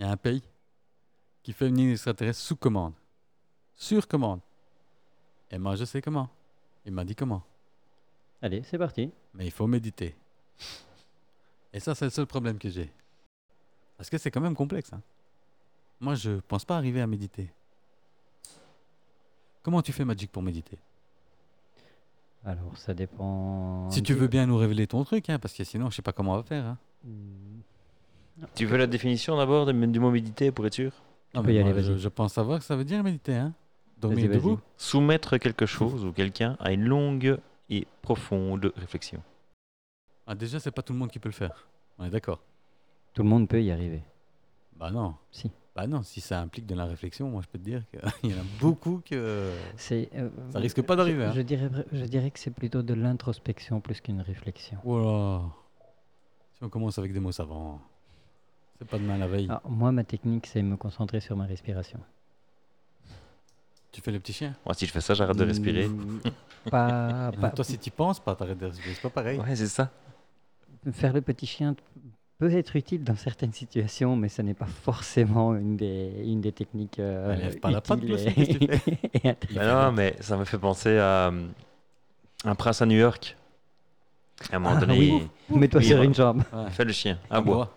Speaker 2: il y a un pays qui fait venir des extraterrestres sous commande. Sur commande. Et moi, je sais comment. Il m'a dit comment.
Speaker 3: Allez, c'est parti.
Speaker 2: Mais il faut méditer. Et ça, c'est le seul problème que j'ai. Parce que c'est quand même complexe. hein. Moi, je pense pas arriver à méditer. Comment tu fais, Magic, pour méditer
Speaker 3: Alors, ça dépend.
Speaker 2: Si
Speaker 3: un
Speaker 2: tu
Speaker 3: petit
Speaker 2: veux bien nous révéler ton truc, hein, parce que sinon, je sais pas comment on va faire. hein.
Speaker 3: peu. Hmm.
Speaker 1: Tu veux la définition d'abord de- du mot méditer pour être sûr
Speaker 2: Non,
Speaker 3: peux y
Speaker 2: moi,
Speaker 3: aller,
Speaker 2: je,
Speaker 3: vas-y.
Speaker 2: je pense savoir que ça veut dire méditer. Hein.
Speaker 3: Vas-y,
Speaker 2: Dormir
Speaker 3: vas-y.
Speaker 2: debout
Speaker 1: Soumettre quelque chose ou quelqu'un à une longue et profonde réflexion.
Speaker 2: ah, Déjà, c'est pas tout le monde qui peut le faire. On est d'accord.
Speaker 3: Tout le monde peut y arriver.
Speaker 2: Bah non.
Speaker 3: Si.
Speaker 2: Bah non, si ça implique de la réflexion, moi je peux te dire qu'il y en a beaucoup que.
Speaker 3: C'est, euh,
Speaker 2: Ça risque pas d'arriver,
Speaker 3: Je,
Speaker 2: hein.
Speaker 3: je dirais, vra- je dirais que c'est plutôt de l'introspection plus qu'une réflexion.
Speaker 2: Voilà. Si on commence avec des mots savants, c'est pas demain la veille.
Speaker 3: Alors, Ah, moi, ma technique, c'est me concentrer sur ma respiration.
Speaker 2: Tu fais le petit chien Ah,
Speaker 1: Moi, si je fais ça, j'arrête de respirer.
Speaker 3: Hmm, Pas,
Speaker 2: Mais
Speaker 3: Ah, pas-
Speaker 2: Toi, si tu penses pas, t'arrêtes de respirer, c'est pas pareil.
Speaker 1: Ouais, c'est ça.
Speaker 3: Faire le petit chien, peut être utile dans certaines situations, mais ce n'est pas forcément une des, une des techniques euh,
Speaker 2: Mais Bah, lève pas la patte,
Speaker 3: utiles
Speaker 2: Lucie, qu'est-ce que tu
Speaker 3: et- et intéressantes.
Speaker 1: Mais non, mais ça me fait penser à euh, Un prince à New York. À un moment
Speaker 3: Ah,
Speaker 1: donné,
Speaker 3: oui. Mets-toi
Speaker 1: Oui,
Speaker 3: sur
Speaker 1: voilà.
Speaker 3: une jambe.
Speaker 1: il fait le chien,
Speaker 2: Ah
Speaker 1: à bois.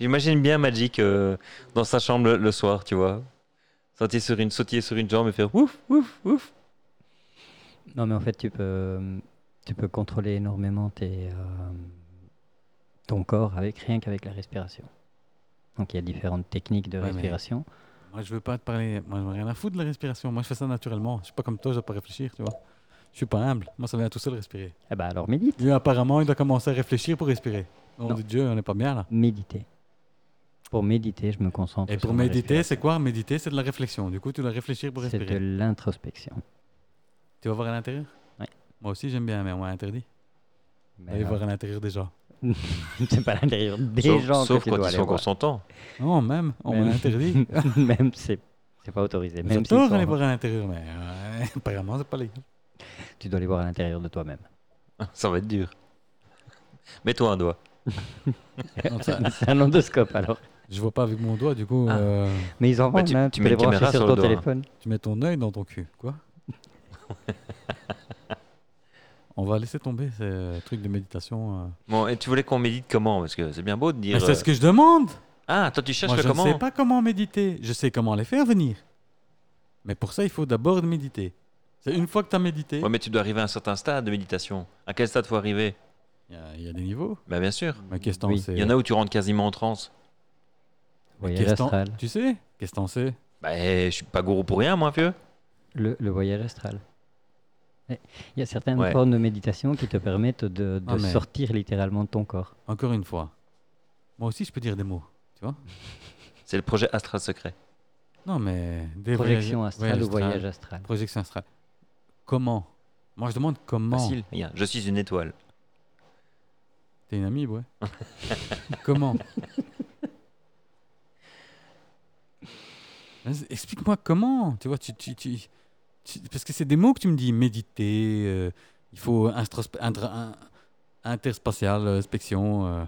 Speaker 1: J'imagine bien Magic euh, dans sa chambre le, le soir, tu vois. Sauter sur une, sautiller sur une jambe et faire ouf, ouf, ouf.
Speaker 3: Non, mais en fait, tu peux, tu peux contrôler énormément tes, euh, ton corps avec rien qu'avec la respiration. Donc, il y a différentes techniques de
Speaker 2: Ouais, mais-
Speaker 3: respiration.
Speaker 2: Moi, je veux pas te parler. Moi, j'en ai rien à foutre de la respiration. Moi, je fais ça naturellement. Je suis pas comme toi, je dois pas réfléchir, tu vois. Je suis pas humble. Moi, ça vient tout seul respirer.
Speaker 3: Eh ben, alors, médite.
Speaker 2: Lui, apparemment, il doit commencer à réfléchir pour respirer. Nom
Speaker 3: Non.
Speaker 2: de Dieu, on n'est pas bien là.
Speaker 3: Méditer. Pour méditer, je me concentre.
Speaker 2: Et pour
Speaker 3: sur ma
Speaker 2: méditer, c'est
Speaker 3: respiration.
Speaker 2: quoi Méditer, c'est de la réflexion. Du coup, tu dois réfléchir pour
Speaker 3: C'est de
Speaker 2: respirer.
Speaker 3: l'introspection.
Speaker 2: Tu vas voir à l'intérieur
Speaker 3: Ouais.
Speaker 2: Moi aussi, j'aime bien, mais on m'a interdit.
Speaker 3: Mais
Speaker 2: Allez
Speaker 3: alors,
Speaker 2: voir à l'intérieur déjà.
Speaker 3: c'est pas l'intérieur des
Speaker 1: sauf
Speaker 3: gens
Speaker 1: sauf
Speaker 3: que tu
Speaker 1: quand
Speaker 3: dois
Speaker 1: ils
Speaker 3: aller
Speaker 1: sont
Speaker 3: voir.
Speaker 1: consentants.
Speaker 2: Non, même, on m'a
Speaker 3: Même.
Speaker 2: Oh, interdit.
Speaker 3: Même c'est c'est pas autorisé. Même
Speaker 2: Même
Speaker 3: s'ils
Speaker 2: tort
Speaker 3: sont-
Speaker 2: d'aller voir à l'intérieur, mais euh, apparemment, c'est pas légal.
Speaker 3: tu dois les voir à l'intérieur de toi-même.
Speaker 1: Ça va être dur. Mets-toi un doigt.
Speaker 2: Donc, ça,
Speaker 3: c'est un endoscope alors.
Speaker 2: je vois pas avec mon doigt, du coup,
Speaker 3: Ah.
Speaker 2: euh,
Speaker 3: Mais ils en
Speaker 1: Bah,
Speaker 3: vendent.
Speaker 1: tu-
Speaker 3: hein,
Speaker 1: tu
Speaker 3: Tu peux
Speaker 1: mets
Speaker 3: les
Speaker 1: une caméra
Speaker 3: brancher sur
Speaker 1: sur le
Speaker 3: ton
Speaker 1: doigt.
Speaker 3: téléphone.
Speaker 2: tu mets ton œil dans ton cul. Quoi On va laisser tomber ce truc de méditation. euh.
Speaker 1: Bon, et tu voulais qu'on médite comment Parce que c'est bien beau de dire.
Speaker 2: Mais c'est
Speaker 1: euh,
Speaker 2: ce que je demande
Speaker 1: Ah, toi tu cherches
Speaker 2: Moi,
Speaker 1: le
Speaker 2: je
Speaker 1: comment
Speaker 2: ne sais pas comment méditer. Je sais comment les faire venir. Mais pour ça, il faut d'abord méditer. C'est une fois que tu as médité,
Speaker 1: Ouais, mais tu dois arriver à un certain stade de méditation. À quel stade faut arriver
Speaker 2: il y a- il y, a des niveaux.
Speaker 1: Bah bien sûr.
Speaker 2: Ma question,
Speaker 3: Oui.
Speaker 2: c'est.
Speaker 1: Il y en a où tu rentres quasiment en transe.
Speaker 3: Voyage
Speaker 2: Question-
Speaker 3: astral.
Speaker 2: Tu sais Question, c'est.
Speaker 1: Bah, je suis pas gourou pour rien, moi, vieux.
Speaker 3: Le, le voyage astral. Mais Il y a certaines
Speaker 1: Ouais.
Speaker 3: formes de méditation qui te permettent de, de
Speaker 2: Ah, mais-
Speaker 3: sortir littéralement de ton corps.
Speaker 2: Encore une fois. Moi aussi, je peux dire des mots. Tu vois
Speaker 1: C'est le projet Astral Secret.
Speaker 2: Non, mais. Des
Speaker 3: Projection
Speaker 2: voyages-
Speaker 3: astrale ou voyage astral.
Speaker 2: Projection astrale. Comment Moi, je demande
Speaker 3: Bah,
Speaker 2: comment.
Speaker 1: Facile. Regarde, je suis une étoile.
Speaker 2: T'es une amie, ouais. comment Vas-y, Explique-moi comment. Tu vois, tu, tu- tu- tu- parce que c'est des mots que tu me dis méditer, euh, il faut instrospe- intra- in- interspatial, euh, spection. euh.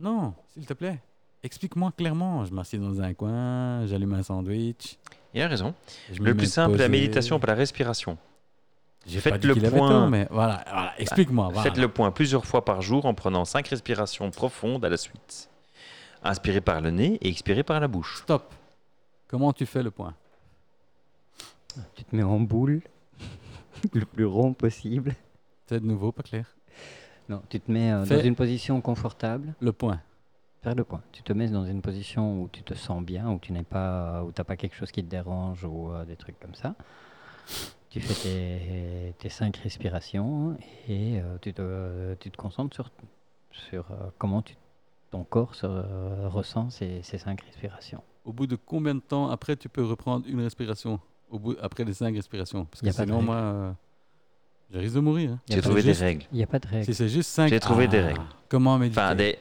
Speaker 2: Non, s'il te plaît. Explique-moi clairement. Je m'assieds dans un coin, j'allume un sandwich.
Speaker 1: Il a raison.
Speaker 2: je me
Speaker 1: Le
Speaker 2: mets
Speaker 1: plus simple, la
Speaker 2: posé.
Speaker 1: méditation pour la respiration.
Speaker 2: J'ai
Speaker 1: Faites
Speaker 2: pas dit
Speaker 1: le
Speaker 2: qu'il avait
Speaker 1: point.
Speaker 2: tort, mais voilà, voilà, explique-moi. Ah, voilà.
Speaker 1: Faites le point plusieurs fois par jour en prenant cinq respirations profondes à la suite. Inspirez par le nez et expirez par la bouche.
Speaker 2: Stop. Comment tu fais le point
Speaker 3: Tu te mets en boule, le plus rond possible.
Speaker 2: C'est de nouveau pas clair.
Speaker 3: Non, tu te mets euh, dans
Speaker 2: Fais-
Speaker 3: une position confortable.
Speaker 2: Le point.
Speaker 3: Faire le point. Tu te mets dans une position où tu te sens bien, où tu n'es pas, où t'as pas quelque chose qui te dérange ou euh, des trucs comme ça. Tu fais tes, tes cinq respirations et euh, tu, te, tu te concentres sur, sur euh, comment tu- ton corps se, euh, ressent ces, ces cinq respirations.
Speaker 2: Au bout de combien de temps après tu peux reprendre une respiration Au bout, Après les cinq respirations Parce
Speaker 3: Y
Speaker 2: que
Speaker 3: a pas de
Speaker 2: sinon,
Speaker 3: règle.
Speaker 2: moi, euh, je risque de mourir. hein.
Speaker 3: Y a
Speaker 1: J'ai
Speaker 3: pas-
Speaker 1: trouvé des
Speaker 2: juste-
Speaker 1: règles.
Speaker 3: Il n'y a pas de règle.
Speaker 2: Si c'est juste cinq. Ah.
Speaker 1: J'ai trouvé des règles.
Speaker 2: Comment méditer
Speaker 1: Enfin, des...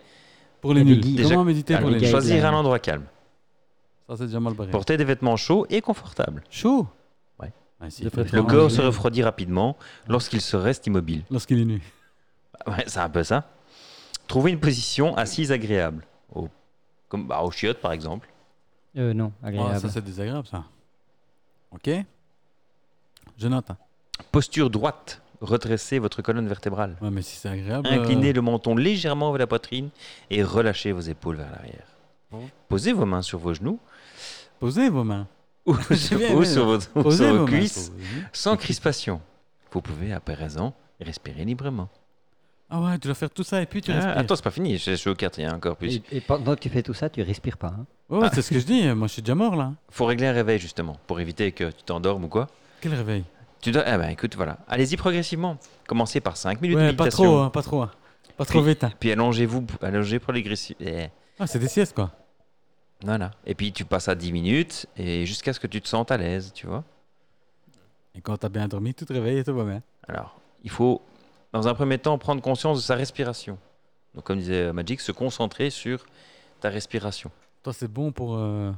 Speaker 2: Pour les
Speaker 3: Il y a des
Speaker 2: nuls.
Speaker 3: guides.
Speaker 2: Comment méditer
Speaker 1: Alors,
Speaker 2: pour les
Speaker 3: guides.
Speaker 2: nuls
Speaker 1: choisir
Speaker 3: règles.
Speaker 1: un endroit calme.
Speaker 2: Ça, c'est déjà mal barré.
Speaker 1: Porter des vêtements chauds et confortables.
Speaker 2: Chaud
Speaker 1: Ouais.
Speaker 2: Ah, si,
Speaker 3: De
Speaker 2: il fait
Speaker 3: préférence.
Speaker 1: Le
Speaker 2: froid.
Speaker 1: corps se refroidit rapidement lorsqu'il se reste immobile.
Speaker 2: Lorsqu'il est nu.
Speaker 1: Bah, ouais, c'est un peu ça. Trouver une position assise agréable. Au... Comme bah, aux chiottes, par exemple.
Speaker 3: Euh, non,
Speaker 2: Ah,
Speaker 3: agréable.
Speaker 2: ça, c'est désagréable, ça. Ok hein. Jonathan.
Speaker 1: Posture droite. Redressez votre colonne vertébrale.
Speaker 2: Ouais, mais si c'est agréable. euh,
Speaker 1: Inclinez le menton légèrement vers la poitrine et relâchez vos épaules vers l'arrière.
Speaker 2: Bon.
Speaker 1: Posez vos mains sur vos genoux
Speaker 2: Posez vos mains.
Speaker 1: ou
Speaker 2: J'ai
Speaker 1: sur,
Speaker 2: bien
Speaker 1: ou
Speaker 2: aimé,
Speaker 1: sur
Speaker 2: là.
Speaker 1: vos, ou
Speaker 2: Posez
Speaker 1: sur vos
Speaker 2: vos mains.
Speaker 1: cuisses
Speaker 2: sur vos genoux.
Speaker 1: sans crispation. Vous pouvez à présent respirer librement.
Speaker 2: Ah ouais, tu dois faire tout ça et puis tu
Speaker 1: Ah,
Speaker 2: respires.
Speaker 1: attends, c'est pas fini, je je suis au quatrième hein, encore plus.
Speaker 3: Et, et pendant que tu fais tout ça, tu respires pas. hein.
Speaker 2: Ouais, ouais, Oh, c'est ce que je dis. Moi, je suis déjà mort, là.
Speaker 1: Faut régler un réveil justement pour éviter que tu t'endormes ou quoi.
Speaker 2: Quel réveil
Speaker 1: Tu dois... Ah ben écoute, voilà. Allez-y progressivement. Commencez par 5 minutes de
Speaker 2: Ouais, pas
Speaker 1: méditation.
Speaker 2: trop, hein, pas trop. hein. Pas trop vite. hein.
Speaker 1: Puis allongez-vous, allongez progressivement. Eh,
Speaker 2: Ah, c'est des siestes, quoi.
Speaker 1: Voilà. Et puis tu passes à 10 minutes et jusqu'à ce que tu te sentes à l'aise, tu vois.
Speaker 2: Et quand t'as bien dormi, tu te réveilles et tout bah, va bien.
Speaker 1: Alors, il faut, dans un premier temps, prendre conscience de sa respiration. Donc, comme disait Magic, se concentrer sur ta respiration.
Speaker 2: Toi, c'est bon pour euh,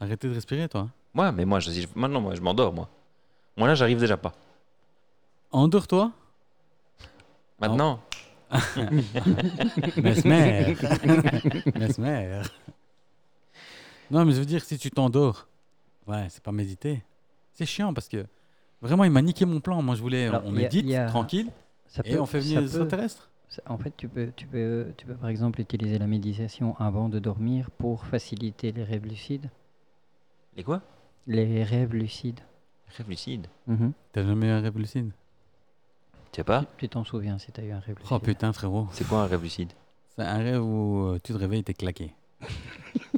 Speaker 2: arrêter de respirer, toi. hein.
Speaker 1: Moi, mais moi, je, maintenant, moi, je m'endors, moi. Moi, là, j'arrive déjà pas.
Speaker 2: Endors-toi.
Speaker 1: Maintenant,
Speaker 2: Mesmer. Mesmer. Non, mais je veux dire, si tu t'endors, ouais, c'est pas méditer. C'est chiant parce que vraiment, il m'a niqué mon plan. Moi, je voulais,
Speaker 3: Alors,
Speaker 2: on
Speaker 3: il y a-
Speaker 2: médite,
Speaker 3: il y a-
Speaker 2: tranquille,
Speaker 3: Ça
Speaker 2: et
Speaker 3: peut-
Speaker 2: on fait
Speaker 3: ça
Speaker 2: venir les
Speaker 3: peut-
Speaker 2: extraterrestres.
Speaker 3: ça- En fait, tu peux, tu, peux, tu peux par exemple utiliser la méditation avant de dormir pour faciliter les rêves lucides.
Speaker 1: Les quoi
Speaker 3: Les rêves lucides.
Speaker 1: Rêve lucide.
Speaker 3: Mhm.
Speaker 2: T'as jamais eu un rêve lucide
Speaker 1: Tu sais pas
Speaker 3: Tu t'en souviens si t'as eu un rêve lucide.
Speaker 2: Oh putain, frérot.
Speaker 1: C'est quoi un rêve lucide
Speaker 2: C'est un rêve où euh, tu te réveilles, t'es claqué.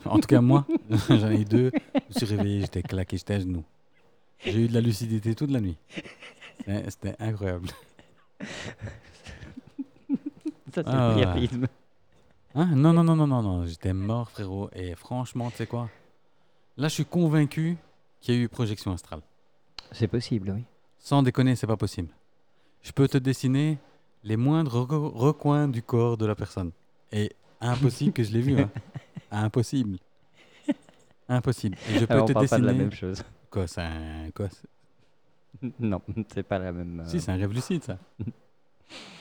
Speaker 2: en tout cas, moi, j'en ai eu deux. Je me suis réveillé, j'étais claqué, j'étais à genoux. J'ai eu de la lucidité toute la nuit. C'était c'était incroyable.
Speaker 3: Ça, c'est
Speaker 2: Ah
Speaker 3: le
Speaker 2: ouais.
Speaker 3: priapisme.
Speaker 2: Hein non, non, non, non, non, non, j'étais mort, frérot. Et franchement, tu sais quoi Là, je suis convaincu qu'il y a eu projection astrale.
Speaker 3: C'est possible, oui.
Speaker 2: Sans déconner, c'est pas possible. Je peux te dessiner les moindres reco- recoins du corps de la personne. Et impossible que je l'ai vu. hein. Impossible. Impossible. Et je peux
Speaker 3: Alors, on
Speaker 2: te
Speaker 3: parle
Speaker 2: dessiner.
Speaker 3: pas de la même chose.
Speaker 2: Quoi, c'est un... quoi, c'est-
Speaker 3: non, c'est pas la même. euh,
Speaker 2: Si, c'est un rêve lucide, ça.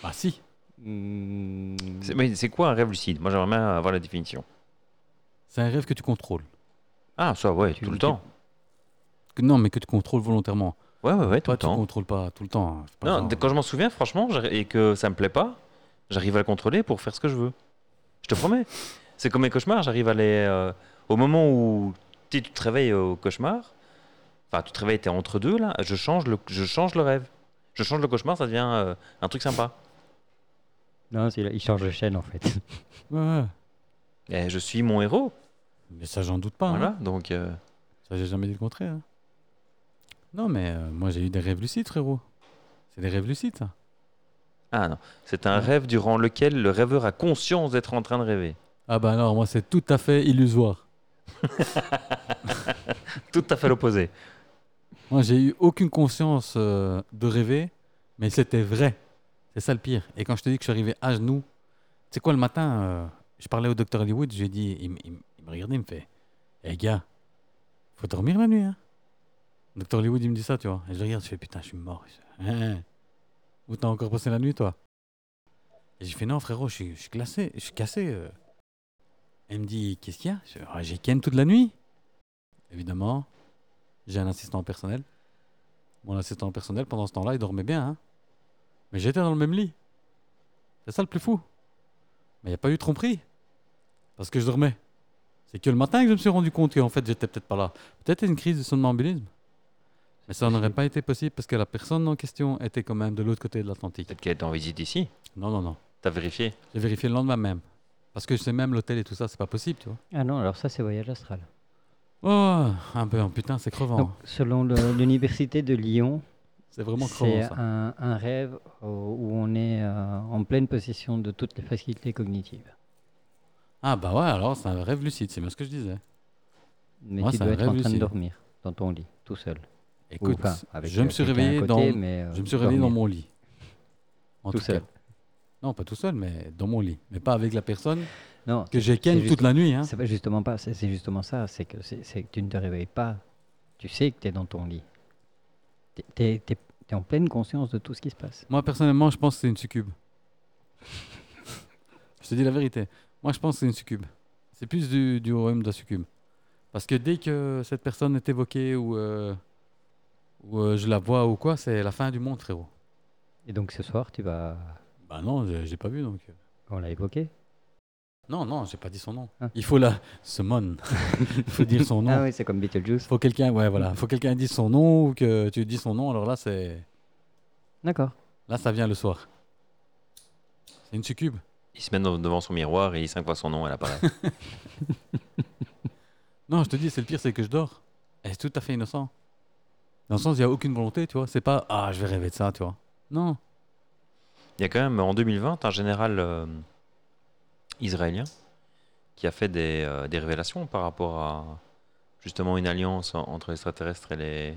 Speaker 2: bah si.
Speaker 3: Hmm,
Speaker 1: C'est- Mais c'est quoi un rêve lucide Moi, j'aimerais bien avoir la définition.
Speaker 2: C'est un rêve que tu contrôles.
Speaker 1: Ah, ça, ouais,
Speaker 3: Tu-
Speaker 1: tout le
Speaker 3: tu-
Speaker 1: temps.
Speaker 2: Que- Non, mais que tu contrôles volontairement.
Speaker 1: Ouais, ouais, ouais, tout
Speaker 2: Toi,
Speaker 1: le
Speaker 2: tu
Speaker 1: temps.
Speaker 2: contrôles pas tout le temps. hein. C'est pas
Speaker 1: Non,
Speaker 2: genre-
Speaker 1: d- quand je m'en souviens, franchement, j'arri- et que ça me plaît pas, j'arrive à le contrôler pour faire ce que je veux. Je te promets. C'est comme mes cauchemars, j'arrive à les. euh, au moment où tu sais, tu te réveilles au cauchemar, enfin, tu te réveilles, t'es entre deux, là, je change le, je change le rêve. Je change le cauchemar, ça devient euh, un truc sympa.
Speaker 3: Non, c'est- il change de chaîne en fait.
Speaker 2: Ouais, ouais.
Speaker 1: Et je suis mon héros,
Speaker 2: Mais ça, j'en doute pas. hein.
Speaker 1: voilà, donc. euh,
Speaker 2: Ça, j'ai jamais dit le contraire. hein. Non, mais euh, moi, j'ai eu des rêves lucides, frérot. C'est des rêves lucides, ça.
Speaker 1: Ah non, c'est un
Speaker 2: Ouais.
Speaker 1: rêve durant lequel le rêveur a conscience d'être en train de rêver.
Speaker 2: Ah bah alors, moi, c'est tout à fait illusoire.
Speaker 1: Tout à fait l'opposé.
Speaker 2: Moi, j'ai eu aucune conscience euh, de rêver, mais c'était vrai. C'est ça le pire. Et quand je te dis que je suis arrivé à genoux, tu sais quoi, le matin, euh, je parlais au docteur Hollywood, j'ai dit, il, m- il m- il me regardait, il me fait, hé gars, faut dormir la nuit, hein. Le docteur Hollywood, il me dit ça, tu vois. Et je le regarde, je fais, putain, je suis mort. Je fais, Hein Où t'as encore passé la nuit, toi Et j'ai fait, non, frérot, je suis, je suis classé, je suis cassé. euh. Elle me dit, qu'est-ce qu'il y a Je fais, Ah, J'ai ken toute la nuit. Évidemment, j'ai un assistant personnel. Mon assistant personnel, pendant ce temps-là, il dormait bien. hein. Mais j'étais dans le même lit. C'est ça le plus fou. Mais il n'y a pas eu de tromperie. Parce que je dormais. C'est que le matin que je me suis rendu compte qu'en fait, j'étais peut-être pas là. Peut-être une crise de somnambulisme. Mais ça n'aurait pas été possible parce que la personne en question était quand même de l'autre côté de l'Atlantique.
Speaker 1: Peut-être qu'elle est en visite ici.
Speaker 2: Non, non, non.
Speaker 1: T'as vérifié
Speaker 2: J'ai vérifié le lendemain même. Parce que je sais même l'hôtel et tout ça, c'est pas possible, tu vois.
Speaker 3: Ah non, alors ça, c'est voyage astral.
Speaker 2: Oh, un peu, putain, c'est crevant.
Speaker 3: Donc, selon le- l'université de Lyon,
Speaker 2: c'est vraiment crevant,
Speaker 3: c'est
Speaker 2: ça.
Speaker 3: un, un rêve euh, où on est euh, en pleine possession de toutes les facilités cognitives.
Speaker 2: Ah bah ouais, alors c'est un rêve lucide, c'est bien ce que je disais.
Speaker 3: Mais
Speaker 2: Ouais,
Speaker 3: tu
Speaker 2: c'est
Speaker 3: dois
Speaker 2: un
Speaker 3: être
Speaker 2: rêve
Speaker 3: en train de
Speaker 2: lucide.
Speaker 3: dormir dans ton lit, tout seul. Ou
Speaker 2: Écoute,
Speaker 3: enfin, avec,
Speaker 2: je
Speaker 3: euh,
Speaker 2: me suis
Speaker 3: quelqu'un à
Speaker 2: réveillé
Speaker 3: côté,
Speaker 2: dans,
Speaker 3: mais, euh,
Speaker 2: je me suis réveillé dans
Speaker 3: dormir.
Speaker 2: mon lit. En
Speaker 3: Tout seul.
Speaker 2: cas. Non, pas tout seul, mais dans mon lit, mais pas avec la personne
Speaker 3: Non,
Speaker 2: que j'ai ken
Speaker 3: juste-
Speaker 2: toute la nuit. Hein.
Speaker 3: c'est pas justement pas. C'est c'est justement ça. C'est que, c'est- c'est que tu ne te réveilles pas. Tu sais que tu es dans ton lit. Tu es, en pleine conscience de tout ce qui se passe.
Speaker 2: Moi personnellement, je pense que c'est une succube. je te dis la vérité. Moi, je pense que c'est une succube. C'est plus du, du royaume de la succube. Parce que dès que cette personne est évoquée ou, euh, ou euh, je la vois ou quoi, c'est la fin du monde, frérot.
Speaker 3: Et donc ce soir, tu vas.
Speaker 2: Bah non, je- j'ai pas vu donc. euh.
Speaker 3: On l'a évoqué.
Speaker 2: Non, non, j'ai pas dit son nom.
Speaker 3: Ah.
Speaker 2: Il faut la summon. Il faut dire son nom.
Speaker 3: Ah oui, c'est comme Beetlejuice.
Speaker 2: Faut quelqu'un, ouais, voilà. Faut quelqu'un dise son nom ou que tu dis son nom. Alors là, c'est
Speaker 3: D'accord.
Speaker 2: là, ça vient le soir. C'est une succube.
Speaker 1: Il se met dans- devant son miroir et cinq fois son nom, elle apparaît.
Speaker 2: Non, je te dis, c'est le pire, c'est que je dors. Et c'est tout à fait innocent. Dans le sens, il y a aucune volonté, tu vois. C'est pas ah, je vais rêver de ça, tu vois. Non.
Speaker 1: Il y a quand même, en 2020, un général euh, israélien qui a fait des, euh, des révélations par rapport à justement une alliance en- entre les extraterrestres et les,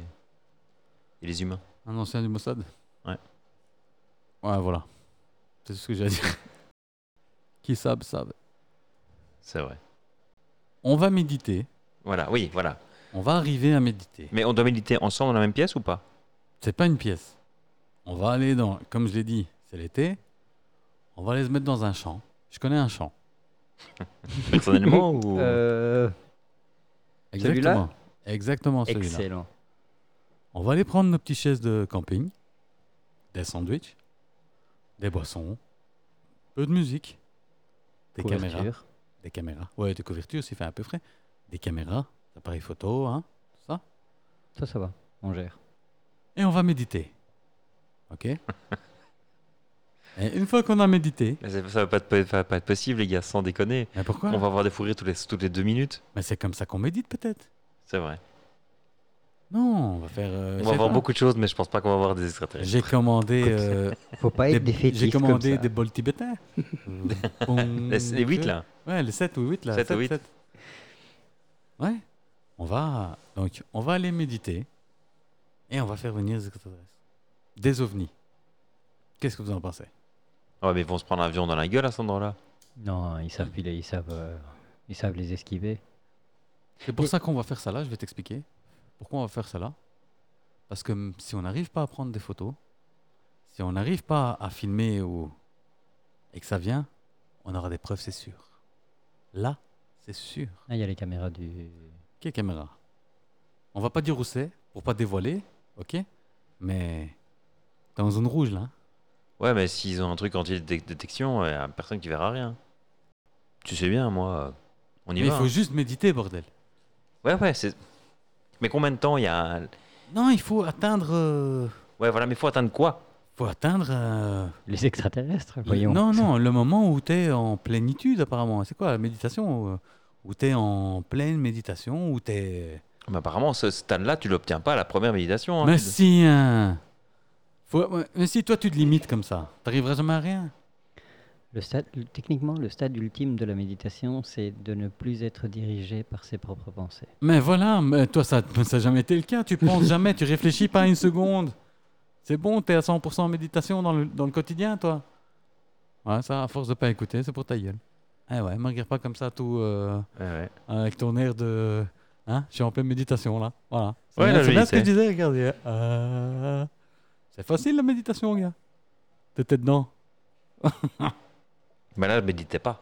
Speaker 1: et les humains.
Speaker 2: Un ancien du Mossad.
Speaker 1: Ouais.
Speaker 2: Ouais, voilà. C'est tout ce que j'ai à dire. Qui savent savent.
Speaker 1: C'est vrai.
Speaker 2: On va méditer.
Speaker 1: Voilà, oui, voilà.
Speaker 2: On va arriver à méditer.
Speaker 1: Mais on doit méditer ensemble dans la même pièce ou pas
Speaker 2: C'est pas une pièce. On va aller dans, comme je l'ai dit, c'est l'été. On va les mettre dans un champ. Je connais un champ.
Speaker 1: Personnellement
Speaker 2: Oh.
Speaker 1: ou...
Speaker 3: Euh, Celui-là
Speaker 2: Exactement. Exactement celui-là.
Speaker 3: excellent.
Speaker 2: On va aller prendre nos petites chaises de camping, des sandwichs, des boissons, peu de musique, des caméras.
Speaker 3: Couverture.
Speaker 2: Des caméras. Ouais, des couvertures, s'il fait un peu frais. Des caméras, appareils photo, hein, tout ça.
Speaker 3: Ça, ça va. On gère.
Speaker 2: Et on va méditer. Ok Et une fois qu'on a médité,
Speaker 1: Mais ça ça va pas, être- ça va pas être possible, les gars, sans déconner.
Speaker 2: mais pourquoi
Speaker 1: On va avoir des fous rires toutes les, toutes les deux minutes.
Speaker 2: Mais c'est comme ça qu'on médite peut-être.
Speaker 1: C'est vrai.
Speaker 2: Non, on va faire. euh,
Speaker 1: On va
Speaker 2: je sais
Speaker 1: avoir
Speaker 2: pas.
Speaker 1: beaucoup de choses, mais je pense pas qu'on va avoir des extraterrestres.
Speaker 2: J'ai commandé, euh,
Speaker 3: Faut pas
Speaker 2: des-
Speaker 3: être des fétiches
Speaker 2: j'ai commandé
Speaker 3: comme ça.
Speaker 2: des bols tibétains.
Speaker 1: Les, les huit, là.
Speaker 2: Ouais, le 7 ou 8 là.
Speaker 1: Sept ou huit.
Speaker 2: Ouais. On va donc on va aller méditer et on va faire venir des extraterrestres. Des ovnis. Qu'est-ce que vous en pensez
Speaker 1: Ouais, mais ils vont se prendre un avion dans la gueule à cet endroit-là.
Speaker 3: Non, ils savent, filer, ils savent, euh, ils savent les esquiver.
Speaker 2: C'est pour
Speaker 3: Mais-
Speaker 2: ça qu'on va faire ça là, je vais t'expliquer. Pourquoi on va faire ça là Parce que mm, si on n'arrive pas à prendre des photos, si on n'arrive pas à filmer ou et que ça vient, on aura des preuves, c'est sûr. Là, c'est sûr.
Speaker 3: Ah, il y a les caméras du.
Speaker 2: Quelle caméra On va pas dire où c'est pour pas dévoiler, ok Mais t'es en zone rouge là. hein.
Speaker 1: Ouais, mais s'ils ont un truc anti-détection, il y a personne qui verra rien. Tu sais bien, moi, euh, on y
Speaker 2: Mais il
Speaker 1: va.
Speaker 2: faut
Speaker 1: hein.
Speaker 2: juste méditer, bordel.
Speaker 1: Ouais, ouais, c'est. Mais combien de temps il y a un-
Speaker 2: Non, il faut atteindre. euh,
Speaker 1: Ouais, voilà, mais faut atteindre quoi
Speaker 2: Faut atteindre. euh,
Speaker 3: Les extraterrestres,
Speaker 2: le-
Speaker 3: voyons.
Speaker 2: Non, non, le moment où t'es en plénitude apparemment. C'est quoi la méditation euh, Où t'es en pleine méditation, où t'es.
Speaker 1: Mais Bah, Apparemment, ce stand-là, tu l'obtiens pas à la première méditation. hein.
Speaker 2: Mais si. hein. Faut- ouais, Mais si toi tu te limites comme ça, t'arriveras jamais à rien.
Speaker 3: Le stade, techniquement, le stade ultime de la méditation, c'est de ne plus être dirigé par ses propres pensées.
Speaker 2: Mais voilà, mais toi, ça n'a jamais été le cas. Tu penses jamais, tu réfléchis pas une seconde. C'est bon, t'es à 100% en méditation dans le, dans le quotidien, toi. Ouais, ça, à force de pas écouter, c'est pour ta gueule. Eh ouais, me regarde pas comme ça, tout euh,
Speaker 1: Ouais, ouais.
Speaker 2: avec ton air de. Hein, je suis en pleine méditation, là. Voilà. C'est
Speaker 1: Ouais,
Speaker 2: bien,
Speaker 1: là,
Speaker 2: c'est
Speaker 1: je
Speaker 2: bien
Speaker 1: le
Speaker 2: ce que je
Speaker 1: sais.
Speaker 2: disais, regarde. il y a- euh, c'est facile, la méditation, gars. T'étais dedans.
Speaker 1: Mais Bah, là, méditez pas.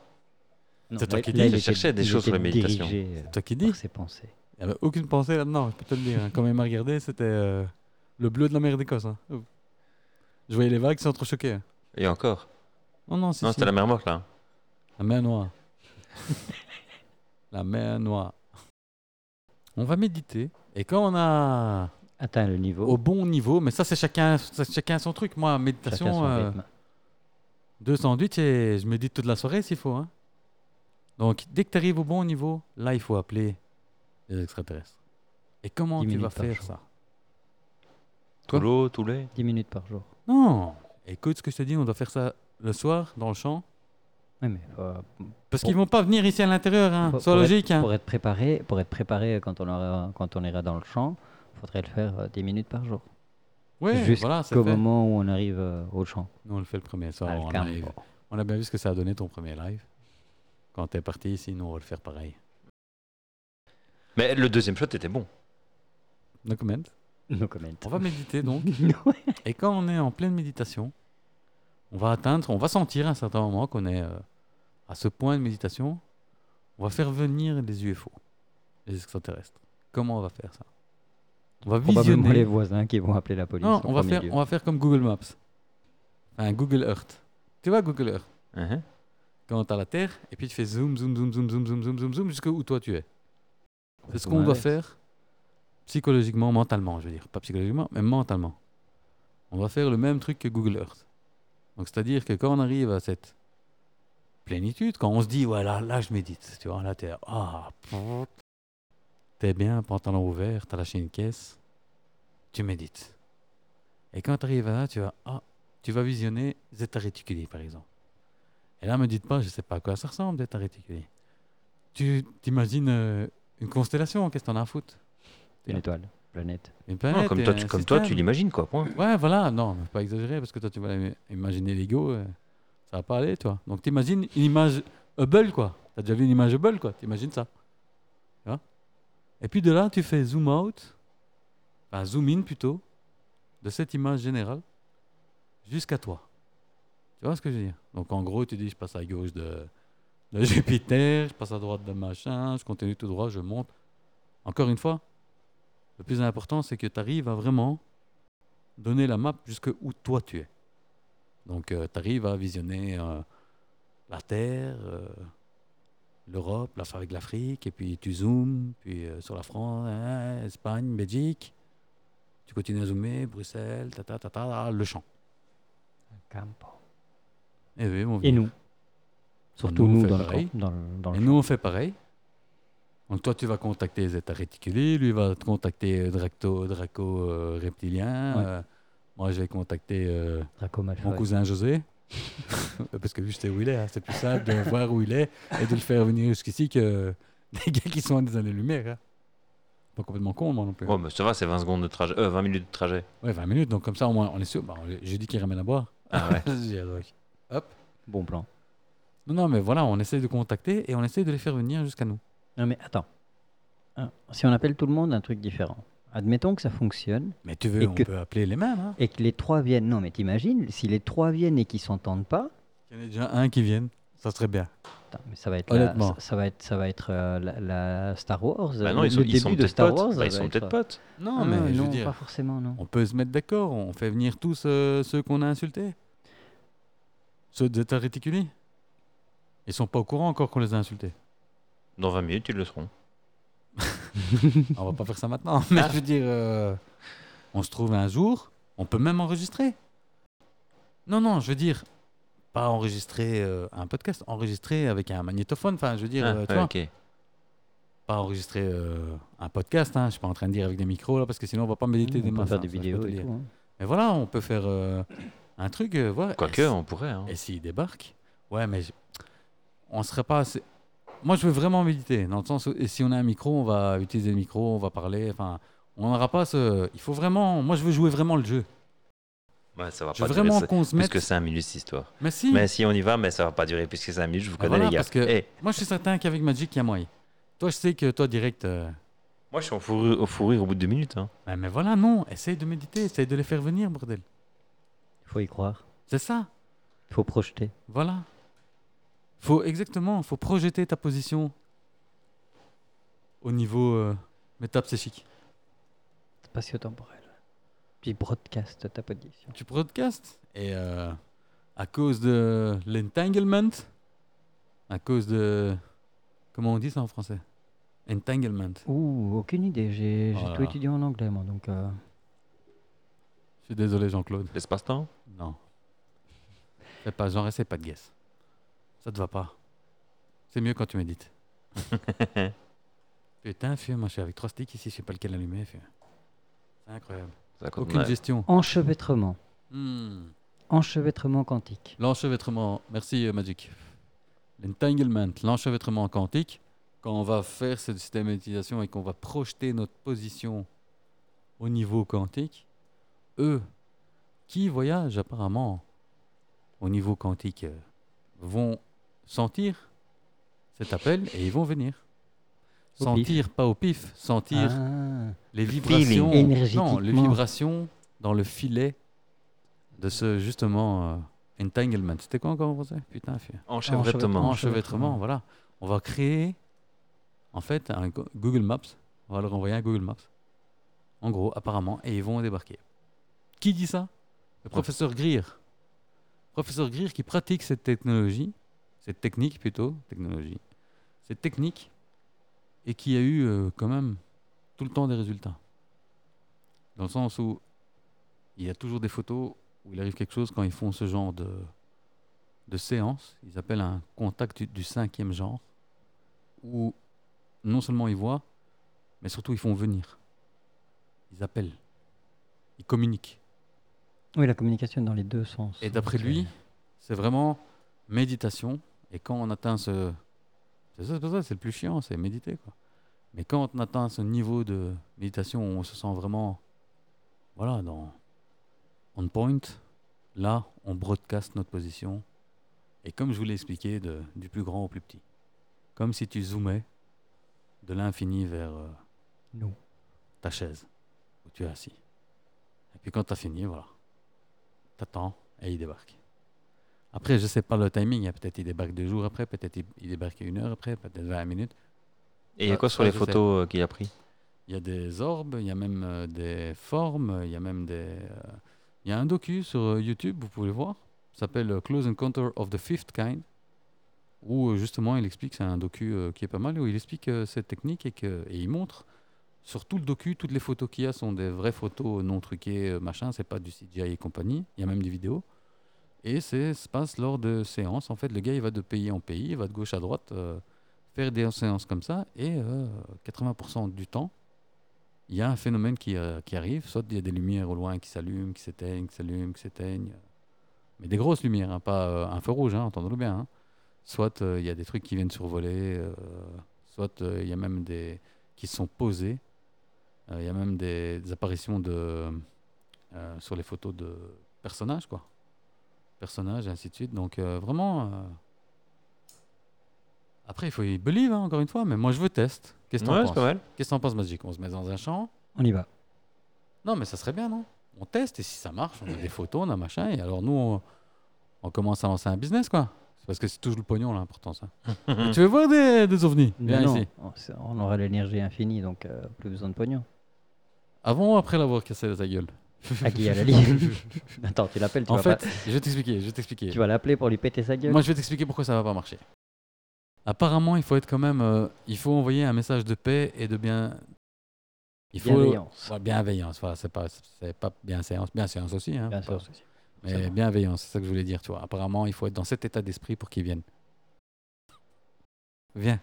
Speaker 3: Non,
Speaker 2: C'est toi
Speaker 3: là-
Speaker 2: qui
Speaker 3: là,
Speaker 2: dis,
Speaker 3: il
Speaker 1: je
Speaker 3: était-
Speaker 1: cherchais des
Speaker 3: il
Speaker 1: choses sur
Speaker 3: était
Speaker 1: la méditation.
Speaker 3: dirigé, euh,
Speaker 2: C'est toi qui dis.
Speaker 3: par ses pensées.
Speaker 2: Il n'y avait aucune pensée là-dedans, je peux te le dire. hein. Quand il m'a regardé, c'était euh, le bleu de la mer d'Écosse. hein. Ouh. Je voyais les vagues s'entrechoquer. hein.
Speaker 1: Et encore.
Speaker 2: Non, non, c'est
Speaker 1: non, c'était la mer morte, là.
Speaker 2: la mer noire. la mer noire. On va méditer. Et quand on a
Speaker 3: Atteint le niveau.
Speaker 2: au bon niveau, mais ça c'est chacun, ça, c'est chacun son truc. Moi,
Speaker 3: chacun
Speaker 2: méditation,
Speaker 3: son
Speaker 2: euh,
Speaker 3: rythme.
Speaker 2: deux sandwichs et je médite toute la soirée s'il faut. hein. Donc dès que tu arrives au bon niveau, là il faut appeler les extraterrestres. Et comment
Speaker 3: Dix
Speaker 2: tu vas
Speaker 3: minutes par
Speaker 2: faire
Speaker 3: jour.
Speaker 2: ça
Speaker 1: Tout
Speaker 2: Quoi
Speaker 1: l'eau, tout lait.
Speaker 3: 10 minutes par jour.
Speaker 2: Non Écoute ce que je te dis, on doit faire ça le soir, dans le champ.
Speaker 3: Ouais, mais faut, euh,
Speaker 2: Parce
Speaker 3: Bon.
Speaker 2: qu'ils vont pas venir ici à l'intérieur, hein.
Speaker 3: Pour-
Speaker 2: sois
Speaker 3: pour être-
Speaker 2: logique. hein.
Speaker 3: pour être préparé, pour être préparé quand on, aura- quand on ira dans le champ, faudrait le faire euh, 10 minutes par jour.
Speaker 2: Ouais,
Speaker 3: Jusqu'au
Speaker 2: voilà, c'est fait.
Speaker 3: moment où on arrive euh, au champ.
Speaker 2: Nous, on le fait le premier soir,
Speaker 3: Al
Speaker 2: on
Speaker 3: campo.
Speaker 2: arrive. On a bien vu ce que ça a donné ton premier live. Quand t'es parti ici, nous, on va le faire pareil.
Speaker 1: Mais le deuxième shot était bon.
Speaker 2: No comment.
Speaker 3: No comment.
Speaker 2: On va méditer donc.
Speaker 3: Ouais.
Speaker 2: Et quand on est en pleine méditation, on va atteindre, on va sentir à un certain moment qu'on est euh, à ce point de méditation. On va faire venir les UFO, les extraterrestres. Comment on va faire ça On va
Speaker 3: Probablement
Speaker 2: visionner.
Speaker 3: les voisins qui vont appeler la police.
Speaker 2: Non,
Speaker 3: en
Speaker 2: on va,
Speaker 3: premier
Speaker 2: faire,
Speaker 3: lieu.
Speaker 2: on va faire comme Google Maps. Un Google Earth. Tu vois Google Earth
Speaker 3: Uh-huh.
Speaker 1: Hein, hein.
Speaker 2: Quand t'as la Terre, et puis tu fais zoom, zoom, zoom, zoom, zoom, zoom, zoom, zoom, zoom, jusqu'où toi tu es. C'est ce
Speaker 3: Tout
Speaker 2: qu'on doit
Speaker 3: l'inverse.
Speaker 2: faire psychologiquement, mentalement, je veux dire. Pas psychologiquement, mais mentalement. On va faire le même truc que Google Earth. Donc c'est-à-dire que quand on arrive à cette plénitude, quand on se dit, ouais, là, là je médite, tu vois, là t'es, ah, pfff. t'es bien, pantalon ouvert, t'as lâché une caisse, tu médites. Et quand tu arrives là, tu vas, ah, tu vas visionner Zeta Reticuli, par exemple. Et là, me dites pas, je sais pas à quoi ça ressemble, Zeta Reticuli. Tu t'imagines euh, une constellation, qu'est-ce que t'en as à foutre
Speaker 3: Une étoile, planète.
Speaker 2: Une
Speaker 1: Non,
Speaker 2: planète,
Speaker 1: comme toi,
Speaker 2: un
Speaker 1: tu, comme toi, tu
Speaker 2: système.
Speaker 1: l'imagines, quoi, point.
Speaker 2: Ouais, voilà, non, mais faut pas exagérer, parce que toi, tu vas im- imaginer l'ego, euh, ça va pas aller, toi. Donc, t'imagines une image Hubble, quoi. T'as déjà vu une image Hubble, quoi. T'imagines ça. Tu vois Et puis de là, tu fais zoom out, enfin zoom in plutôt, de cette image générale jusqu'à toi. Tu vois ce que je veux dire Donc en gros, tu dis, je passe à gauche de, de Jupiter, je passe à droite de machin, je continue tout droit, je monte. Encore une fois, le plus important, c'est que tu arrives à vraiment donner la map jusque où toi tu es. Donc tu arrives à visionner euh, la Terre, euh, l'Europe, la- avec l'Afrique, et puis tu zoomes, puis euh, sur la France, hein, Espagne, Belgique. Tu continues à zoomer, Bruxelles, ta, ta, ta, ta, ta, ah, le champ.
Speaker 3: Campo.
Speaker 2: Et oui, mon
Speaker 3: Et
Speaker 2: vieux.
Speaker 3: nous Surtout
Speaker 2: on
Speaker 3: nous,
Speaker 2: fait
Speaker 3: dans, le,
Speaker 2: pareil.
Speaker 3: camp- dans le- dans le
Speaker 2: Et nous, on fait pareil. Donc, toi, tu vas contacter les états réticulés. Lui, il va te contacter euh, Dracto, Draco euh, reptilien.
Speaker 3: Ouais.
Speaker 2: Euh, moi, j'ai contacté euh,
Speaker 3: Draco
Speaker 2: mon
Speaker 3: Malfoy.
Speaker 2: cousin José. Parce que lui, je sais où il est. hein. C'est plus simple de voir où il est et de le faire venir jusqu'ici que des gars qui sont à des années-lumière. hein. Pas complètement con, moi non plus. hein.
Speaker 1: Ouais, Oh, mais ça va, c'est 20 secondes de trajet, euh, 20 minutes de trajet.
Speaker 2: Ouais, 20 minutes. Donc, comme ça, au moins, on est sûr. Bah, on- j'ai dit qu'il ramène à boire.
Speaker 1: Ah ouais.
Speaker 2: J'ai dit, donc, Hop.
Speaker 3: Bon plan.
Speaker 2: Non, non, mais voilà, on essaie de contacter et on essaie de les faire venir jusqu'à nous.
Speaker 3: Non mais attends. Hein, Si on appelle tout le monde un truc différent, admettons que ça fonctionne
Speaker 2: Mais tu veux,
Speaker 3: Et
Speaker 2: on
Speaker 3: que-
Speaker 2: peut appeler les mêmes. Hein.
Speaker 3: et que les trois viennent. Non mais t'imagines, si les trois viennent et qu'ils s'entendent pas,
Speaker 2: Il y en a déjà un qui vienne, ça serait bien.
Speaker 3: putain, mais ça va être la,
Speaker 2: Honnêtement.
Speaker 3: ça, ça va être ça va être euh, la, la Star Wars.
Speaker 1: Bah
Speaker 3: euh,
Speaker 1: non,
Speaker 3: le,
Speaker 1: ils sont,
Speaker 3: le
Speaker 1: ils
Speaker 3: début
Speaker 1: sont
Speaker 3: de
Speaker 1: peut-être
Speaker 3: Star
Speaker 1: potes.
Speaker 3: Wars.
Speaker 1: Bah,
Speaker 3: ça
Speaker 1: ils
Speaker 3: va
Speaker 1: sont
Speaker 3: être,
Speaker 1: peut-être
Speaker 3: euh,
Speaker 1: potes.
Speaker 2: Non,
Speaker 3: Ah,
Speaker 2: mais je veux
Speaker 3: non,
Speaker 2: dire,
Speaker 3: pas forcément non.
Speaker 2: on peut se mettre d'accord, on fait venir tous euh, ceux qu'on a insultés. Ceux de ta réticulée. Ils sont pas au courant encore qu'on les a insultés.
Speaker 1: Dans 20 minutes, ils le seront.
Speaker 2: Ah, on va pas faire ça maintenant, mais je veux dire, euh, on se trouve un jour, on peut même enregistrer. Non, non, je veux dire, pas enregistrer euh, un podcast, enregistrer avec un magnétophone, enfin, je veux dire,
Speaker 1: Ah,
Speaker 2: euh, tu
Speaker 1: ouais,
Speaker 2: vois,
Speaker 1: ok.
Speaker 2: pas enregistrer euh, un podcast, hein, je suis pas en train de dire avec des micros, là, parce que sinon on va pas méditer des
Speaker 3: Mmh, on peut
Speaker 2: masses,
Speaker 3: faire
Speaker 2: hein,
Speaker 3: des
Speaker 2: ça, je peux te
Speaker 3: vidéos
Speaker 2: le
Speaker 3: et
Speaker 2: dire.
Speaker 3: tout. hein.
Speaker 2: Mais voilà, on peut faire euh, un truc, euh, voir.
Speaker 1: Quoique,
Speaker 2: Et si-
Speaker 1: on pourrait. hein.
Speaker 2: Et s'il débarque Ouais, mais je- on serait pas assez. Moi, je veux vraiment méditer, dans le sens où et si on a un micro, on va utiliser le micro, on va parler. Enfin, on n'aura pas ce. Il faut vraiment. Moi, je veux jouer vraiment le jeu.
Speaker 1: Ouais, ça va
Speaker 2: Je
Speaker 1: pas
Speaker 2: veux
Speaker 1: durer
Speaker 2: vraiment
Speaker 1: ce-
Speaker 2: qu'on se
Speaker 1: plus
Speaker 2: mette.
Speaker 1: que 5 minutes, cette histoire.
Speaker 2: Mais si
Speaker 1: Mais si, on y va, mais ça va pas durer plus que 5 minutes, je vous
Speaker 2: Ben
Speaker 1: connais,
Speaker 2: voilà,
Speaker 1: les gars.
Speaker 2: parce que-
Speaker 1: Eh,
Speaker 2: Moi, je suis certain qu'avec Magic, il y a moyen. Toi, je sais que toi, direct. euh,
Speaker 1: moi, je suis en fourrure, au fourrure au bout de 2 minutes. hein.
Speaker 2: ben, mais voilà, non, essaye de méditer, essaye de les faire venir, bordel.
Speaker 3: Il faut y croire,
Speaker 2: C'est ça.
Speaker 3: il faut projeter.
Speaker 2: Voilà. Faut exactement, faut projeter ta position au niveau euh, métapsychique.
Speaker 3: Spatio-temporel. Puis broadcast ta position.
Speaker 2: Tu broadcastes et euh, à cause de l'entanglement, à cause de comment on dit ça en français, entanglement.
Speaker 3: Ouh, aucune idée. J'ai j'ai
Speaker 2: Voilà.
Speaker 3: tout étudié en anglais moi donc. euh,
Speaker 2: Je suis désolé Jean-Claude.
Speaker 1: L'espace-temps
Speaker 2: Non. C'est pas genre, c'est pas de guess. Ça te va pas. C'est mieux quand tu médites. Putain, fieu, moi je suis avec trois sticks ici, je sais pas lequel allumer, fieu. C'est incroyable.
Speaker 1: Ça, quand on
Speaker 2: Aucune
Speaker 1: a-
Speaker 2: gestion.
Speaker 3: Enchevêtrement.
Speaker 2: Hmm.
Speaker 3: Enchevêtrement quantique.
Speaker 2: L'enchevêtrement, merci euh, Magic. L'entanglement, l'enchevêtrement quantique, quand on va faire ce système d'utilisation et qu'on va projeter notre position au niveau quantique, eux qui voyagent apparemment au niveau quantique euh, vont sentir cet appel et ils vont venir.
Speaker 3: Au
Speaker 2: sentir, pas au pif, sentir
Speaker 3: Ah.
Speaker 2: les
Speaker 1: feeling.
Speaker 2: vibrations, non, les
Speaker 3: Énergétiquement.
Speaker 2: vibrations dans le filet de ce justement euh, entanglement. C'était quoi encore en français Putain, fier.
Speaker 1: Enchevêtrement.
Speaker 2: Enchevêtrement,
Speaker 3: Enchevêtrement.
Speaker 2: voilà. On va créer en fait un Go- Google Maps. On va leur envoyer un Google Maps. En gros, apparemment, et ils vont débarquer. Qui dit ça Le professeur Greer. Professeur Greer qui pratique cette technologie, cette technique plutôt, technologie, cette technique, et qui a eu euh, quand même tout le temps des résultats. Dans le sens où il y a toujours des photos où il arrive quelque chose quand ils font ce genre de, de séance, ils appellent un contact du, du cinquième genre, où non seulement ils voient, mais surtout ils font venir. Ils appellent. Ils communiquent.
Speaker 3: Oui, la communication dans les deux sens.
Speaker 2: Et d'après lui, c'est vraiment méditation. Et quand on atteint ce. C'est ça, c'est pour ça, c'est le plus chiant, c'est méditer. Quoi. Mais quand on atteint ce niveau de méditation, où on se sent vraiment. Voilà, dans. On point. Là, on broadcast notre position. Et comme je vous l'ai expliqué, de- du plus grand au plus petit. Comme si tu zoomais de l'infini vers. euh,
Speaker 3: Nous.
Speaker 2: ta chaise où tu es assis. Et puis quand tu as fini, voilà. T'attends et il débarque. Après, je sais pas le timing. Il y a Peut-être il débarque deux jours après, peut-être il- il débarque une heure après, peut-être 20 minutes.
Speaker 1: Et il y a
Speaker 2: Ah,
Speaker 1: quoi sur
Speaker 2: ça,
Speaker 1: les
Speaker 2: je sais.
Speaker 1: photos euh, qu'il a pris
Speaker 2: Il y a des orbes, il y a même euh, des formes, il y a même des. euh, il y a un docu sur euh, YouTube, vous pouvez le voir. Ça s'appelle euh, Close Encounter of the Fifth Kind, où euh, justement il explique, c'est un docu euh, qui est pas mal, où il explique euh, cette technique et, que, et il montre sur tout le docu, toutes les photos qu'il y a sont des vraies photos non truquées, euh, machin, c'est pas du CGI et compagnie. Il y a même des vidéos. Et c'est- ça se passe lors de séances. En fait, le gars, il va de pays en pays, il va de gauche à droite, euh, faire des séances comme ça. Et euh, 80% du temps, il y a un phénomène qui, euh, qui arrive. Soit il y a des lumières au loin qui s'allument, qui s'éteignent, qui s'allument, qui s'éteignent. Mais des grosses lumières, hein, pas euh, un feu rouge, hein, entendons-le bien. hein. Soit euh, il y a des trucs qui viennent survoler, euh, soit euh, il y a même des qui se sont posés. Euh, Il y a même des, des apparitions de, euh, sur les photos de personnages, quoi. Personnages, et ainsi de suite. Donc euh, vraiment. euh, Après, il faut y believe, hein, encore une fois, mais moi je veux test. Qu'est-ce que t'en
Speaker 1: Ouais,
Speaker 2: penses
Speaker 1: c'est pas mal.
Speaker 2: Qu'est-ce que t'en penses, Magic On se met dans un champ
Speaker 3: On y va.
Speaker 2: Non, mais ça serait bien, non On teste et si ça marche, on a des photos, on a machin. Et alors nous, on, on commence à lancer un business, quoi. C'est parce que c'est toujours le pognon, là, important, ça. Mais tu veux voir des, des ovnis Viens
Speaker 3: Hmm. Mais non,
Speaker 2: ici.
Speaker 3: on- c'est- On aura l'énergie infinie, donc euh, plus besoin de pognon.
Speaker 2: Avant ou après l'avoir cassé de ta gueule
Speaker 3: À Ah, qui à la Attends, tu l'appelles, tu,
Speaker 2: En
Speaker 3: vas
Speaker 2: fait,
Speaker 3: pas-
Speaker 2: je vais t'expliquer, je vais t'expliquer.
Speaker 3: tu vas l'appeler pour lui péter sa gueule
Speaker 2: Moi, je vais t'expliquer pourquoi ça va pas marcher. Apparemment, il faut être quand même. euh, il faut envoyer un message de paix et de bien. Il faut.
Speaker 3: Bienveillance.
Speaker 2: Ouais, bienveillance, voilà, c'est pas, c'est pas bienséance. Bienséance aussi, hein.
Speaker 3: Bien
Speaker 2: faut pas-
Speaker 3: sûr, c'est- c'est
Speaker 2: Mais
Speaker 3: bon.
Speaker 2: bienveillance, c'est ça que je voulais dire, tu vois. Apparemment, il faut être dans cet état d'esprit pour qu'ils viennent. Viens.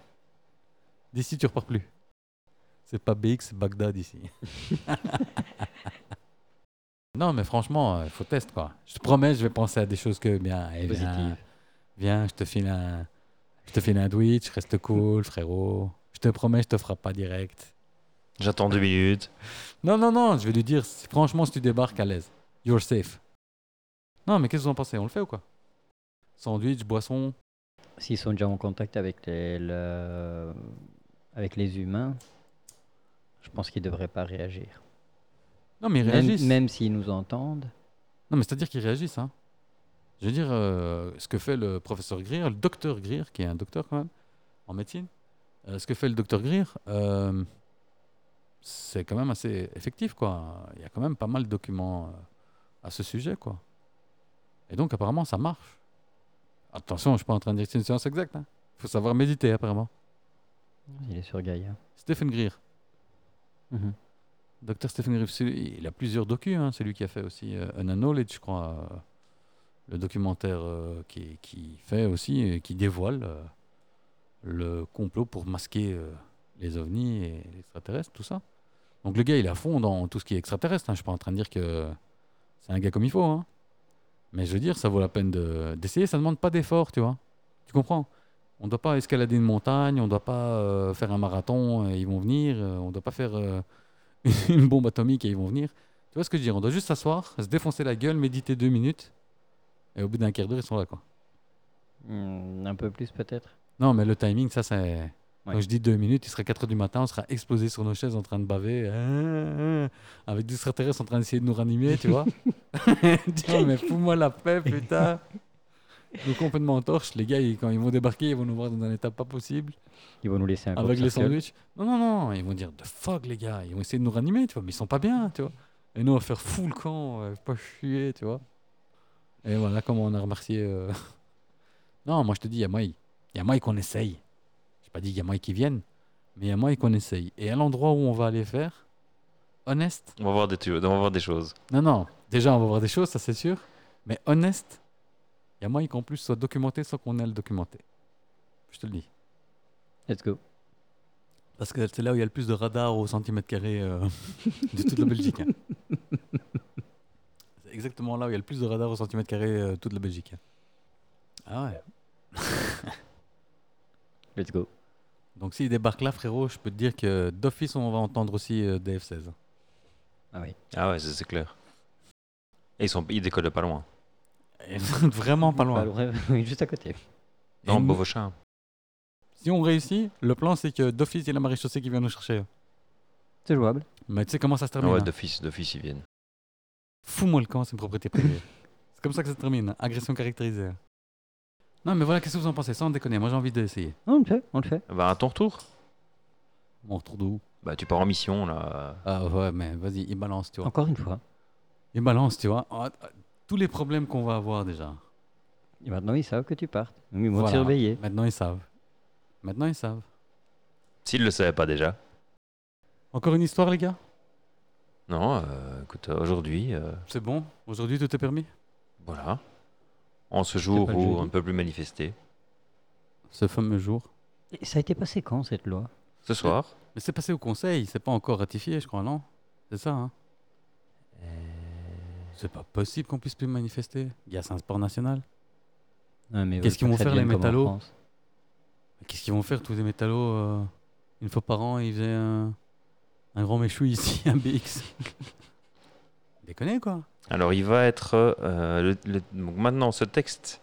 Speaker 2: D'ici, tu repars plus. C'est pas BX, c'est Bagdad ici. non, mais franchement, il faut test, quoi. Je te promets, je vais penser à des choses que bien. eh,
Speaker 3: Positive.
Speaker 2: viens, viens, je te file un, je te file un Twitch, reste cool, frérot. Je te promets, je te frappe pas direct.
Speaker 1: J'attends deux minutes.
Speaker 2: Non, non, non, je vais lui dire, si- franchement, si tu débarques à l'aise, you're safe. Non, mais qu'est-ce que vous en pensez On le fait ou quoi Sandwich, boisson.
Speaker 3: S'ils sont déjà en contact avec les, le- avec les humains, je pense qu'ils ne devraient pas réagir.
Speaker 2: Non, mais ils
Speaker 3: Même,
Speaker 2: réagissent.
Speaker 3: même s'ils nous entendent,
Speaker 2: Non, mais c'est-à-dire qu'ils réagissent. Hein. Je veux dire, euh, ce que fait le professeur Greer, le docteur Greer, qui est un docteur quand même, en médecine, euh, ce que fait le docteur Greer, euh, c'est quand même assez effectif, quoi. Il y a quand même pas mal de documents euh, à ce sujet, quoi. Et donc, apparemment, ça marche. Attention, je suis pas en train de dire que c'est une science exacte. Il faut savoir méditer, apparemment.
Speaker 3: il est sur Gaïa.
Speaker 2: Stephen Greer. Mhm. Docteur Stephen Griff, il a plusieurs docus. Hein. C'est lui qui a fait aussi euh, Un Knowledge, je crois, euh, le documentaire euh, qui, qui fait aussi, et qui dévoile euh, le complot pour masquer euh, les ovnis et les extraterrestres, tout ça. Donc le gars, il est à fond dans tout ce qui est extraterrestre. hein. Je suis pas en train de dire que c'est un gars comme il faut. hein. Mais je veux dire, ça vaut la peine de- d'essayer. ça demande pas d'effort, tu vois. Tu comprends On ne doit pas escalader une montagne, on ne doit pas euh, faire un marathon, et ils vont venir, euh, on ne doit pas faire... euh, une bombe atomique et ils vont venir. Tu vois ce que je veux dire On doit juste s'asseoir, se défoncer la gueule, méditer deux minutes, et au bout d'un quart d'heure, ils sont là, quoi.
Speaker 3: Hmm, un peu plus peut-être.
Speaker 2: Non, mais le timing, ça, c'est.
Speaker 3: Ouais.
Speaker 2: Quand je dis deux minutes, il sera 4 heures du matin, on sera explosé sur nos chaises en train de baver, euh, euh, avec des extraterrestres en train d'essayer de nous ranimer, tu vois. Tu vois, mais fous-moi la paix, putain. Nous complètement en torche, les gars, ils- quand ils vont débarquer, ils vont nous voir dans un état pas possible.
Speaker 3: Ils vont nous laisser un
Speaker 2: avec
Speaker 3: court
Speaker 2: les
Speaker 3: circuit.
Speaker 2: sandwichs. Non, non, non, ils vont dire de fuck les gars, ils vont essayer de nous ranimer, tu vois, mais ils sont pas bien, tu vois. Et nous, on va faire fou le camp, euh, pas chier, tu vois. Et voilà comment on a remercié. euh. Non, moi je te dis, il y a moi, il y a moi qu'on essaye. J'ai pas dit il y a moi qui viennent, mais il y a moi qu'on essaye. Et à l'endroit où on va aller faire, honnête,
Speaker 1: On va voir des, tu- on va voir des choses.
Speaker 2: non, non, déjà on va voir des choses, ça c'est sûr, mais honnête, il y a moi qu'en plus soit documenté sans qu'on ait à le documenter. Je te le dis.
Speaker 3: Let's go.
Speaker 2: Parce que c'est là où il y a le plus de radars au centimètre carré euh, de toute la Belgique. hein. C'est exactement là où il y a le plus de radars au centimètre carré euh, de toute la Belgique. hein. Ah ouais.
Speaker 3: Let's go.
Speaker 2: Donc s'ils débarquent là, frérot, je peux te dire que d'office, on va entendre aussi euh, des F-16.
Speaker 3: Ah oui.
Speaker 1: Ah ouais, ça, c'est clair. Et ils, sont, ils décollent de pas loin.
Speaker 2: Et Vraiment pas
Speaker 3: Pas
Speaker 2: loin.
Speaker 3: loin, Bah, oui, juste à côté.
Speaker 2: Et
Speaker 1: Dans
Speaker 2: nous,
Speaker 1: Beauvauchin. Ah
Speaker 2: si on réussit, le plan, c'est que d'office, il y a la maréchaussée qui vient nous chercher.
Speaker 3: C'est jouable.
Speaker 2: Mais tu sais comment ça se
Speaker 1: Ah
Speaker 2: termine
Speaker 1: ouais,
Speaker 2: hein.
Speaker 1: d'office, d'office, ils viennent.
Speaker 2: Fous-moi le camp, c'est une propriété privée. c'est comme ça que ça se termine. hein. Agression caractérisée. Non, mais voilà, qu'est-ce que vous en pensez Sans déconner, moi j'ai envie d'essayer.
Speaker 3: Non, on le fait, on le fait.
Speaker 1: Bah, à ton retour,
Speaker 2: Mon retour de où
Speaker 1: bah, tu pars en mission, là.
Speaker 2: Ah ouais, mais vas-y, il balance, tu vois.
Speaker 3: Encore une fois.
Speaker 2: Il balance, tu vois. Ah, ah, Tous les problèmes qu'on va avoir déjà.
Speaker 3: Et maintenant, ils savent que tu partes. Donc, ils vont te
Speaker 2: Voilà.
Speaker 3: surveiller.
Speaker 2: Maintenant, ils savent. Maintenant, ils savent.
Speaker 1: S'il le savait pas déjà.
Speaker 2: Encore une histoire, les gars
Speaker 1: Non, euh, écoute, euh, aujourd'hui, euh,
Speaker 2: C'est bon Aujourd'hui, tout est permis
Speaker 1: voilà. En ce
Speaker 3: pas
Speaker 1: jour
Speaker 3: le
Speaker 1: où
Speaker 3: jeudi.
Speaker 1: on ne peut plus manifester.
Speaker 2: Ce fameux jour.
Speaker 3: Et ça a été passé quand, cette loi
Speaker 1: Ce soir,
Speaker 2: Mais c'est passé au Conseil, c'est pas encore ratifié, je crois, non C'est ça, hein Euh, C'est pas possible qu'on puisse plus manifester. Il y a un sport national.
Speaker 3: Ouais, Ah, mais ils
Speaker 2: Qu'est-ce
Speaker 3: veulent pas
Speaker 2: qu'ils
Speaker 3: que
Speaker 2: vont
Speaker 3: ça
Speaker 2: faire, les
Speaker 3: devienne comme en
Speaker 2: métallos
Speaker 3: France.
Speaker 2: Qu'est-ce qu'ils vont faire, tous les métallos euh, Une fois par an, ils faisaient un, un grand méchou ici, un BX. Déconnez, quoi
Speaker 1: Alors, il va être. euh, le- le- donc maintenant, ce texte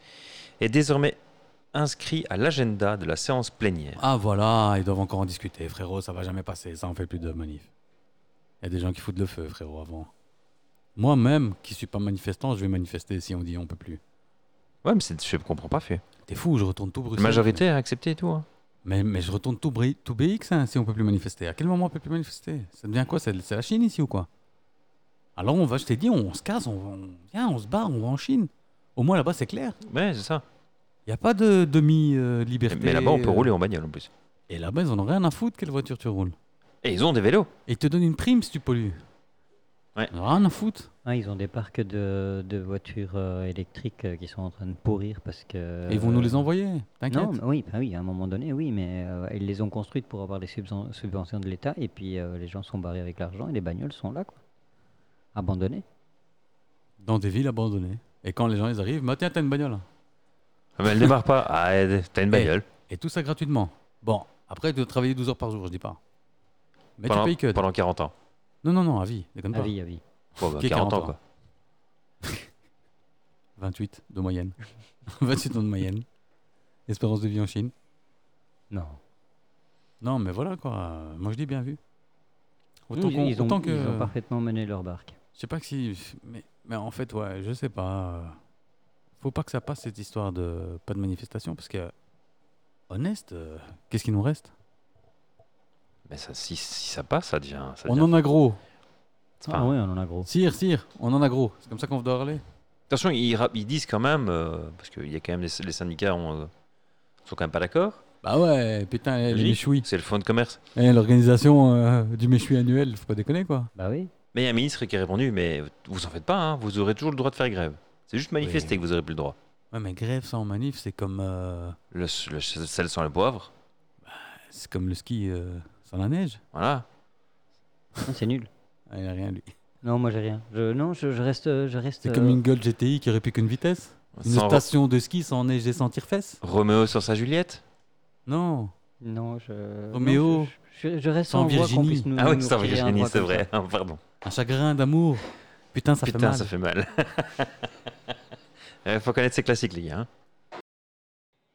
Speaker 1: est désormais inscrit à l'agenda de la séance plénière.
Speaker 2: Ah voilà, ils doivent encore en discuter, frérot, ça va jamais passer, ça on fait plus de manif. Il y a des gens qui foutent le feu, frérot, avant. Moi-même, qui suis pas manifestant, je vais manifester si on dit on peut plus.
Speaker 1: Ouais, mais c'est- je comprends pas, fait.
Speaker 2: T'es fou, je retourne tout
Speaker 1: La
Speaker 2: Bruxelles.
Speaker 1: majorité a accepté et tout. hein.
Speaker 2: Mais, mais je retourne tout, Bri- tout BX hein, si on peut plus manifester. À quel moment on peut plus manifester Ça devient quoi C'est c'est la Chine ici ou quoi Alors on va, je t'ai dit, on se casse, on, va- on vient, on se barre, on va en Chine. Au moins là-bas c'est clair.
Speaker 1: Ouais, c'est ça.
Speaker 2: Il n'y a pas de demi-liberté.
Speaker 1: Mais là-bas,
Speaker 2: euh,
Speaker 1: on peut rouler en bagnole en plus.
Speaker 2: Et là-bas, ils en ont rien à foutre quelle voiture tu roules.
Speaker 1: Et ils ont des vélos.
Speaker 2: Et ils te donnent une prime si tu pollues.
Speaker 1: Ouais.
Speaker 2: Ils en ont Rien à foutre.
Speaker 3: Ah, ils ont des parcs de, de voitures euh, électriques euh, qui sont en train de pourrir parce que.
Speaker 2: Et ils vont nous les envoyer. T'inquiète.
Speaker 3: Euh, Non, mais oui, bah oui, à un moment donné, oui, mais euh, ils les ont construites pour avoir des subven- subventions de l'État et puis euh, les gens sont barrés avec l'argent et les bagnoles sont là, quoi. Abandonnées.
Speaker 2: Dans des villes abandonnées. Et quand les gens ils arrivent, bah tiens, t'as une bagnole.
Speaker 1: Ah, Mais elle démarre pas. Ah, elle- t'as une
Speaker 2: Mais-
Speaker 1: bagnole.
Speaker 2: Et tout ça gratuitement. Bon, après, tu dois travailler 12 heures par jour, je dis pas. Mais
Speaker 1: pendant,
Speaker 2: tu payes que.
Speaker 1: pendant 40 ans.
Speaker 2: Non, non, non, à vie. Déconne
Speaker 3: À
Speaker 2: pas.
Speaker 3: vie, à vie.
Speaker 1: Ouais, bah,
Speaker 2: Qui est
Speaker 1: 40 ans,
Speaker 2: 40 ans.
Speaker 1: quoi.
Speaker 2: 28 de moyenne. 28 ans de moyenne. Espérance de vie en Chine.
Speaker 3: Non.
Speaker 2: Non, mais voilà quoi. Euh, Moi, je dis bien vu. Autant,
Speaker 3: ils,
Speaker 2: qu'on-
Speaker 3: ils ont,
Speaker 2: autant que.
Speaker 3: ils ont parfaitement mené leur barque.
Speaker 2: Je sais pas que si. Mais, mais en fait, ouais, je sais pas. euh, Faut pas que ça passe cette histoire de pas de manifestation parce que. Honnête, euh, qu'est-ce qui nous reste
Speaker 1: Mais ça, si, si ça passe, ça devient. ça
Speaker 2: On
Speaker 1: devient-
Speaker 2: en a gros.
Speaker 3: Ah, oui, on en a gros.
Speaker 2: Sire, sire, on en a gros. C'est comme ça qu'on doit hurler.
Speaker 1: Attention, ils, ra- ils disent quand même. euh, parce qu'il y a quand même les, les syndicats ont, euh, sont quand même pas d'accord.
Speaker 2: Bah ouais, putain, eh, les
Speaker 1: Logique.
Speaker 2: méchouis.
Speaker 1: C'est le fonds de commerce.
Speaker 2: Eh, L'organisation euh, du méchoui annuel, faut pas déconner quoi.
Speaker 3: Bah oui.
Speaker 1: Mais il y a un ministre qui a répondu, mais vous en faites pas, hein, vous aurez toujours le droit de faire grève. C'est juste manifester que vous aurez plus le droit.
Speaker 2: Ouais, mais grève sans manif, c'est comme. euh,
Speaker 1: Le, s- le s- sel sans le poivre,
Speaker 2: C'est comme le ski euh, sans la neige.
Speaker 1: voilà.
Speaker 3: Non, c'est nul.
Speaker 2: Ah, il a rien lui.
Speaker 3: Non, moi j'ai rien. Je, non, je, je reste. euh, Je reste
Speaker 2: C'est
Speaker 3: euh,
Speaker 2: comme une Gold GTI qui aurait plus qu'une vitesse. Une
Speaker 1: Sans Ro-
Speaker 2: station de ski sans neige et sans tire-fesses.
Speaker 1: Roméo sans sa Juliette.
Speaker 2: Non.
Speaker 3: euh, Non, je.
Speaker 2: Roméo.
Speaker 3: non, je, je- je reste
Speaker 2: Sans
Speaker 3: en voie qu'on
Speaker 2: Virginie.
Speaker 3: puisse nous.
Speaker 1: ah oui,
Speaker 3: nous
Speaker 1: sans
Speaker 3: retirer un
Speaker 1: Virginie,
Speaker 3: droit
Speaker 1: c'est
Speaker 3: comme ça.
Speaker 1: vrai. Ah, Pardon.
Speaker 2: Un chagrin d'amour. Putain, ça fait
Speaker 1: Putain,
Speaker 2: mal.
Speaker 1: ça fait mal. Il faut connaître ces classiques, les gars. hein.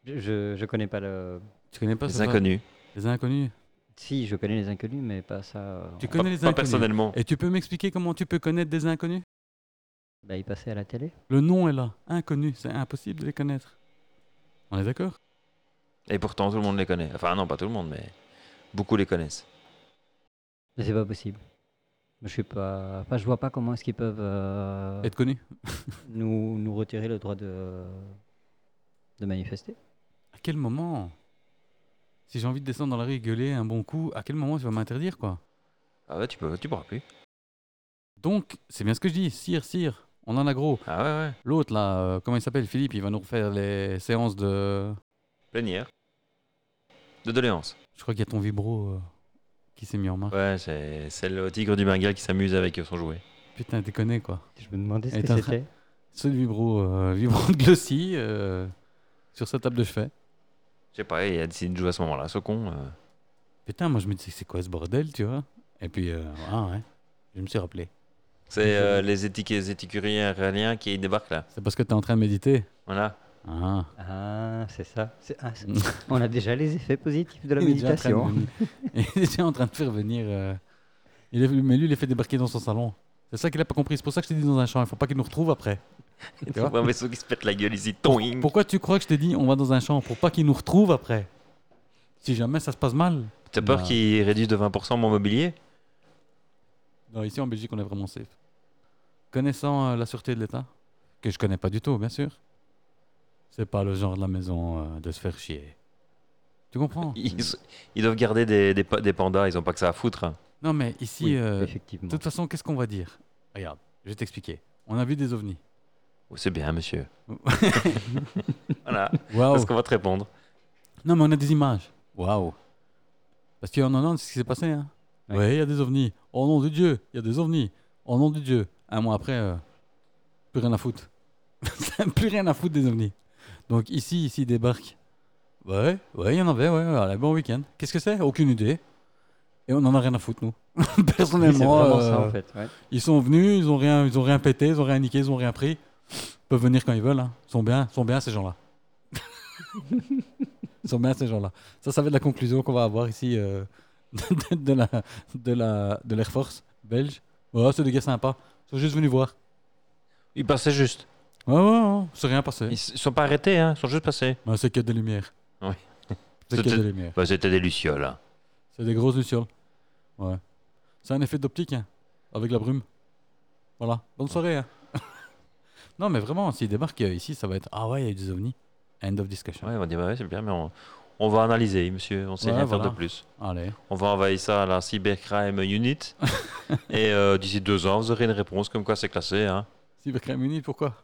Speaker 3: Je, je connais pas le.
Speaker 2: Tu connais pas
Speaker 1: Les
Speaker 2: ça, toi
Speaker 1: inconnus.
Speaker 2: Les inconnus.
Speaker 3: Si, je connais les inconnus, mais pas ça. euh,
Speaker 2: Tu
Speaker 3: en-
Speaker 1: Pas,
Speaker 2: connais les
Speaker 1: pas
Speaker 2: inconnus.
Speaker 1: personnellement.
Speaker 2: Et tu peux m'expliquer comment tu peux connaître des inconnus
Speaker 3: Bah, ils passaient à la télé.
Speaker 2: Le nom est là. Inconnu. C'est impossible de les connaître. On est d'accord
Speaker 1: Et pourtant, tout le monde les connaît. Enfin, non, pas tout le monde, mais beaucoup les connaissent.
Speaker 3: Mais c'est pas possible. Je suis pas. Enfin, je vois pas comment est-ce qu'ils peuvent euh,
Speaker 2: Être connu.
Speaker 3: nous, nous retirer le droit de de manifester.
Speaker 2: À quel moment Si j'ai envie de descendre dans la rue et gueuler un bon coup, à quel moment tu vas m'interdire, quoi
Speaker 1: Ah ouais, tu peux, tu pourras plus.
Speaker 2: Donc, c'est bien ce que je dis. Sire, sire, on en a gros.
Speaker 1: Ah ouais, ouais.
Speaker 2: L'autre, là, euh, comment il s'appelle Philippe, il va nous refaire les séances de.
Speaker 1: Plénière. De doléances.
Speaker 2: Je crois qu'il y a ton vibro euh, qui s'est mis en marche.
Speaker 1: Ouais, c'est c'est le tigre du Bengale qui s'amuse avec son jouet.
Speaker 2: Putain, déconne, quoi.
Speaker 3: Je me demandais ce
Speaker 2: Et
Speaker 3: que
Speaker 2: t'es en train-
Speaker 3: c'était.
Speaker 2: Ceux de vibro, euh, vibro de Glossy, euh, sur sa table de chevet.
Speaker 1: Je sais pas, il a décidé de jouer à ce moment-là, ce con. euh.
Speaker 2: Putain, moi je me disais, c'est quoi ce bordel, tu vois Et puis, euh, ah ouais, je me suis rappelé.
Speaker 1: C'est euh, les, étiqu- les étiquuriers aériens qui débarquent là.
Speaker 2: C'est parce que t'es en train de méditer
Speaker 1: Voilà.
Speaker 2: Ah.
Speaker 3: Ah, c'est ça. C'est- ah, c'est- On a déjà les effets positifs de la
Speaker 2: Il est déjà en train de
Speaker 3: méditation.
Speaker 2: venir- Il est déjà en train de faire venir. euh, il est- mais lui, il les fait débarquer dans son salon. C'est ça qu'il a pas compris. C'est pour ça que je t'ai dit dans un champ. Il faut pas qu'il nous retrouve après.
Speaker 1: Il voit un vaisseau qui se pète la gueule ici. Toing.
Speaker 2: Pourquoi tu crois que je t'ai dit on va dans un champ pour pas qu'il nous retrouve après Si jamais ça se passe mal.
Speaker 1: T'as peur
Speaker 2: Bah,
Speaker 1: qu'il réduise de 20% mon mobilier
Speaker 2: Non, ici en Belgique, on est vraiment safe. Connaissant euh, la sûreté de l'État, que je connais pas du tout, bien sûr. C'est pas le genre de la maison euh, de se faire chier. Tu comprends
Speaker 1: ils, ils doivent garder des, des, pa- des pandas, ils ont pas que ça à foutre. hein.
Speaker 2: Non, mais ici,
Speaker 3: Oui,
Speaker 2: euh, de
Speaker 3: effectivement.
Speaker 2: toute façon, qu'est-ce qu'on va dire Regarde, je vais t'expliquer. On a vu des ovnis.
Speaker 1: Oh, C'est bien, monsieur. voilà,
Speaker 2: Waouh
Speaker 1: parce qu'on va te répondre.
Speaker 2: Non, mais on a des images. Waouh. Parce qu'en 90, c'est ce qui s'est passé. Hein.
Speaker 3: Ouais.
Speaker 2: Ouais, il y a des ovnis. Au nom de Dieu, il y a des ovnis. Au nom de Dieu. Un mois après, euh, plus rien à foutre. plus rien à foutre des ovnis. Donc ici, ici, ils débarquent. Ouais, ouais, il y en avait, ouais, ouais. Allez, bon week-end. Qu'est-ce que c'est Aucune idée. Et on en a rien à foutre, nous.
Speaker 3: Oui, c'est
Speaker 2: Personnellement,
Speaker 3: vraiment ça
Speaker 2: euh,
Speaker 3: en fait. ouais.
Speaker 2: ils sont venus, ils ont rien, ils ont rien pété, ils ont rien niqué, ils ont rien pris. Ils peuvent venir quand ils veulent. hein. Ils sont bien, ils sont bien ces gens-là. ils sont bien ces gens-là. Ça, ça va être la conclusion qu'on va avoir ici euh, de, de- de la de la de l'Air Force belge. Ouais, c'est des gars sympas. Ils sont juste venus voir.
Speaker 1: Ils passaient juste.
Speaker 2: Ouais, ouais, ouais, c'est rien passé.
Speaker 1: Ils s- ils sont pas arrêtés, hein, ils sont juste passés.
Speaker 2: Ouais, c'est que des lumières.
Speaker 1: Oui.
Speaker 2: C'est que
Speaker 1: C'était-
Speaker 2: des lumières.
Speaker 1: Bah, C'était des lucioles. hein.
Speaker 2: C'est des grosses lucioles. Ouais. C'est un effet d'optique, hein, avec la brume. Voilà. Bonne soirée. hein. non, mais vraiment, s'ils débarquent euh, ici, ça va être Ah ouais, il y a eu des ovnis. End of discussion.
Speaker 1: Ouais, on va dire, bah ouais, c'est bien, mais on, on va analyser, monsieur. On sait
Speaker 2: Ouais,
Speaker 1: rien faire
Speaker 2: voilà.
Speaker 1: de plus.
Speaker 2: Allez.
Speaker 1: On va envoyer ça à la Cybercrime Unit. et euh, d'ici deux ans, vous aurez une réponse comme quoi c'est classé. Hein.
Speaker 2: Cybercrime Uni, pourquoi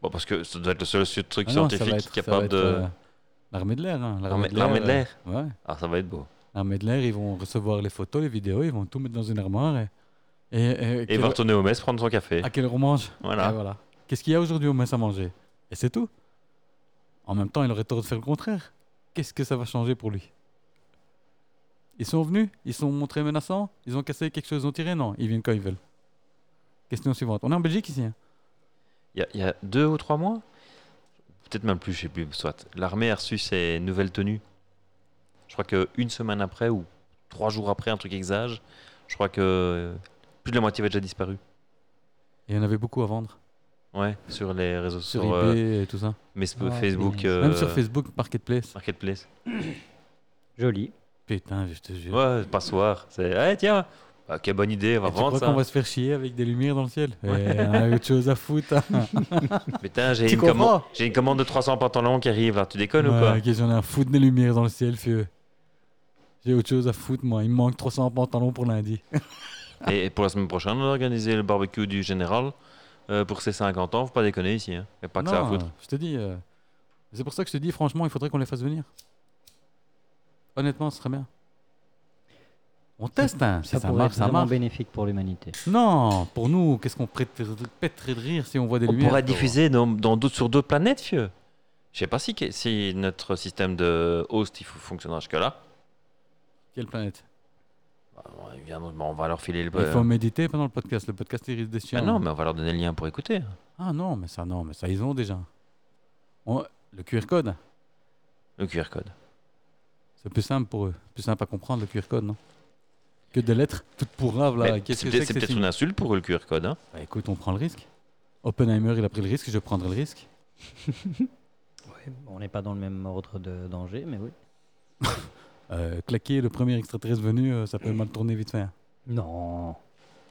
Speaker 1: Bon, parce que ça doit être le seul su- truc
Speaker 2: Ah non, ça va
Speaker 1: scientifique
Speaker 2: être- ça va
Speaker 1: capable
Speaker 2: être,
Speaker 1: de.
Speaker 2: euh, L'armée de l'air. Hein.
Speaker 1: L'armée- l'armée de l'air.
Speaker 2: euh, Ouais.
Speaker 1: Ah, ça va être beau.
Speaker 2: L'armée de l'air, ils vont recevoir les photos, les vidéos, ils vont tout mettre dans une armoire. Et, et, et-
Speaker 1: Et
Speaker 2: quel-
Speaker 1: va retourner au mess, prendre son café.
Speaker 2: à quelle heure on mange
Speaker 1: Voilà.
Speaker 2: Ah, voilà. Qu'est-ce qu'il y a aujourd'hui au mess à manger Et c'est tout. En même temps, il aurait tort de faire le contraire. Qu'est-ce que ça va changer pour lui Ils sont venus Ils sont montrés menaçants Ils ont cassé quelque chose Ils ont tiré Non, ils viennent quand ils veulent. Question suivante. On est en Belgique ici hein
Speaker 1: Il y a- il y, a deux ou trois mois, peut-être même plus, je sais plus, soit. L'armée a reçu ses nouvelles tenues. Je crois qu'une semaine après ou trois jours après, un truc exage, je crois que euh, plus de la moitié avait déjà disparu.
Speaker 2: Et il y en avait beaucoup à vendre.
Speaker 1: Ouais, sur les réseaux
Speaker 2: Sur,
Speaker 1: sociaux. Sur, euh,
Speaker 2: eBay et tout ça.
Speaker 1: mes sp-
Speaker 3: Ah,
Speaker 1: Facebook.
Speaker 3: mais-
Speaker 1: euh,
Speaker 2: Même sur Facebook Marketplace.
Speaker 1: Marketplace.
Speaker 3: Joli.
Speaker 2: Putain, je te jure.
Speaker 1: Ouais, passoire. C'est, eh tiens, bah, quelle bonne idée, on va
Speaker 2: Et tu
Speaker 1: vendre
Speaker 2: crois
Speaker 1: ça.
Speaker 2: qu'on va se faire chier avec des lumières dans le ciel
Speaker 1: Ouais.
Speaker 2: Eh, On a autre chose à foutre. hein.
Speaker 1: Putain, j'ai
Speaker 2: Tu
Speaker 1: une, commande-
Speaker 2: comprends
Speaker 1: j'ai une commande de 300 pantalons qui arrive là, tu déconnes ou
Speaker 2: Ouais,
Speaker 1: quoi
Speaker 2: qu'est-ce qu'on a à foutre des lumières dans le ciel, fieu J'ai autre chose à foutre, moi. Il me manque 300 pantalons pour lundi.
Speaker 1: Et et pour la semaine prochaine, on a organisé le barbecue du général euh, pour ses 50 ans. Faut pas déconner ici. Hein. Y a pas que ça à
Speaker 2: Non,
Speaker 1: foutre.
Speaker 2: Je te dis. euh, C'est pour ça que je te dis, franchement, il faudrait qu'on les fasse venir. Honnêtement, ce serait bien. On teste, hein. Si
Speaker 3: Ça,
Speaker 2: ça,
Speaker 3: pourrait
Speaker 2: marche,
Speaker 3: être
Speaker 2: ça
Speaker 3: vraiment
Speaker 2: marche.
Speaker 3: bénéfique pour l'humanité.
Speaker 2: Non, pour nous, qu'est-ce qu'on prêterait- pèterait de rire si on voit des
Speaker 1: On
Speaker 2: lumières
Speaker 1: pourra diffuser dans, dans d'autres- sur d'autres planètes, fieu. Je sais pas si, que- si notre système de host il fo- fonctionnera jusque-là.
Speaker 2: Quelle planète
Speaker 1: Bah, bon, évidemment, bon, on va leur filer le.
Speaker 2: Il faut hein. méditer pendant le podcast. Le podcast, il risque d'être
Speaker 1: Bah
Speaker 2: chiant.
Speaker 1: non, mais on va leur donner le lien pour écouter. hein.
Speaker 2: Ah non, mais ça, non, mais ça, ils ont déjà. On- Le QR code,
Speaker 1: Le QR code.
Speaker 2: c'est plus simple pour eux. Plus simple à comprendre, le QR code, non Que des lettres toutes pourraves,
Speaker 1: Mais
Speaker 2: là. Bah, Qu'est-ce
Speaker 1: c'est
Speaker 2: que
Speaker 1: peut-être,
Speaker 2: c'est
Speaker 1: c'est
Speaker 2: que ces
Speaker 1: peut-être une insulte pour eux, le QR code. hein.
Speaker 2: Bah écoute, on prend le risque. Oppenheimer, il a pris le risque, je prendrai le risque.
Speaker 3: On n'est pas dans le même ordre de danger, mais oui.
Speaker 2: Euh, claquer le premier extraterrestre venu, euh, ça peut mal tourner vite fait. hein.
Speaker 3: Non.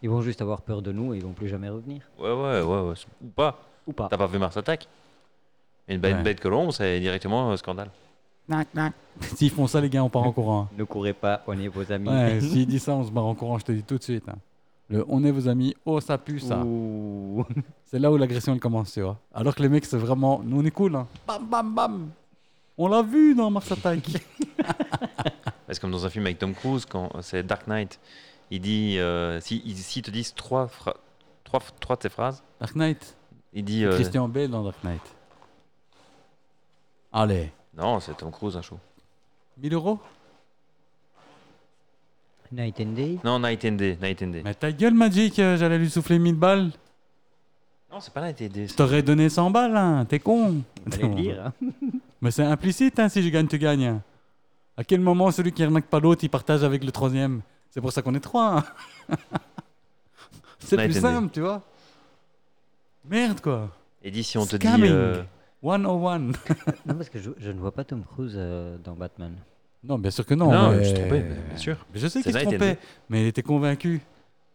Speaker 3: Ils vont juste avoir peur de nous et ils vont plus jamais revenir.
Speaker 1: Ouais, ouais, ouais, ouais. c'est- Ou pas.
Speaker 3: Ou pas.
Speaker 1: T'as pas vu Mars Attack Une bête,
Speaker 2: Ouais.
Speaker 1: bête colombe, c'est directement un scandale.
Speaker 2: S'ils font ça, les gars, on part en courant.
Speaker 3: Ne courez pas, on est vos amis.
Speaker 2: hein. Ouais, s'ils disent ça, on se barre en courant, je te dis tout de suite. hein. Le on est vos amis, oh ça pue ça.
Speaker 3: Ouh.
Speaker 2: C'est là où l'agression elle commence, tu vois. Alors que les mecs, c'est vraiment. Nous, on est cool. hein. Bam, bam, bam. On l'a vu dans Mars Attack.
Speaker 1: C'est comme dans un film avec Tom Cruise, quand euh, c'est Dark Knight, il dit, euh, si, il- s'ils te disent trois, phra- trois, trois de ces phrases,
Speaker 2: Dark Knight.
Speaker 1: il dit, euh,
Speaker 2: Christian Bale dans Dark Knight. Allez,
Speaker 1: non, c'est Tom Cruise, un show.
Speaker 2: 1000 euros
Speaker 3: Night and Day.
Speaker 1: Non, Night and Day, Night and Day.
Speaker 2: Mais ta gueule, Magic, euh, j'allais lui souffler 1000 balles.
Speaker 1: Non, c'est pas Night and Day.
Speaker 2: Je t'aurais donné 100 balles, hein, t'es con.
Speaker 3: Allez le lire. hein.
Speaker 2: Mais c'est implicite, hein, si je gagne, tu gagnes. À quel moment celui qui arnaque pas l'autre, il partage avec le troisième C'est pour ça qu'on est trois. hein. C'est plus
Speaker 1: Night and Day.
Speaker 2: simple, tu vois. Merde, quoi. oh
Speaker 1: Et dis si on te dit.
Speaker 2: Scamming.
Speaker 1: euh,
Speaker 2: 101.
Speaker 3: Non, parce que je, je ne vois pas Tom Cruise euh, dans Batman.
Speaker 2: Non, bien sûr que non.
Speaker 1: Non,
Speaker 2: mais-
Speaker 1: je suis trompé, mais bien sûr.
Speaker 2: Mais je sais
Speaker 1: C'est
Speaker 2: qu'il se
Speaker 1: Night and
Speaker 2: trompait,
Speaker 1: Day.
Speaker 2: mais il était convaincu.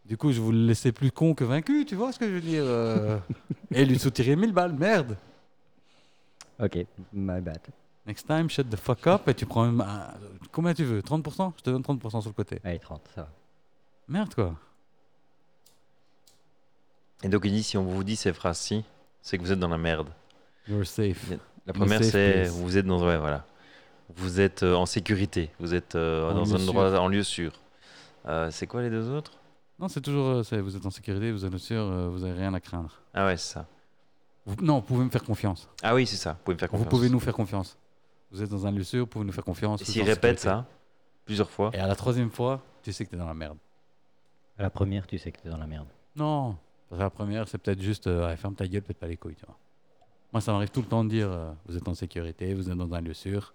Speaker 2: Du coup, je vous le laissais plus con que vaincu, tu vois ce que je veux dire euh, Et lui soutirer 1000 balles, merde
Speaker 3: Ok, my bad.
Speaker 2: Next time, shut the fuck up et tu prends même, un- combien tu veux 30% Je te donne 30% sur le côté.
Speaker 3: Allez, 30, ça va.
Speaker 2: Merde quoi.
Speaker 1: Et donc, il dit si on vous dit ces phrases-ci, c'est que vous êtes dans la merde.
Speaker 2: You're safe.
Speaker 1: La
Speaker 2: Be
Speaker 1: première,
Speaker 2: safe,
Speaker 1: c'est
Speaker 2: please.
Speaker 1: vous êtes dans ouais, voilà. Vous êtes euh, en sécurité, vous êtes euh,
Speaker 2: En
Speaker 1: dans
Speaker 2: lieu
Speaker 1: un endroit en lieu sûr. Euh, c'est quoi les deux autres
Speaker 2: Non, c'est toujours euh, c'est- vous êtes en sécurité, vous êtes sûr, euh, vous n'avez rien à craindre.
Speaker 1: Ah ouais, c'est ça.
Speaker 2: Vous- non, vous pouvez me faire confiance.
Speaker 1: Ah oui, c'est ça. Vous pouvez me faire confiance.
Speaker 2: Vous pouvez nous faire confiance. Vous êtes dans un lieu sûr, vous pouvez nous faire confiance.
Speaker 1: Et
Speaker 2: vous
Speaker 1: S'il
Speaker 2: êtes en
Speaker 1: répète
Speaker 2: sécurité.
Speaker 1: ça plusieurs fois,
Speaker 2: Et à la troisième fois, tu sais que t'es dans la merde.
Speaker 3: À la première, tu sais que t'es dans la merde.
Speaker 2: Non. Parce que la première, c'est peut-être juste euh, Ouais, ferme ta gueule, pète pas les couilles. Tu vois. Moi, ça m'arrive tout le temps de dire euh, Vous êtes en sécurité, vous êtes dans un lieu sûr,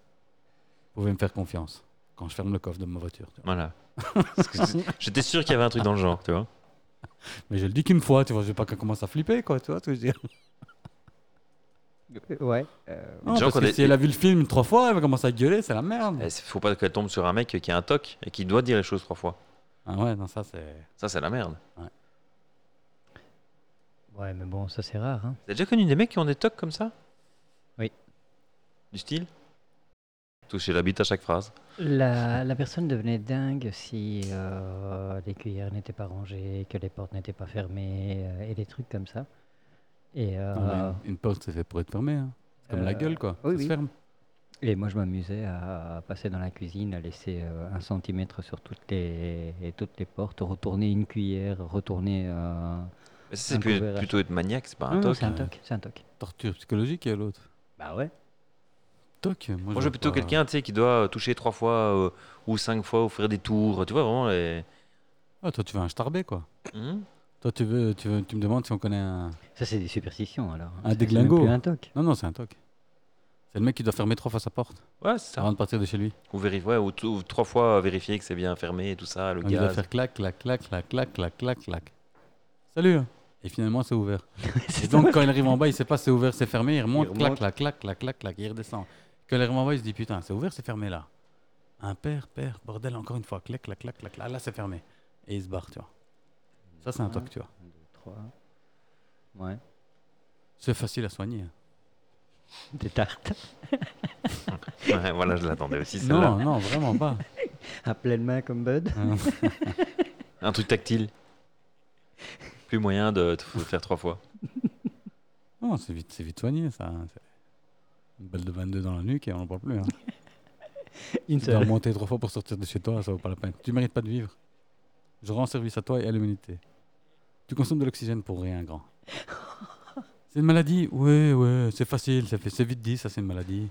Speaker 2: vous pouvez me faire confiance quand je ferme le coffre de ma voiture. tu vois.
Speaker 1: voilà. Parce que c'est- J'étais sûr qu'il y avait un truc dans le genre, tu vois.
Speaker 2: Mais je le dis qu'une fois, tu vois, je veux pas qu'on commence à flipper, quoi, tu vois, ce que je veux dire.
Speaker 3: Ouais.
Speaker 2: Non,
Speaker 1: Genre
Speaker 2: parce
Speaker 1: qu'on
Speaker 2: que
Speaker 1: est-
Speaker 2: si elle a vu le film trois fois, elle va commencer à gueuler, c'est la merde.
Speaker 1: Il faut pas qu'elle tombe sur un mec qui a un toc et qui doit dire les choses trois fois.
Speaker 2: Ah ouais, non, ça c'est.
Speaker 1: Ça, c'est la merde.
Speaker 3: Ouais, mais bon, ça c'est rare. Hein.
Speaker 1: T'as déjà connu des mecs qui ont des tocs comme ça
Speaker 3: Oui.
Speaker 1: Du style Toucher la bite à chaque phrase.
Speaker 3: La, la personne devenait dingue si euh, les cuillères n'étaient pas rangées, que les portes n'étaient pas fermées euh, et des trucs comme ça. Et,
Speaker 1: Ah.
Speaker 3: euh,
Speaker 2: Non, mais une porte, c'est fait pour être fermée. hein. C'est comme la
Speaker 3: Euh,
Speaker 2: gueule, quoi.
Speaker 3: oui,
Speaker 2: ça
Speaker 3: oui.
Speaker 2: se ferme.
Speaker 3: et moi, je m'amusais à passer dans la cuisine, à laisser euh, un centimètre sur toutes les, et toutes les portes, retourner une cuillère, retourner. euh,
Speaker 1: Mais ça, c'est
Speaker 3: Un
Speaker 1: plus-
Speaker 3: couvert.
Speaker 1: plutôt être maniaque, c'est pas
Speaker 3: non,
Speaker 1: un
Speaker 3: non,
Speaker 1: toc.
Speaker 3: c'est un
Speaker 2: euh.
Speaker 3: toc, c'est un toc.
Speaker 2: Torture psychologique, et l'autre.
Speaker 3: Bah ouais.
Speaker 2: Toc. Moi,
Speaker 1: Moi, je veux plutôt
Speaker 2: pas-
Speaker 1: quelqu'un tu sais, qui doit euh, toucher trois fois euh, ou cinq fois ou faire des tours. Tu vois, vraiment. Les...
Speaker 2: Ah, toi, tu veux un starbé, quoi.
Speaker 1: Mhm.
Speaker 2: Toi, tu veux, tu veux, tu me demandes si on connaît un.
Speaker 3: Ça, c'est des superstitions alors. hein. Ça,
Speaker 2: Un
Speaker 3: c'est même
Speaker 2: déglingo.
Speaker 3: plus un toc.
Speaker 2: Non, non, c'est un toc. C'est le mec qui doit fermer trois fois sa porte
Speaker 1: Ouais, c'est ça.
Speaker 2: avant de partir de chez lui.
Speaker 1: Ou, vérif- ouais, ou t- ou trois fois euh, vérifier que c'est bien fermé et tout ça, le
Speaker 2: Ah, il doit
Speaker 1: gaz.
Speaker 2: faire clac, clac, clac, clac, clac, clac, clac, clac. Salut. hein. Et finalement, c'est ouvert. Et
Speaker 3: C'est
Speaker 2: donc, quand il arrive en bas, il sait pas c'est ouvert, c'est fermé, il remonte,
Speaker 1: Il
Speaker 2: clac,
Speaker 1: remonte.
Speaker 2: clac, clac, clac, clac, clac, il redescend. Quand il arrive en bas, il se dit putain, c'est ouvert, c'est fermé là. Un père, père, bordel, encore une fois, clac, clac, clac, clac, là, là, c'est fermé. Et il se barre, tu vois. Ça, c'est un toc, tu vois.
Speaker 3: Un, deux, trois. Ouais.
Speaker 2: C'est facile à soigner. hein.
Speaker 3: Des tartes.
Speaker 1: Ouais, voilà, je l'attendais aussi, celle-là.
Speaker 2: Non, non, vraiment pas.
Speaker 3: À pleine main comme Bud.
Speaker 2: Hein.
Speaker 1: Un truc tactile. Plus moyen de te f- faire trois fois.
Speaker 2: non, c'est vite, c'est vite soigné, ça. hein. C'est Une balle de 22 dans la nuque et on n'en parle plus. hein.
Speaker 3: Une
Speaker 2: Tu dois remonter trois fois pour sortir de chez toi, ça vaut pas la peine. Tu mérites pas de vivre. Je rends service à toi et à l'humanité. Tu consommes de l'oxygène pour rien, grand. C'est une maladie Ouais, ouais, c'est facile, ça fait- c'est vite dit, ça c'est une maladie.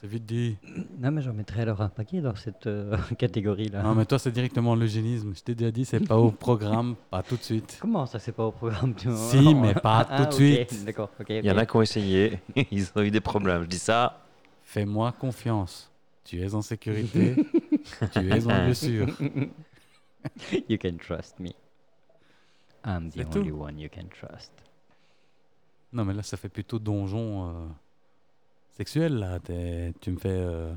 Speaker 2: C'est vite dit.
Speaker 3: Non, mais j'en mettrais alors un paquet dans cette euh, catégorie-là.
Speaker 2: Non, mais toi c'est directement l'eugénisme. Je t'ai déjà dit, c'est pas au programme, pas tout de suite.
Speaker 3: Comment ça, c'est pas au programme tu vois
Speaker 2: Si, mais pas
Speaker 3: Ah,
Speaker 2: tout de
Speaker 3: ok,
Speaker 2: suite.
Speaker 3: D'accord, ok.
Speaker 1: Il y en a qui ont essayé, ils ont eu des problèmes. Je dis ça,
Speaker 2: Fais-moi confiance. Tu es en sécurité. tu es en lieu sûr.
Speaker 3: You can trust me. I'm the
Speaker 2: C'est tout.
Speaker 3: only one you can trust.
Speaker 2: Non, mais là ça fait plutôt donjon euh, sexuel, là. T'es- Tu me fais. euh,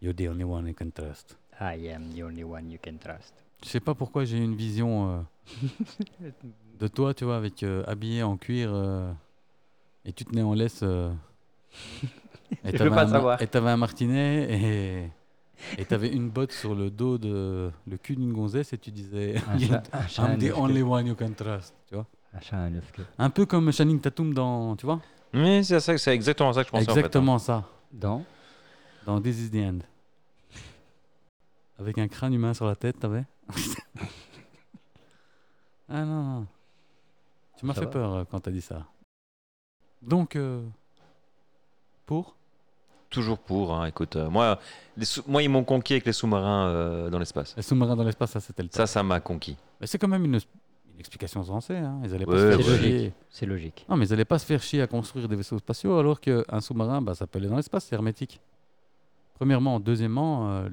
Speaker 2: You're the only one I can trust.
Speaker 3: I am the only one you can trust.
Speaker 2: Je sais pas pourquoi j'ai une vision euh, de toi, tu vois, avec euh, habillé en cuir euh, et tu tenais en laisse. euh, et
Speaker 3: Je veux
Speaker 2: t'avais
Speaker 3: pas
Speaker 2: un ma-
Speaker 3: savoir.
Speaker 2: Et t'avais un martinet et et t'avais une botte sur le dos de le cul d'une gonzesse et tu disais
Speaker 3: Un chat, un chat,
Speaker 2: I'm
Speaker 3: un
Speaker 2: the
Speaker 3: œuf
Speaker 2: only
Speaker 3: queue.
Speaker 2: one you can trust, tu vois.
Speaker 3: Un chat, un œuf queue.
Speaker 2: Un peu comme Channing Tatum dans, tu vois.
Speaker 1: mais c'est ça, c'est exactement ça que je pensais hein.
Speaker 2: Exactement ça
Speaker 3: Dans
Speaker 2: dans This Is the End. Avec un crâne humain sur la tête, t'avais Ah non, non. Tu m'as
Speaker 3: Ça
Speaker 2: fait
Speaker 3: va.
Speaker 2: peur euh, quand t'as dit ça. Donc, euh, pour
Speaker 1: en fait. Toujours pour, hein, écoute. euh, moi, les sous- moi, ils m'ont conquis avec les sous-marins euh, dans l'espace.
Speaker 2: les sous-marins dans l'espace, ça c'était le top.
Speaker 1: Ça, ça m'a conquis.
Speaker 2: Mais c'est quand même une, une explication censée. Hein. Ils allaient pas
Speaker 1: Ouais,
Speaker 2: se faire
Speaker 3: ouais.
Speaker 2: chier.
Speaker 3: C'est logique.
Speaker 2: Non, mais ils allaient pas se faire chier à construire des vaisseaux spatiaux alors qu'un sous-marin, bah, ça peut aller dans l'espace, c'est hermétique. Premièrement. Deuxièmement, euh,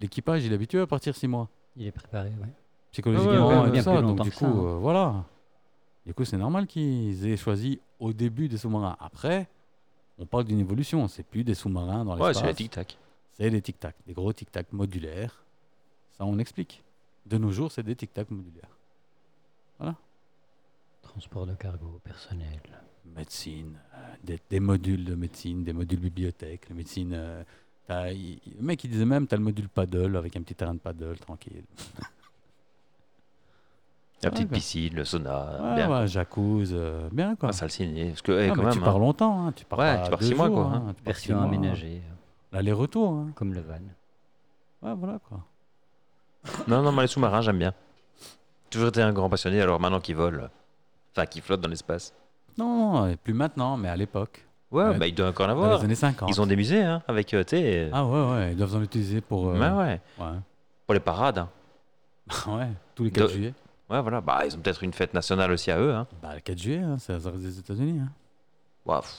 Speaker 2: l'équipage, il est habitué à partir six mois.
Speaker 3: Il est préparé, ouais.
Speaker 2: psychologiquement
Speaker 3: ouais, ouais,
Speaker 2: et
Speaker 3: bien
Speaker 2: tout
Speaker 3: plus
Speaker 2: ça. Donc
Speaker 3: longtemps
Speaker 2: du
Speaker 3: que
Speaker 2: coup,
Speaker 3: ça, hein.
Speaker 2: euh, voilà. Du coup, c'est normal qu'ils aient choisi au début des sous-marins. Après, on parle d'une évolution. C'est plus des sous-marins dans
Speaker 1: Ouais,
Speaker 2: l'espace.
Speaker 1: c'est les tic-tac.
Speaker 2: c'est des tic-tac, des gros tic-tac modulaires. Ça, on explique. De nos jours, c'est des tic-tac modulaires.
Speaker 3: Transport de cargo, personnel.
Speaker 2: Médecine, euh, des, des modules de médecine, des modules bibliothèque, la médecine. euh, t'as- il- il- le mec, il disait même, t'as le module paddle avec un petit terrain de paddle, tranquille.
Speaker 1: La
Speaker 2: Ouais,
Speaker 1: petite
Speaker 2: quoi.
Speaker 1: piscine, le sauna,
Speaker 2: Ouais,
Speaker 1: Ah, bien.
Speaker 2: ouais, jacuzzi, euh, bien quoi.
Speaker 1: Ah, ça le signe. Parce que, eh,
Speaker 2: Ah,
Speaker 1: quand
Speaker 2: mais tu
Speaker 1: même,
Speaker 2: pars
Speaker 1: hein.
Speaker 2: longtemps, hein, tu pars
Speaker 1: Ouais,
Speaker 2: pas
Speaker 1: tu pars
Speaker 2: deux
Speaker 1: six mois,
Speaker 2: jours,
Speaker 1: quoi,
Speaker 2: hein,
Speaker 1: hein.
Speaker 2: tu pars six
Speaker 3: Version
Speaker 2: mois.
Speaker 3: aménagée, euh,
Speaker 2: L'aller-retour, hein.
Speaker 3: comme le van.
Speaker 2: ouais, voilà quoi.
Speaker 1: Non, non, mais les sous-marins, j'aime bien. Toujours été un grand passionné, alors maintenant qu'ils volent, enfin qu'ils flottent dans l'espace.
Speaker 2: Non, non, et plus maintenant, mais à l'époque,
Speaker 1: Ouais,
Speaker 2: Ouais.
Speaker 1: bah ils doivent encore en
Speaker 2: dans
Speaker 1: avoir.
Speaker 2: les années 50.
Speaker 1: Ils ont des musées, hein, avec, euh, tu sais.
Speaker 2: Ah ouais, ouais, ils doivent en utiliser pour. euh,
Speaker 1: ouais, ouais.
Speaker 2: ouais. Ah
Speaker 1: Pour les parades. hein.
Speaker 2: Ouais, tous les 4
Speaker 1: De-
Speaker 2: juillet.
Speaker 1: Ouais, voilà. Bah, ils ont peut-être une fête nationale aussi à eux. Hein.
Speaker 2: Bah, le 4 juillet, hein, c'est ça reste des États-Unis. hein.
Speaker 1: Ouah, pff.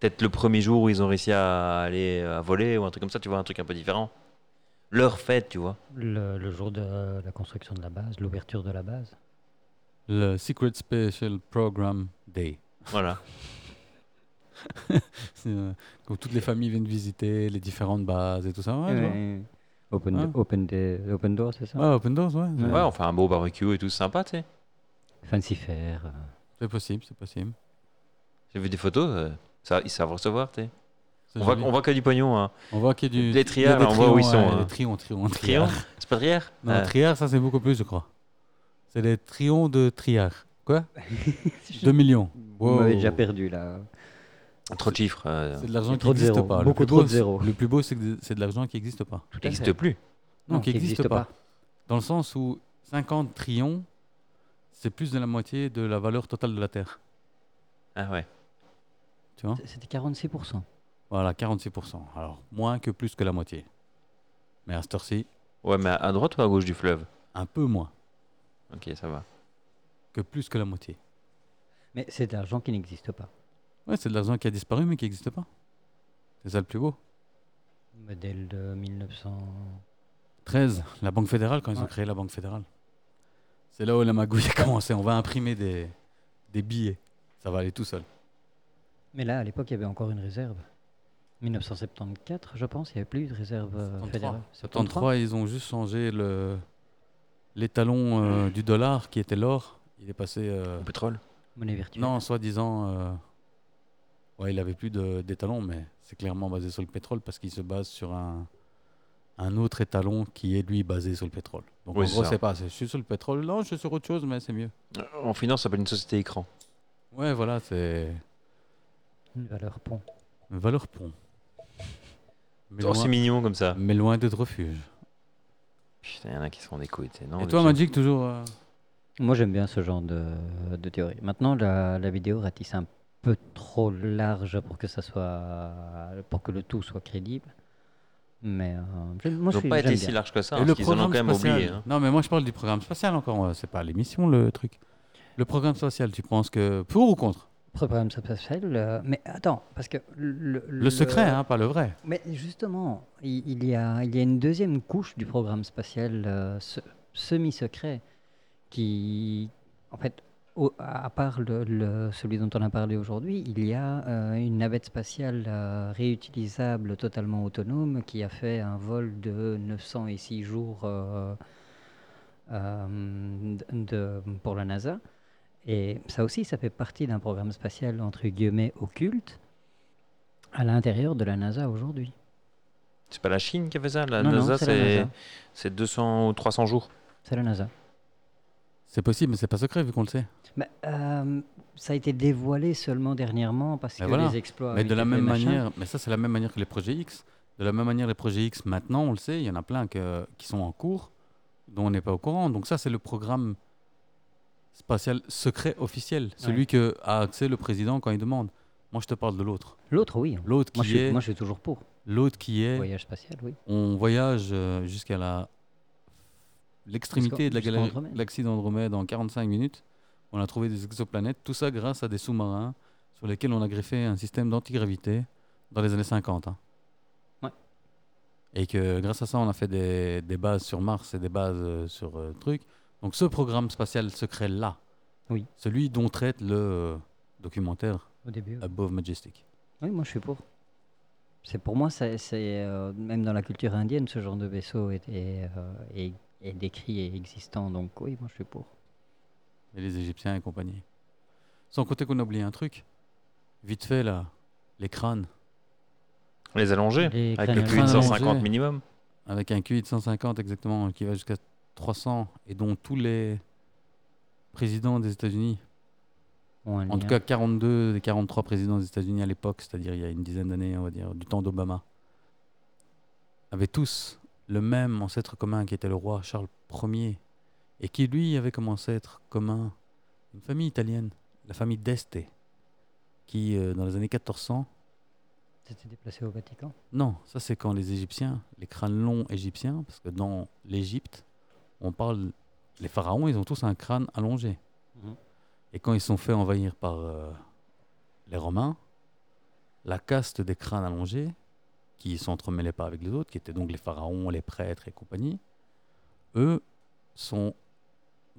Speaker 1: Peut-être le premier jour où ils ont réussi à aller euh, à voler ou un truc comme ça, tu vois, un truc un peu différent. Leur fête, tu vois.
Speaker 3: Le, le jour de euh, la construction de la base, l'ouverture de la base.
Speaker 2: Le Secret Special Program Day.
Speaker 1: Voilà.
Speaker 2: C'est, euh, où toutes les familles viennent visiter les différentes bases et tout ça. Ouais, je vois. Ah.
Speaker 3: Open,
Speaker 2: Ouais.
Speaker 3: do- open, day- open door, c'est ça
Speaker 2: Ouais, Open Doors, ouais.
Speaker 1: Ouais, on fait un beau barbecue et tout, c'est sympa, tu sais.
Speaker 3: Fancy fair. euh,
Speaker 2: C'est possible, c'est possible.
Speaker 1: J'ai vu des photos, euh, ça, ils savent recevoir, tu sais.
Speaker 2: C'est
Speaker 1: On voit,
Speaker 2: joli.
Speaker 1: on voit que du pognon, hein.
Speaker 2: On voit qu'il y a
Speaker 1: Des
Speaker 2: du. il y a
Speaker 1: trières,
Speaker 2: des
Speaker 1: là, on voit où ils
Speaker 2: trions,
Speaker 1: sont,
Speaker 2: ouais,
Speaker 1: hein.
Speaker 2: Des trions, trions,
Speaker 1: Trion
Speaker 2: trions.
Speaker 1: C'est pas trière
Speaker 2: Non,
Speaker 1: Euh,
Speaker 2: trières, ça c'est beaucoup plus, je crois. C'est les trions de trières. Quoi 2 millions.
Speaker 3: Vous m'avez
Speaker 2: Wow.
Speaker 3: déjà perdu là.
Speaker 1: Trop de chiffres, euh,
Speaker 2: C'est de l'argent qui
Speaker 3: Trop de
Speaker 2: n'existe
Speaker 3: zéros.
Speaker 2: pas. Le
Speaker 3: Beaucoup
Speaker 2: plus
Speaker 3: trop
Speaker 2: beau,
Speaker 3: de
Speaker 2: c'est-
Speaker 3: zéros.
Speaker 2: Le plus beau, c'est que c'est de l'argent qui n'existe pas.
Speaker 3: Tout à
Speaker 1: n'existe
Speaker 3: fait.
Speaker 1: plus.
Speaker 2: Non,
Speaker 3: Non,
Speaker 2: qui
Speaker 3: qui
Speaker 2: n'existe
Speaker 3: existe
Speaker 2: pas.
Speaker 3: pas.
Speaker 2: Dans le sens où 50 trillions, c'est plus de la moitié de la valeur totale de la Terre.
Speaker 1: Ah ouais.
Speaker 2: Tu vois
Speaker 3: C- C'était 46%.
Speaker 2: Voilà, 46%. Alors, moins que plus que la moitié. Mais à cette heure-ci,
Speaker 1: Ouais, mais à- à droite ou à gauche du fleuve
Speaker 2: un peu moins
Speaker 1: Ok, ça va.
Speaker 2: que plus que la moitié.
Speaker 3: Mais c'est de l'argent qui n'existe pas.
Speaker 2: Ouais, c'est de l'argent qui a disparu mais qui n'existe pas. C'est ça le plus beau.
Speaker 3: Modèle de 1900.
Speaker 2: 13, la Banque fédérale, quand ils ont
Speaker 3: Ouais.
Speaker 2: créé la Banque fédérale. C'est là où la magouille a commencé. On va imprimer des, des billets. Ça va aller tout seul.
Speaker 3: Mais là, à l'époque, il y avait encore une réserve. 1974, je pense, il n'y avait plus de réserve euh,
Speaker 2: 73.
Speaker 3: fédérale.
Speaker 2: 73, ils ont juste changé le l'étalon euh, du dollar qui était l'or. Il est passé. euh,
Speaker 1: Au pétrole
Speaker 3: Monnaie virtuelle.
Speaker 2: non, soi-disant. euh, ouais, il avait plus de- d'étalon, mais c'est clairement basé sur le pétrole parce qu'il se base sur un, un autre étalon qui est lui basé sur le pétrole. Donc
Speaker 1: Oui,
Speaker 2: en
Speaker 1: c'est
Speaker 2: gros,
Speaker 1: ça.
Speaker 2: c'est pas. c'est Je suis sur le pétrole. Non, je suis sur autre chose, mais c'est mieux.
Speaker 1: Euh, En finance, ça s'appelle une société écran.
Speaker 2: Ouais, voilà, c'est
Speaker 3: Une valeur pont.
Speaker 2: une valeur pont. Mais
Speaker 1: Oh, c'est
Speaker 2: loin,
Speaker 1: mignon comme ça.
Speaker 2: mais loin d'être refuge.
Speaker 1: Putain, y en a qui se rendent des couilles, tu sais, non
Speaker 2: Et
Speaker 1: les
Speaker 2: toi,
Speaker 1: gens
Speaker 2: Magic, toujours. euh,
Speaker 3: Moi, j'aime bien ce genre de, de théorie. Maintenant, la, la vidéo ratisse un peu trop large pour que ça soit, pour que le tout soit crédible. Mais euh, je- moi,
Speaker 1: Ils
Speaker 3: je
Speaker 1: n'ont
Speaker 3: suis-
Speaker 1: pas été
Speaker 3: j'aime
Speaker 1: si
Speaker 3: bien.
Speaker 1: larges que ça,
Speaker 2: Et
Speaker 1: hein,
Speaker 2: le
Speaker 1: parce qu'ils en ont
Speaker 2: programme
Speaker 1: quand même
Speaker 2: spatial.
Speaker 1: oublié. hein.
Speaker 2: Non, mais moi je parle du programme spatial encore. euh, C'est pas l'émission le truc. Le programme spatial, tu penses que pour ou contre
Speaker 3: Programme spatial, euh, mais attends, parce que le,
Speaker 2: Le, secret, hein, pas le vrai.
Speaker 3: Mais justement, i- il, y a, il y a une deuxième couche du programme spatial euh, se- semi-secret qui, en fait, au- à à part le, le- celui dont on a parlé aujourd'hui, il y a euh, une navette spatiale euh, réutilisable, totalement autonome, qui a fait un vol de 900 et 6 jours euh, euh, de- de- pour la NASA. Et ça aussi, ça fait partie d'un programme spatial entre guillemets occulte à l'intérieur de la NASA aujourd'hui.
Speaker 1: C'est pas la Chine qui a fait ça La
Speaker 2: Ah,
Speaker 3: Non, non,
Speaker 1: NASA,
Speaker 3: c'est la
Speaker 1: c'est
Speaker 3: NASA.
Speaker 1: c'est 200 ou 300 jours.
Speaker 3: C'est la NASA.
Speaker 2: C'est possible, mais c'est pas secret vu qu'on le sait.
Speaker 3: Bah, euh, ça a été dévoilé seulement dernièrement parce
Speaker 2: Mais
Speaker 3: que
Speaker 2: voilà.
Speaker 3: les exploits.
Speaker 2: mais
Speaker 3: avaient
Speaker 2: de la
Speaker 3: été
Speaker 2: même
Speaker 3: faits, machin.
Speaker 2: manière, mais ça c'est la même manière que les projets X. De la même manière, les projets X maintenant, on le sait, il y en a plein que- qui sont en cours dont on n'est pas au courant. Donc ça, c'est le programme spatial secret officiel, celui que a accès le président quand il demande. Moi, je te parle de l'autre.
Speaker 3: L'autre, oui.
Speaker 2: L'autre
Speaker 3: Moi je,
Speaker 2: qui
Speaker 3: suis,
Speaker 2: est,
Speaker 3: moi, je suis toujours pour.
Speaker 2: l'autre qui est.
Speaker 3: Voyage spatial, oui.
Speaker 2: On voyage euh, jusqu'à la l'extrémité
Speaker 3: Jusqu'en-
Speaker 2: de la
Speaker 3: jusqu'en
Speaker 2: galaxie
Speaker 3: Andromède.
Speaker 2: galaxie d'Andromède en 45 minutes. On a trouvé des exoplanètes, tout ça grâce à des sous-marins sur lesquels on a greffé un système d'antigravité dans les années 50. hein.
Speaker 3: Ouais.
Speaker 2: Et que grâce à ça, on a fait des, des bases sur Mars et des bases euh, sur euh, truc. Donc ce programme spatial secret-là,
Speaker 3: Oui.
Speaker 2: celui dont traite le euh, documentaire
Speaker 3: Au début. oui.
Speaker 2: Above Majestic.
Speaker 3: Oui, moi je suis pour. C'est pour moi, c'est c'est, euh, même dans la culture indienne, ce genre de vaisseau est, est, euh, est- est décrit et existant. Donc oui, moi je suis pour.
Speaker 2: Et les Égyptiens et compagnie. Sans compter qu'on a oublié un truc. Vite fait, là, les crânes.
Speaker 1: Les allonger
Speaker 3: Les
Speaker 1: avec le
Speaker 3: crânes
Speaker 1: QI de
Speaker 2: allongés.
Speaker 1: 150 minimum.
Speaker 2: Avec un QI de 150 exactement, qui va jusqu'à 300, et dont tous les présidents des États-Unis,
Speaker 3: Bon, un
Speaker 2: en tout
Speaker 3: lien.
Speaker 2: cas 42 des 43 présidents des États-Unis à l'époque, c'est-à-dire il y a une dizaine d'années, on va dire, du temps d'Obama, avaient tous le même ancêtre commun qui était le roi Charles Ier, et qui lui avait comme ancêtre commun une famille italienne, la famille d'Este, qui euh, dans les années 1400
Speaker 3: C'était déplacé au Vatican.
Speaker 2: non, ça c'est quand les Égyptiens, les crânes longs égyptiens, parce que dans l'Égypte, on parle, les pharaons, ils ont tous un crâne allongé.
Speaker 3: Mhm.
Speaker 2: Et quand ils sont fait envahir par euh, les Romains, la caste des crânes allongés, qui s'entremêlaient pas avec les autres, qui étaient donc les pharaons, les prêtres et compagnie, eux sont,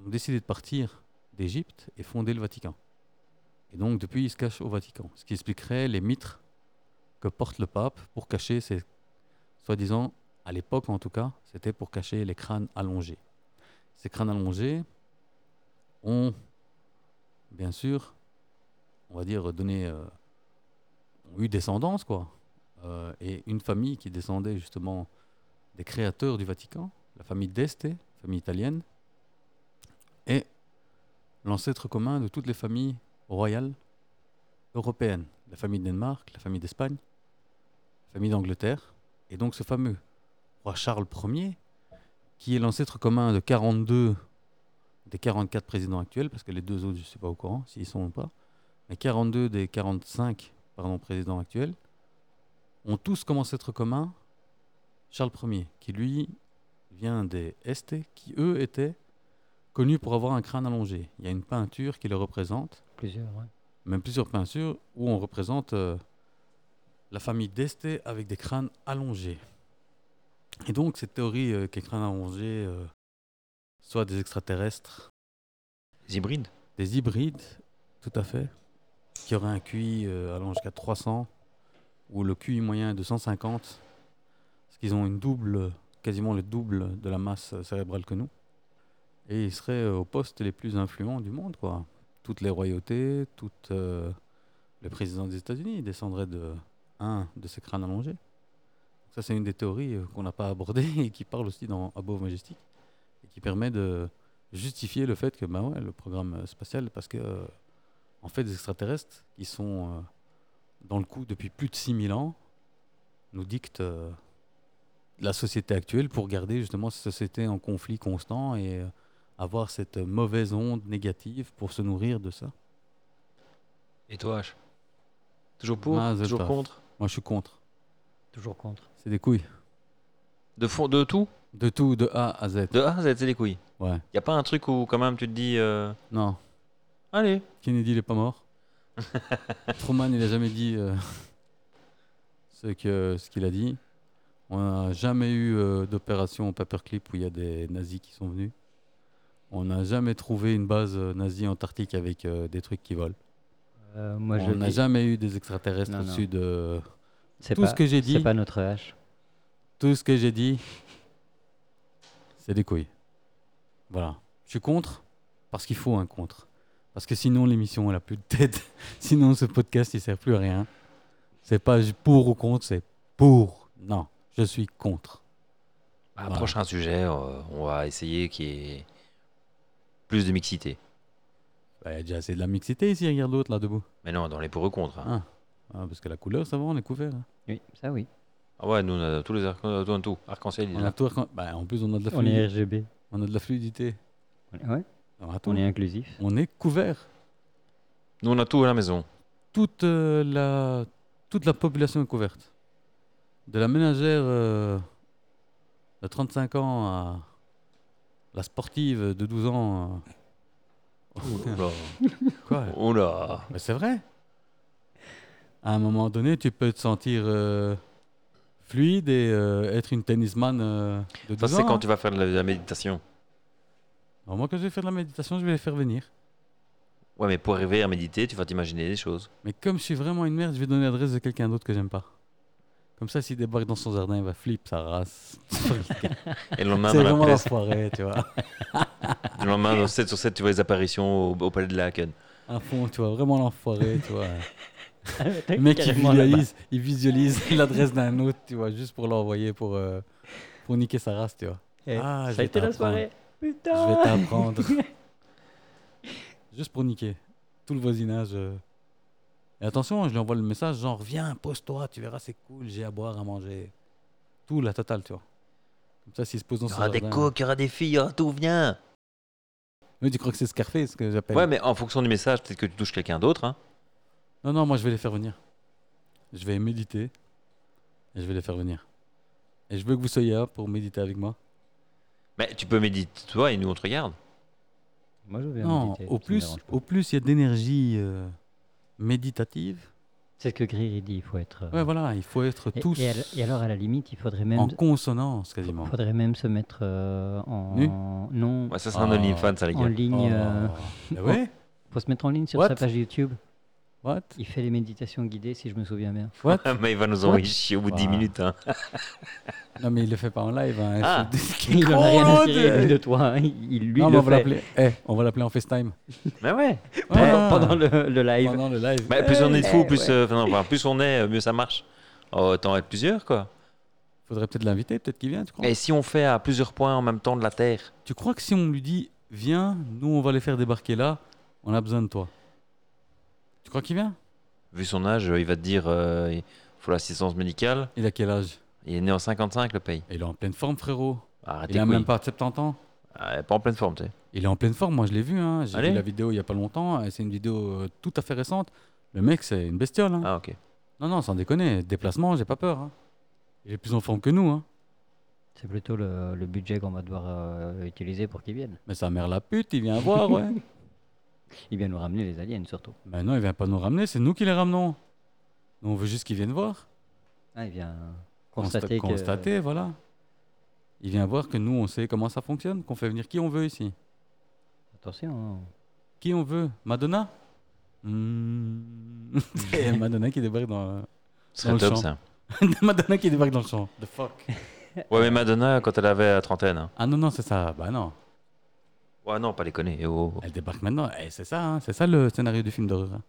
Speaker 2: ont décidé de partir d'Égypte et fonder le Vatican. Et donc depuis, ils se cachent au Vatican, ce qui expliquerait les mitres que porte le pape pour cacher ses. Soi-disant, à l'époque en tout cas, c'était pour cacher les crânes allongés. Ces crânes allongés ont, bien sûr, on va dire, donné. euh, ont eu descendance, quoi. Euh, et une famille qui descendait justement des créateurs du Vatican, la famille d'Este, famille italienne, et l'ancêtre commun de toutes les familles royales européennes, la famille de Danemark, la famille d'Espagne, la famille d'Angleterre, et donc ce fameux roi Charles Ier, qui est l'ancêtre commun de 42 des 44 présidents actuels, parce que les deux autres, je ne suis pas au courant s'ils sont ou pas, mais 42 des 45 pardon, présidents actuels ont tous comme ancêtre commun Charles Ier, qui lui vient des Estes, qui eux étaient connus pour avoir un crâne allongé. Il y a une peinture qui le représente
Speaker 3: Plusieurs, ouais.
Speaker 2: même plusieurs peintures où on représente euh, la famille d'Este avec des crânes allongés. Et donc cette théorie euh, que les crânes allongés euh, soient des extraterrestres,
Speaker 1: Les hybrides.
Speaker 2: des hybrides, tout à fait, qui auraient un QI euh, allant jusqu'à 300 ou le QI moyen est de 150, parce qu'ils ont une double, quasiment le double de la masse euh, cérébrale que nous. Et ils seraient euh, aux postes les plus influents du monde, quoi. Toutes les royautés, tout euh, le président des États-Unis descendrait de un de ces crânes allongés. Ça, c'est une des théories euh, qu'on n'a pas abordée et qui parle aussi dans Above Majestic et qui permet de justifier le fait que bah ouais, le programme euh, spatial, parce que euh, en fait, des extraterrestres qui sont euh, dans le coup depuis plus de 6000 ans nous dictent euh, la société actuelle pour garder justement cette société en conflit constant et euh, avoir cette euh, mauvaise onde négative pour se nourrir de ça.
Speaker 1: Et toi, H Toujours pour
Speaker 2: Mazel
Speaker 1: Toujours
Speaker 2: tov.
Speaker 1: contre
Speaker 2: Moi, je suis contre.
Speaker 3: Toujours contre.
Speaker 2: C'est des couilles.
Speaker 1: De, fond, de tout
Speaker 2: De tout, de A à Z.
Speaker 1: De A, Z, c'est les couilles.
Speaker 2: Ouais.
Speaker 1: Y a pas un truc où, quand même, tu te dis. euh,
Speaker 2: Non,
Speaker 1: Allez
Speaker 2: Kennedy, il est pas mort. Truman, il a jamais dit euh, ce que ce qu'il a dit. On n'a jamais eu euh, d'opération au paperclip où il y a des nazis qui sont venus. On n'a jamais trouvé une base euh, nazie antarctique avec euh, des trucs qui volent.
Speaker 3: Euh, moi je
Speaker 2: on n'a
Speaker 3: dis-
Speaker 2: jamais eu des extraterrestres
Speaker 3: Non, non.
Speaker 2: au-dessus de...
Speaker 3: c'est
Speaker 2: Tout
Speaker 3: pas,
Speaker 2: ce que j'ai dit,
Speaker 3: C'est pas notre hache.
Speaker 2: tout ce que j'ai dit, c'est des couilles. Voilà. Je suis contre parce qu'il faut un contre. Parce que sinon l'émission elle a plus de tête. sinon ce podcast il sert plus à rien. C'est pas j- pour ou contre, c'est pour. Non, je suis contre.
Speaker 1: Bah,
Speaker 2: Voilà.
Speaker 1: Prochain sujet, euh, on va essayer qu'il y ait plus de mixité.
Speaker 2: Bah, Il y a déjà assez de la mixité ici, regarde l'autre là debout.
Speaker 1: Mais non, dans les pour et contre. hein.
Speaker 2: Ah. Ah, parce que la couleur ça va, on est couvert. hein.
Speaker 3: Oui, ça oui.
Speaker 1: Ah ouais, nous, on a tous les arc- on a tout. arc-en-ciel. il est
Speaker 2: On a
Speaker 1: là.
Speaker 2: tout arc- bah, en plus on a de la
Speaker 3: On est
Speaker 2: fluidité.
Speaker 3: RGB.
Speaker 2: On, a de la fluidité.
Speaker 3: On est, ouais,
Speaker 2: Alors, attends,
Speaker 3: on est inclusif.
Speaker 2: on est couvert.
Speaker 1: Nous, on a tout à la maison.
Speaker 2: toute euh, la toute la population est couverte. De la ménagère euh, de 35 ans à la sportive de 12 ans. euh,
Speaker 1: Oula.
Speaker 2: Quoi
Speaker 1: Oula.
Speaker 2: Mais c'est vrai. À un moment donné, tu peux te sentir euh, fluide et euh, être une tennisman euh, de 12
Speaker 1: Ça, c'est
Speaker 2: ans,
Speaker 1: quand
Speaker 2: hein.
Speaker 1: tu vas faire de la, de la méditation.
Speaker 2: Alors, moi, quand je vais faire de la méditation, je vais les faire venir.
Speaker 1: Ouais, mais pour arriver à méditer, tu vas t'imaginer des choses.
Speaker 2: Mais comme je suis vraiment une merde, je vais donner l'adresse de quelqu'un d'autre que j'aime pas. Comme ça, s'il débarque dans son jardin, il va flip sa race. c'est
Speaker 1: Et le lendemain, dans la
Speaker 2: vraiment la
Speaker 1: presse,
Speaker 2: foirée, tu vois.
Speaker 1: le lendemain, dans 7 sur 7, tu vois les apparitions au, au palais de la Haken.
Speaker 2: Un fond, tu vois, vraiment l'enfoiré, tu vois.
Speaker 3: Le
Speaker 2: Le mec, il visualise, il visualise l'adresse d'un autre, tu vois, juste pour l'envoyer pour, euh, pour niquer sa race, tu vois.
Speaker 3: ça
Speaker 2: Ah, je
Speaker 3: a
Speaker 2: vais
Speaker 3: été la
Speaker 2: t'apprendre.
Speaker 3: soirée.
Speaker 2: Je vais
Speaker 3: Putain.
Speaker 2: t'apprendre. Juste pour niquer tout le voisinage. euh. Et attention, je lui envoie le message genre viens, pose-toi, tu verras, c'est cool, j'ai à boire, à manger. Tout, la totale, tu vois. Comme ça, s'il se pose dans
Speaker 1: Il y
Speaker 2: son
Speaker 1: aura des
Speaker 2: jardin.
Speaker 1: coques, il y aura des filles, il y aura tout, viens
Speaker 2: Mais tu crois que c'est Scarface ce que j'appelle
Speaker 1: Ouais, mais en fonction du message, peut-être que tu touches quelqu'un d'autre. Hein.
Speaker 2: Non, non, moi je vais les faire venir. Je vais méditer et je vais les faire venir. Et je veux que vous soyez là pour méditer avec moi.
Speaker 1: Mais tu peux méditer, toi, et nous, on te regarde.
Speaker 3: Moi, je vais
Speaker 2: non,
Speaker 3: méditer, ça
Speaker 2: au
Speaker 3: me
Speaker 2: plus,
Speaker 3: dérange pas.
Speaker 2: au plus il y a d'énergie euh, méditative.
Speaker 3: C'est ce que Greer il dit, il faut être. euh,
Speaker 2: Ouais, voilà, il faut être
Speaker 3: et-
Speaker 2: tous
Speaker 3: Et, à la- et alors, à la limite, il faudrait même,
Speaker 2: en consonance quasiment.
Speaker 3: faudrait même se mettre euh, en.
Speaker 2: Nu
Speaker 3: non,
Speaker 1: Ouais, ça, c'est un
Speaker 2: Ah.
Speaker 1: OnlyFans, ça, les
Speaker 3: en
Speaker 1: gars.
Speaker 3: ligne. euh,
Speaker 2: Ah ouais
Speaker 3: faut se mettre en ligne sur
Speaker 2: What
Speaker 3: sa page YouTube.
Speaker 2: What
Speaker 3: Il fait les méditations guidées, si je me souviens bien.
Speaker 2: What
Speaker 1: mais il va nous envoyer chier au bout de 10
Speaker 2: Ah.
Speaker 1: minutes. Hein.
Speaker 2: Non, mais il le fait pas en live. Hein.
Speaker 1: Ah.
Speaker 2: Il
Speaker 3: Il en a rien à cirer, lui, de toi. hein. Il, lui,
Speaker 2: Non, mais
Speaker 3: le
Speaker 2: on va
Speaker 3: fait
Speaker 2: l'appeler. Eh, on va l'appeler en FaceTime.
Speaker 1: Mais ouais.
Speaker 2: Ah.
Speaker 3: pendant, pendant le, le live.
Speaker 2: Pendant le live.
Speaker 1: Bah, plus on est de fous,
Speaker 3: ouais.
Speaker 1: plus, euh, enfin, non, enfin, plus on est, euh, mieux ça marche. Oh, autant être plusieurs, quoi.
Speaker 2: Faudrait peut-être l'inviter, peut-être qu'il vient, tu crois
Speaker 1: Et si on fait à plusieurs points en même temps de la Terre
Speaker 2: Tu crois que si on lui dit viens, nous on va les faire débarquer là, on a besoin de toi. Tu crois qu'il vient
Speaker 1: Vu son âge, euh, il va te dire euh, il faut l'assistance médicale.
Speaker 2: Il a quel âge
Speaker 1: Il est né en 55, le pays.
Speaker 2: Il est en pleine forme, frérot.
Speaker 1: Arrêtez
Speaker 2: Il a
Speaker 1: couilles.
Speaker 2: même pas 70 ans.
Speaker 1: Ah, pas en pleine forme, tu sais.
Speaker 2: Il est en pleine forme, moi je l'ai vu. Hein. J'ai
Speaker 1: Allez.
Speaker 2: vu la vidéo il y a pas longtemps. et C'est une vidéo euh, tout à fait récente. Le mec, c'est une bestiole. hein.
Speaker 1: Ah, ok.
Speaker 2: Non, non, sans déconner. Déplacement, j'ai pas peur. hein. Il est plus en forme que nous. Hein.
Speaker 3: C'est plutôt le, le budget qu'on va devoir euh, utiliser pour qu'ils viennent.
Speaker 2: Mais sa mère la pute, il vient voir, ouais.
Speaker 3: Ils viennent nous ramener les aliens surtout.
Speaker 2: Mais non, il vient pas nous ramener, c'est nous qui les ramenons. Nous, on veut juste qu'il vienne voir.
Speaker 3: Ah, il vient constater,
Speaker 2: Consta-
Speaker 3: que-
Speaker 2: constater, voilà. Il vient voir que nous, on sait comment ça fonctionne, qu'on fait venir qui on veut ici.
Speaker 3: Attention. hein.
Speaker 2: Qui on veut Madonna Hmm. Et Madonna qui débarque dans...
Speaker 1: Ce
Speaker 2: Dans
Speaker 1: serait top,
Speaker 2: le champ.
Speaker 1: ça.
Speaker 2: Madonna qui débarque dans le champ. The fuck
Speaker 1: Ouais, mais Madonna, quand elle avait la trentaine. hein.
Speaker 2: Ah non, non, c'est ça. Bah non.
Speaker 1: Ouais, non, pas déconner. eh oh, oh.
Speaker 2: Elle débarque maintenant. Eh, c'est ça, hein. c'est ça le scénario du film d'horreur. hein.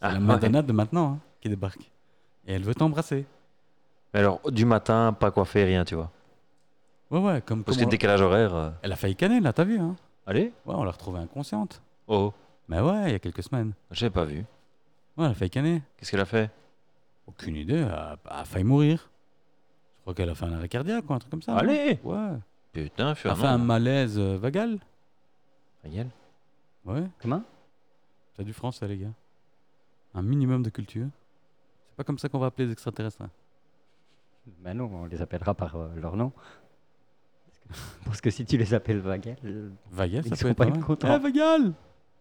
Speaker 2: C'est
Speaker 1: Ah,
Speaker 2: la
Speaker 1: ouais.
Speaker 2: Madonna de maintenant hein, qui débarque. Et elle veut t'embrasser.
Speaker 1: Mais alors, du matin, pas coiffé, rien, tu vois.
Speaker 2: Ouais, ouais, comme...
Speaker 1: Parce
Speaker 2: comme
Speaker 1: que
Speaker 2: on-
Speaker 1: décalage horaire. euh,
Speaker 2: Elle a failli canner, là, t'as vu, hein
Speaker 1: Allez
Speaker 2: Ouais, on l'a retrouvée inconsciente.
Speaker 1: Oh,
Speaker 2: Mais ouais, il y a quelques semaines.
Speaker 1: j'ai pas vu.
Speaker 2: Ouais, elle a failli canner.
Speaker 1: Qu'est-ce qu'elle a fait
Speaker 2: Aucune idée, elle a, elle a failli mourir. Je crois qu'elle a fait un arrêt cardiaque ou un truc comme ça. non
Speaker 1: Allez
Speaker 2: Ouais.
Speaker 1: Putain,
Speaker 2: Elle a
Speaker 1: furent.
Speaker 2: fait un malaise euh, vagal.
Speaker 1: hein.
Speaker 2: Ouais,
Speaker 3: Comment
Speaker 2: c'est du français, les gars. Un minimum de culture. C'est pas comme ça qu'on va appeler les extraterrestres. hein.
Speaker 3: Ben non, on les appellera par euh, leur nom. Parce que si tu les appelles Vagal, euh,
Speaker 2: Vagal,
Speaker 3: Ils
Speaker 2: ça
Speaker 3: sont
Speaker 2: peut être
Speaker 3: pas
Speaker 2: mal.
Speaker 3: contents.
Speaker 2: Eh, Vagal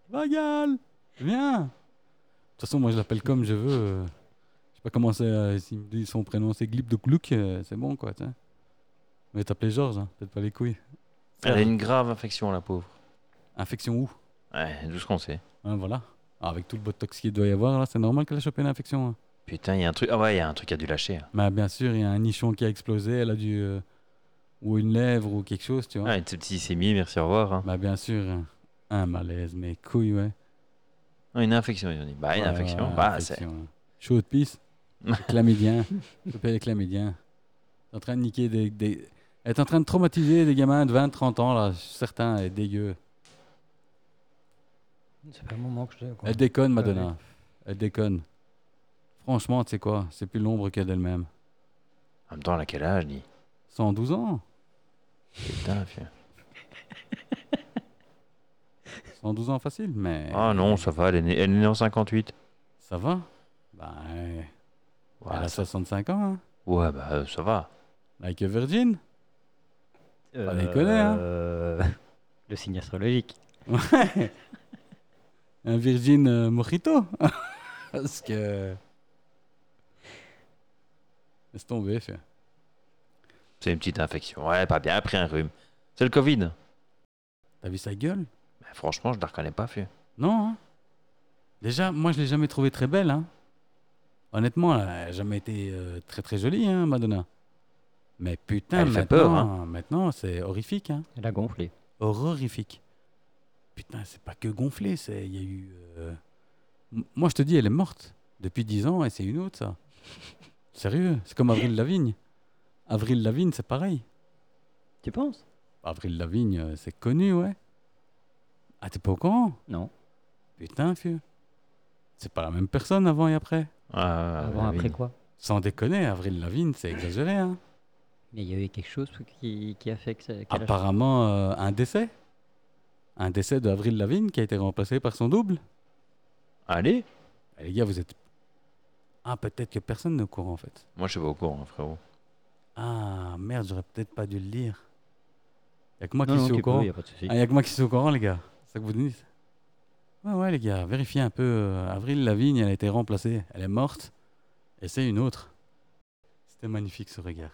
Speaker 2: Vagal Viens De toute façon, moi, je l'appelle comme je veux. euh. Je sais pas comment c'est. euh, S'il me dit son prénom, c'est Glib de Gluck, euh, c'est bon, quoi, tiens. Mais t'appelais Georges, hein, peut-être pas les couilles. Ah.
Speaker 1: Elle a une grave infection, la pauvre.
Speaker 2: Infection où
Speaker 1: Ouais, d'où ce qu'on sait.
Speaker 2: Hein, voilà. Ah, avec tout le botox qu'il doit y avoir, là, c'est normal qu'elle a chopé une infection. hein.
Speaker 1: Putain, il y a un truc. Ah ouais, il y a un truc qui a dû lâcher. hein.
Speaker 2: Bah, bien sûr, il y a un nichon qui a explosé, elle a dû. euh, ou une lèvre ou quelque chose, tu vois.
Speaker 1: Ah, une petite ischémie, merci, au revoir. hein.
Speaker 2: Bah, bien sûr, un, un malaise, mais couilles, ouais.
Speaker 1: Non, une infection, ils ont dit. Bah, une
Speaker 2: Ouais,
Speaker 1: infection.
Speaker 2: ouais,
Speaker 1: bah, c'est.
Speaker 2: infection, ouais. Chaud de pisse. Chlamydien. Chopé les chlamydiens. T'es en train de niquer des. des... Elle est en train de traumatiser des gamins de 20-30 ans, là, certains, elle est dégueu.
Speaker 3: c'est pas le moment que je. quoi.
Speaker 2: Elle déconne, Madonna. Elle déconne. Franchement, tu sais quoi C'est plus l'ombre qu'elle d'elle-même.
Speaker 1: En même temps, elle a quel âge, dit
Speaker 2: 112 ans
Speaker 1: Putain, putain.
Speaker 2: 112 ans facile, mais.
Speaker 1: Ah non, ça va, elle est née, elle est née en 58.
Speaker 2: Ça va Bah, ouais.
Speaker 1: Ouais,
Speaker 2: elle a
Speaker 1: ça...
Speaker 2: 65 ans, hein.
Speaker 1: ouais, bah, euh, ça va.
Speaker 2: Like a virgin
Speaker 3: Euh,
Speaker 2: les connaît, hein.
Speaker 3: euh, Le signe astrologique.
Speaker 2: Un virgin euh, mojito Parce que. Laisse tomber, fais.
Speaker 1: C'est une petite infection. Ouais, pas bien, après un rhume. C'est le Covid.
Speaker 2: T'as vu sa gueule
Speaker 1: Mais franchement, je ne la reconnais pas, vieux.
Speaker 2: Non. hein. Déjà, moi, je l'ai jamais trouvée très belle. hein. Honnêtement, elle n'a jamais été euh, très très jolie, hein, Madonna. Mais putain,
Speaker 1: Elle
Speaker 2: maintenant,
Speaker 1: fait peur, hein.
Speaker 2: maintenant, c'est horrifique. Hein.
Speaker 3: Elle a gonflé.
Speaker 2: Horrorifique. Putain, c'est pas que gonflé, c'est il y a eu. euh, m- Moi, je te dis, elle est morte depuis 10 ans et c'est une autre, ça. Sérieux, c'est comme Avril Lavigne. Avril Lavigne, c'est pareil.
Speaker 3: Tu penses
Speaker 2: Avril Lavigne, euh, c'est connu, ouais. Ah, t'es pas au courant
Speaker 3: Non.
Speaker 2: Putain, fieu. C'est pas la même personne avant et après.
Speaker 1: Ah,
Speaker 2: bah
Speaker 3: Avant,
Speaker 1: oui.
Speaker 3: après quoi
Speaker 2: Sans déconner, Avril Lavigne, c'est exagéré. Hein.
Speaker 3: Mais il y a eu quelque chose qui, qui a fait que ça. qu'elle a-
Speaker 2: Apparemment, euh, un décès. Un décès d'Avril Lavigne qui a été remplacé par son double.
Speaker 1: Allez
Speaker 2: Eh, les gars, vous êtes. Ah, peut-être que personne n'est au courant en fait.
Speaker 1: Moi, je suis pas au courant, frérot.
Speaker 2: Ah, merde, j'aurais peut-être pas dû le lire. Y'a que moi
Speaker 3: Non,
Speaker 2: qui
Speaker 3: non,
Speaker 2: suis
Speaker 3: tu
Speaker 2: au
Speaker 3: peux,
Speaker 2: courant.
Speaker 3: y a pas de souci.
Speaker 2: Ah, y a que moi qui suis au courant, les gars. C'est ça que vous dites Ouais, ouais, les gars, vérifiez un peu. euh, Avril Lavigne, elle a été remplacée. Elle est morte. Et c'est une autre. C'était magnifique ce regard.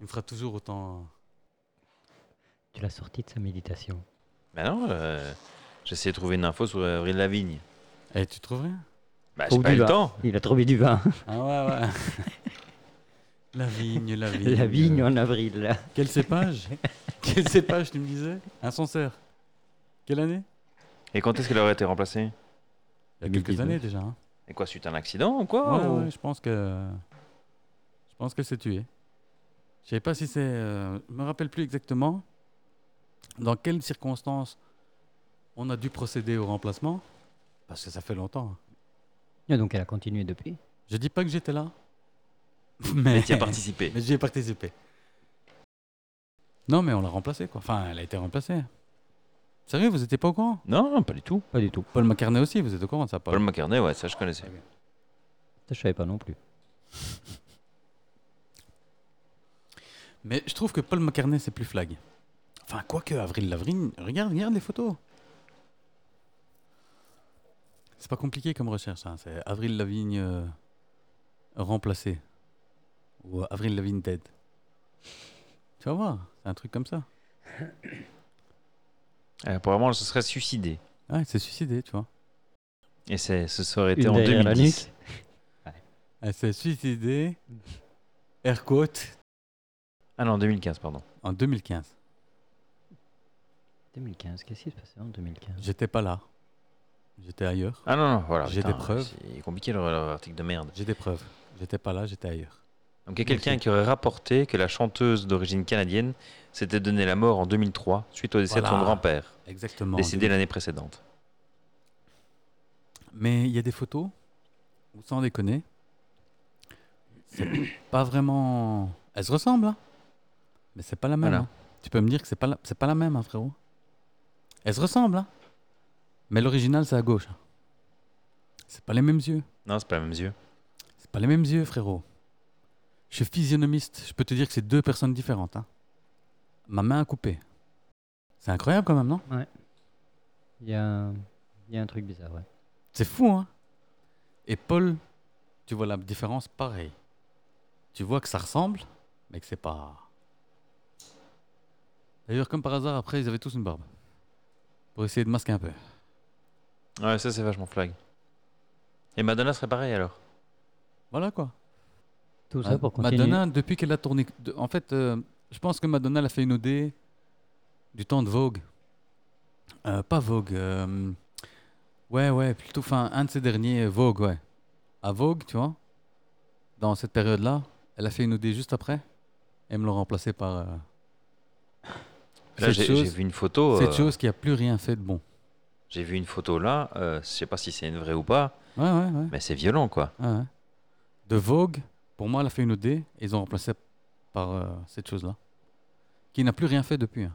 Speaker 2: Il me fera toujours autant. euh,
Speaker 3: Tu l'as sorti de sa méditation.
Speaker 1: Mais non, euh, j'essayais de trouver une info sur Avril Lavigne.
Speaker 2: Eh, tu trouves rien
Speaker 1: Bah,
Speaker 3: Au
Speaker 1: j'ai pas eu
Speaker 3: du
Speaker 1: le
Speaker 3: vin.
Speaker 1: temps.
Speaker 3: Il a trouvé du vin.
Speaker 2: Ah, ouais, ouais. la vigne, la vigne.
Speaker 3: La vigne en avril. là.
Speaker 2: Quel cépage Quel cépage, tu me disais Un censeur. Quelle année
Speaker 1: Et quand est-ce qu'elle aurait été remplacée
Speaker 2: Il y a quelques
Speaker 3: 2019.
Speaker 2: années déjà. hein.
Speaker 1: Et quoi, suite à un accident ou quoi
Speaker 2: Ouais,
Speaker 1: ou-
Speaker 2: ouais, je pense que. Je pense que c'est tué. Je sais pas si c'est. euh, Je me rappelle plus exactement dans quelles circonstances on a dû procéder au remplacement. Parce que ça fait longtemps. hein.
Speaker 3: Et Ah, donc elle a continué depuis.
Speaker 2: Je dis pas que j'étais là. Mais,
Speaker 1: Qui a participé
Speaker 2: mais j'y ai participé. Non, mais on l'a remplacée, quoi. Enfin, elle a été remplacée. Sérieux, vous étiez pas au courant
Speaker 1: Non, pas du tout.
Speaker 3: Pas du tout.
Speaker 2: Paul McCartney aussi, vous êtes au courant de ça, Paul
Speaker 1: Paul McCartney, ouais, ça je connaissais.
Speaker 3: Ça, je savais pas non plus.
Speaker 2: Mais je trouve que Paul McCartney, c'est plus flag. Enfin, quoique, Avril Lavigne, regarde, regarde les photos. C'est pas compliqué comme recherche, hein. c'est Avril Lavigne euh, remplacée. Ou euh, Avril Lavigne dead. Tu vas voir, c'est un truc comme ça.
Speaker 1: Euh, apparemment, elle se serait suicidée.
Speaker 2: Ouais, c'est suicidé, tu vois.
Speaker 1: Et c'est- ce serait été
Speaker 3: Une
Speaker 1: en
Speaker 3: derrière la
Speaker 1: 2010.
Speaker 2: Elle s'est suicidée, air quote,
Speaker 1: Ah non, en 2015, pardon.
Speaker 2: en 2015.
Speaker 3: 2015, qu'est-ce qui se passait en 2015
Speaker 2: J'étais pas là. J'étais ailleurs.
Speaker 1: Ah non, non, voilà.
Speaker 2: J'ai
Speaker 1: putain,
Speaker 2: des preuves.
Speaker 1: C'est compliqué leur, leur article de merde.
Speaker 2: J'ai des preuves. J'étais pas là, j'étais ailleurs.
Speaker 1: Donc il y a quelqu'un qui aurait rapporté que la chanteuse d'origine canadienne s'était donné la mort en 2003 suite au décès de
Speaker 2: Voilà.
Speaker 1: son grand-père,
Speaker 2: Exactement.
Speaker 1: décédé l'année précédente.
Speaker 2: Mais il y a des photos où, sans déconner, c'est pas vraiment. Elles se ressemblent, hein, mais c'est pas la même.
Speaker 1: Voilà.
Speaker 2: hein. Tu peux me dire que c'est pas la, c'est pas la même, hein, frérot. Elles se ressemblent, hein, mais l'original c'est à gauche. hein. C'est pas les mêmes yeux.
Speaker 1: Non, c'est pas les mêmes yeux.
Speaker 2: C'est pas les mêmes yeux, frérot. Je suis physionomiste. Je peux te dire que c'est deux personnes différentes. hein. Ma main a coupé. C'est incroyable quand même, non
Speaker 3: Il y, a un... il y a un truc bizarre, ouais.
Speaker 2: C'est fou, hein Et Paul, tu vois la différence pareil. Tu vois que ça ressemble, mais que c'est pas. D'ailleurs, comme par hasard, après, ils avaient tous une barbe. Pour essayer de masquer un peu.
Speaker 1: Ouais, ça c'est vachement flag. Et Madonna serait pareil alors.
Speaker 2: Voilà quoi.
Speaker 3: Tout ça pour continuer.
Speaker 2: Ah, Madonna, depuis qu'elle a tourné. de- En fait, euh, je pense que Madonna, elle a fait une OD du temps de Vogue. Euh, pas Vogue. euh, Ouais, ouais, plutôt. Enfin, un de ces derniers, euh, Vogue, ouais. À Vogue, tu vois, dans cette période-là, elle a fait une OD juste après. Et me l'ont remplacée par. euh,
Speaker 1: Là,
Speaker 2: cette
Speaker 1: j'ai j'ai
Speaker 2: chose,
Speaker 1: vu une photo.
Speaker 2: cette
Speaker 1: euh,
Speaker 2: chose qui a plus rien fait de bon.
Speaker 1: J'ai vu une photo là. euh, je sais pas si c'est une vraie ou pas,
Speaker 2: Ouais, ouais, ouais.
Speaker 1: mais c'est violent quoi.
Speaker 2: Ouais, ouais. De Vogue, pour moi, elle a fait une OD et ils ont remplacé par euh, cette chose-là. Qui n'a plus rien fait depuis. hein.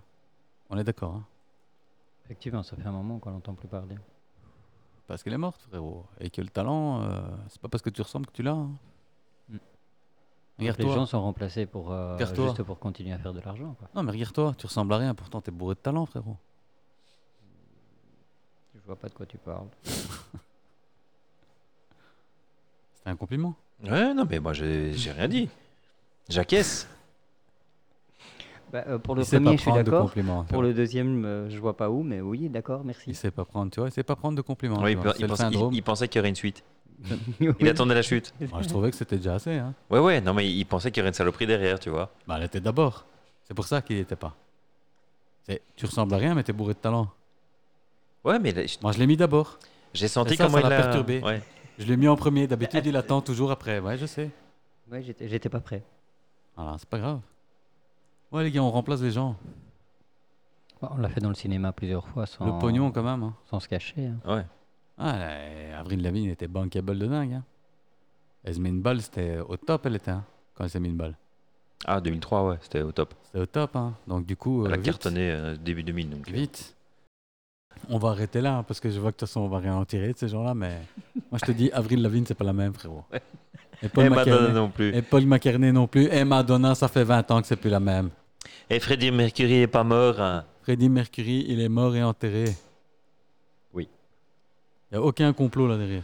Speaker 2: On est d'accord. hein.
Speaker 3: Effectivement, ça fait un moment qu'on n'entend plus parler.
Speaker 2: Parce qu'elle est morte, frérot. Et que le talent, euh, c'est pas parce que tu ressembles que tu l'as. hein.
Speaker 3: Mm. Les
Speaker 2: Regarde-toi.
Speaker 3: gens sont remplacés pour, euh,
Speaker 2: Perds-toi.
Speaker 3: juste pour continuer à faire de l'argent. quoi.
Speaker 2: Non, mais regarde-toi. Tu ressembles à rien. Pourtant, t'es bourré de talent, frérot.
Speaker 3: Je vois pas de quoi tu parles.
Speaker 2: C'était un compliment.
Speaker 1: Ouais, non, mais moi j'ai j'ai rien dit. J'acquiesce.
Speaker 3: Bah, euh, pour
Speaker 2: Il
Speaker 3: le
Speaker 2: sait pas
Speaker 3: premier, je suis
Speaker 2: prendre de
Speaker 3: d'accord.
Speaker 2: compliments.
Speaker 3: Pour le deuxième, euh, je vois pas où, mais oui, d'accord,
Speaker 2: Il
Speaker 3: merci.
Speaker 2: sait pas prendre, tu vois, il sait pas prendre de compliments.
Speaker 1: Ouais,
Speaker 2: tu
Speaker 1: il,
Speaker 2: vois,
Speaker 1: il
Speaker 2: c'est le
Speaker 1: pensait, il-
Speaker 2: syndrome.
Speaker 1: il pensait qu'il y aurait une suite. Il
Speaker 3: Oui.
Speaker 1: attendait la chute.
Speaker 2: Moi, je trouvais que c'était déjà assez. Hein.
Speaker 1: Ouais, ouais, non, mais il pensait qu'il y aurait une saloperie derrière, tu vois.
Speaker 2: Bah, elle était d'abord. C'est pour ça qu'il n'y était pas. C'est- Tu ressembles à rien, mais t'es bourré de talent.
Speaker 1: Ouais, mais là, j-
Speaker 2: Moi, je l'ai mis d'abord.
Speaker 1: j'ai senti
Speaker 2: Mais ça,
Speaker 1: comment
Speaker 2: ça
Speaker 1: il
Speaker 2: l'a
Speaker 1: l'a
Speaker 2: perturbé.
Speaker 1: Ouais.
Speaker 2: Je l'ai mis en premier. D'habitude, il attend toujours après. Ouais, je sais.
Speaker 3: Ouais, j'étais j'étais pas prêt.
Speaker 2: Voilà, c'est pas grave. Ouais, les gars, on remplace les gens.
Speaker 3: Bah, On l'a fait dans le cinéma plusieurs fois sans,
Speaker 2: Le pognon, quand même. hein.
Speaker 3: sans se cacher. hein.
Speaker 1: ouais.
Speaker 2: Ah, là, Avril Lavigne était bankable de dingue. hein. Elle se met une balle, c'était au top, elle était. hein, quand elle s'est mis une balle.
Speaker 1: Ah, 2003, ouais, c'était au top.
Speaker 2: C'était au top. Hein. Donc, du coup.
Speaker 1: Elle
Speaker 2: euh,
Speaker 1: a
Speaker 2: vite.
Speaker 1: cartonné euh, début 2000. Donc, euh,
Speaker 2: Vite. On va arrêter là, hein, parce que je vois que de toute façon, on va rien en tirer de ces gens-là, mais moi je te dis, Avril Lavigne, c'est pas la même, frérot.
Speaker 1: Ouais.
Speaker 2: Et Paul, Eh.
Speaker 1: Et euh. Eh, Madonna
Speaker 2: McCartney,
Speaker 1: non plus.
Speaker 2: et Paul McCartney non plus. Et Madonna, ça fait 20 ans que c'est plus la même.
Speaker 1: Et Eh, Freddie Mercury est pas mort. hein.
Speaker 2: Freddie Mercury, il est mort et enterré.
Speaker 1: Oui.
Speaker 2: Il n'y a aucun complot là derrière.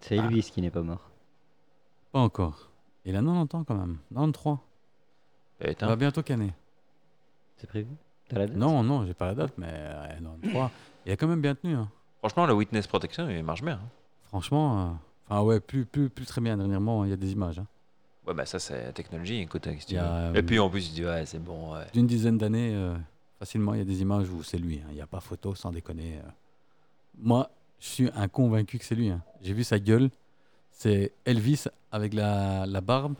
Speaker 3: C'est
Speaker 2: Ah.
Speaker 3: Elvis qui n'est pas mort.
Speaker 2: Pas encore. Il a 90 ans quand même. 93. Ça
Speaker 1: Putain.
Speaker 2: va bientôt canner.
Speaker 3: C'est prévu T'as la date
Speaker 2: Non, non, j'ai pas la date, mais euh, 93. Il a quand même bien tenu. hein.
Speaker 1: Franchement, la Witness Protection, il marche bien. hein.
Speaker 2: Franchement, euh, enfin ouais, plus, plus, plus très bien dernièrement, il y a des images. hein.
Speaker 1: Ouais, bah ça, c'est la technologie, écoute. hein, qu'est-ce que tu
Speaker 2: Il y a,
Speaker 1: veux.
Speaker 2: euh,
Speaker 1: Et puis en plus, il dit, ouais, c'est bon. ouais.
Speaker 2: d'une dizaine d'années, euh, facilement, il y a des images où c'est lui. hein. Il n'y a pas photo, sans déconner. euh. Moi, je suis un convaincu que c'est lui. hein. J'ai vu sa gueule. C'est Elvis avec la, la barbe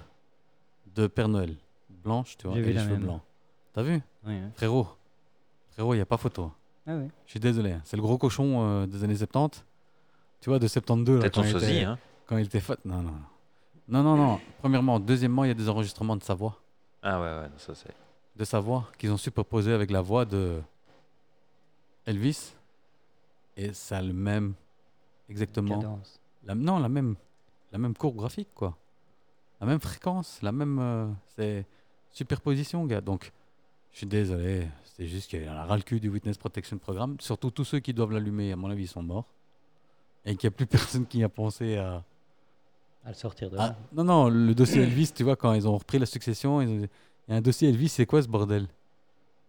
Speaker 2: de Père Noël. Blanche, tu vois,
Speaker 3: J'ai
Speaker 2: et
Speaker 3: vu
Speaker 2: les
Speaker 3: la
Speaker 2: cheveux
Speaker 3: même.
Speaker 2: blancs. T'as vu
Speaker 3: Ouais, ouais.
Speaker 2: Frérot, frérot, il n'y a pas photo.
Speaker 3: hein. Ah ouais.
Speaker 2: Je suis désolé. hein. C'est le gros cochon euh, des années 70. Tu vois, de 72. là,
Speaker 1: Peut-être
Speaker 2: quand
Speaker 1: son
Speaker 2: il
Speaker 1: sosie,
Speaker 2: était-
Speaker 1: hein.
Speaker 2: Quand il était fat. Non, non, non. Non, non, non. Premièrement. Deuxièmement, il y a des enregistrements de sa voix.
Speaker 1: Ah ouais, ouais, non, ça c'est.
Speaker 2: de sa voix qu'ils ont superposé avec la voix de Elvis et ça a le même exactement
Speaker 3: Cadence.
Speaker 2: la, non la même la même courbe graphique quoi la même fréquence la même euh, c'est superposition gars donc je suis désolé c'est juste qu'il y en a ras le cul du witness protection programme surtout tous ceux qui doivent l'allumer à mon avis ils sont morts et qu'il n'y a plus personne qui a pensé à
Speaker 3: À le sortir de
Speaker 2: ah,
Speaker 3: là.
Speaker 2: non, non, le dossier Elvis, tu vois, quand ils ont repris la succession, ils ont dit, il y a un dossier Elvis, c'est quoi ce bordel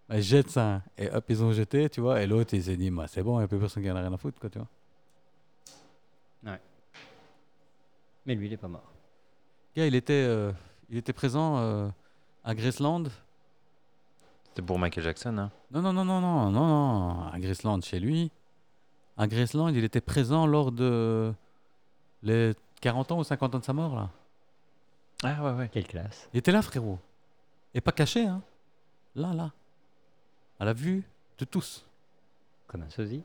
Speaker 2: Bah, Jette ça. Et hop, ils ont jeté, tu vois, et l'autre, il s'est dit, bah, c'est bon, il n'y a plus personne qui en a rien à foutre, quoi, tu vois.
Speaker 3: Mais lui, il est pas mort.
Speaker 2: Le gars, il était, euh, il était présent euh, à Graceland.
Speaker 1: C'était pour Michael Jackson, hein.
Speaker 2: Non, non, non, non, non, non, non, à Graceland, chez lui. À Graceland, il était présent lors de les 40 ans ou 50 ans de sa mort, là.
Speaker 1: Ah ouais, ouais.
Speaker 3: Quelle classe.
Speaker 2: Il était là, frérot. Et pas caché, hein. Là, là. À la vue de tous.
Speaker 3: Comme un sosie.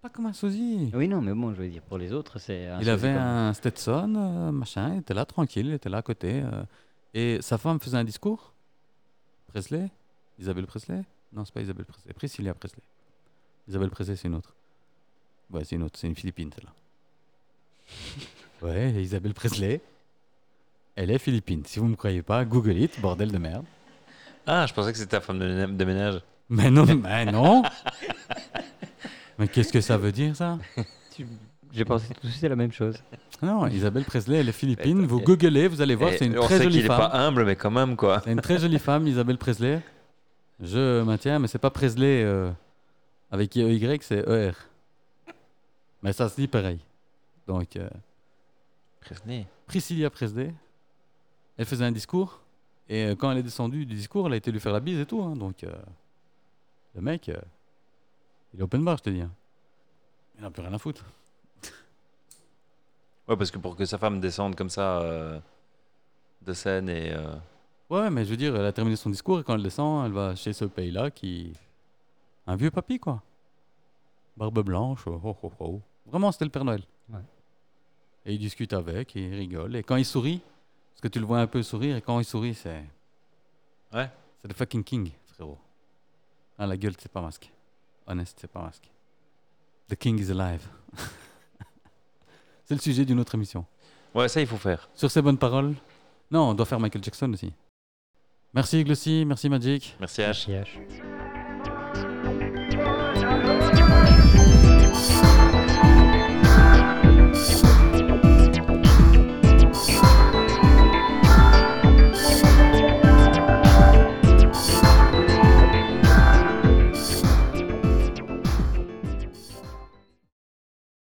Speaker 2: Pas comme un sosie.
Speaker 3: Oui, non, mais bon, je veux dire, pour les autres, c'est. un
Speaker 2: Il
Speaker 3: sosie
Speaker 2: avait
Speaker 3: comme-
Speaker 2: un Stetson, euh, machin, il était là tranquille, il était là à côté. euh, et sa femme faisait un discours. Presley Isabelle Presley Non, c'est pas Isabelle Presley, Priscilla Presley. Isabelle Presley, c'est une autre. Ouais, c'est une autre, c'est une Philippine, celle-là. ouais, et Isabelle Presley, elle est Philippine. Si vous me croyez pas, Google it, bordel de merde.
Speaker 1: Ah, je pensais que c'était ta femme de ménage- de ménage.
Speaker 2: Mais non, mais non Mais qu'est-ce que ça veut dire, ça
Speaker 3: Tu- J'ai pensé tout de suite à la même chose.
Speaker 2: Non, Isabelle Presley, elle est Philippine. Vous
Speaker 1: Et-
Speaker 2: googlez, vous allez voir,
Speaker 1: Eh,
Speaker 2: c'est une
Speaker 1: on
Speaker 2: très
Speaker 1: sait
Speaker 2: jolie
Speaker 1: qu'il est
Speaker 2: femme.
Speaker 1: pas humble, mais quand même, quoi.
Speaker 2: C'est une très jolie femme, Isabelle Presley. Je maintiens, mais c'est pas Presley euh, avec Y, c'est ER. Mais ça se dit pareil. Donc, euh,
Speaker 1: Presley.
Speaker 2: Priscilla Presley, elle faisait un discours, et euh, quand elle est descendue du discours, elle a été lui faire la bise et tout. hein. donc, euh, le mec, euh, il est open bar, je te dis. hein. Il n'a plus rien à foutre.
Speaker 1: Ouais, parce que pour que sa femme descende comme ça euh, de scène et. euh,
Speaker 2: Ouais, mais je veux dire, elle a terminé son discours et quand elle descend, elle va chez ce pays-là qui. Un vieux papy, quoi. Barbe blanche, oh, oh, oh, oh. Vraiment, c'était le Père Noël.
Speaker 3: Ouais.
Speaker 2: Et il discute avec, et il rigole. Et quand il sourit, parce que tu le vois un peu sourire, et quand il sourit, c'est.
Speaker 1: Ouais.
Speaker 2: C'est le fucking king, frérot. Ah, la gueule, c'est pas masqué. Honest, c'est pas masqué. The king is alive. c'est le sujet d'une autre émission.
Speaker 1: Ouais, ça, il faut faire.
Speaker 2: Sur ces bonnes paroles Non, on doit faire Michael Jackson aussi. Merci Glossy, merci Magic.
Speaker 1: Merci, H.
Speaker 3: Chiache.
Speaker 4: Thank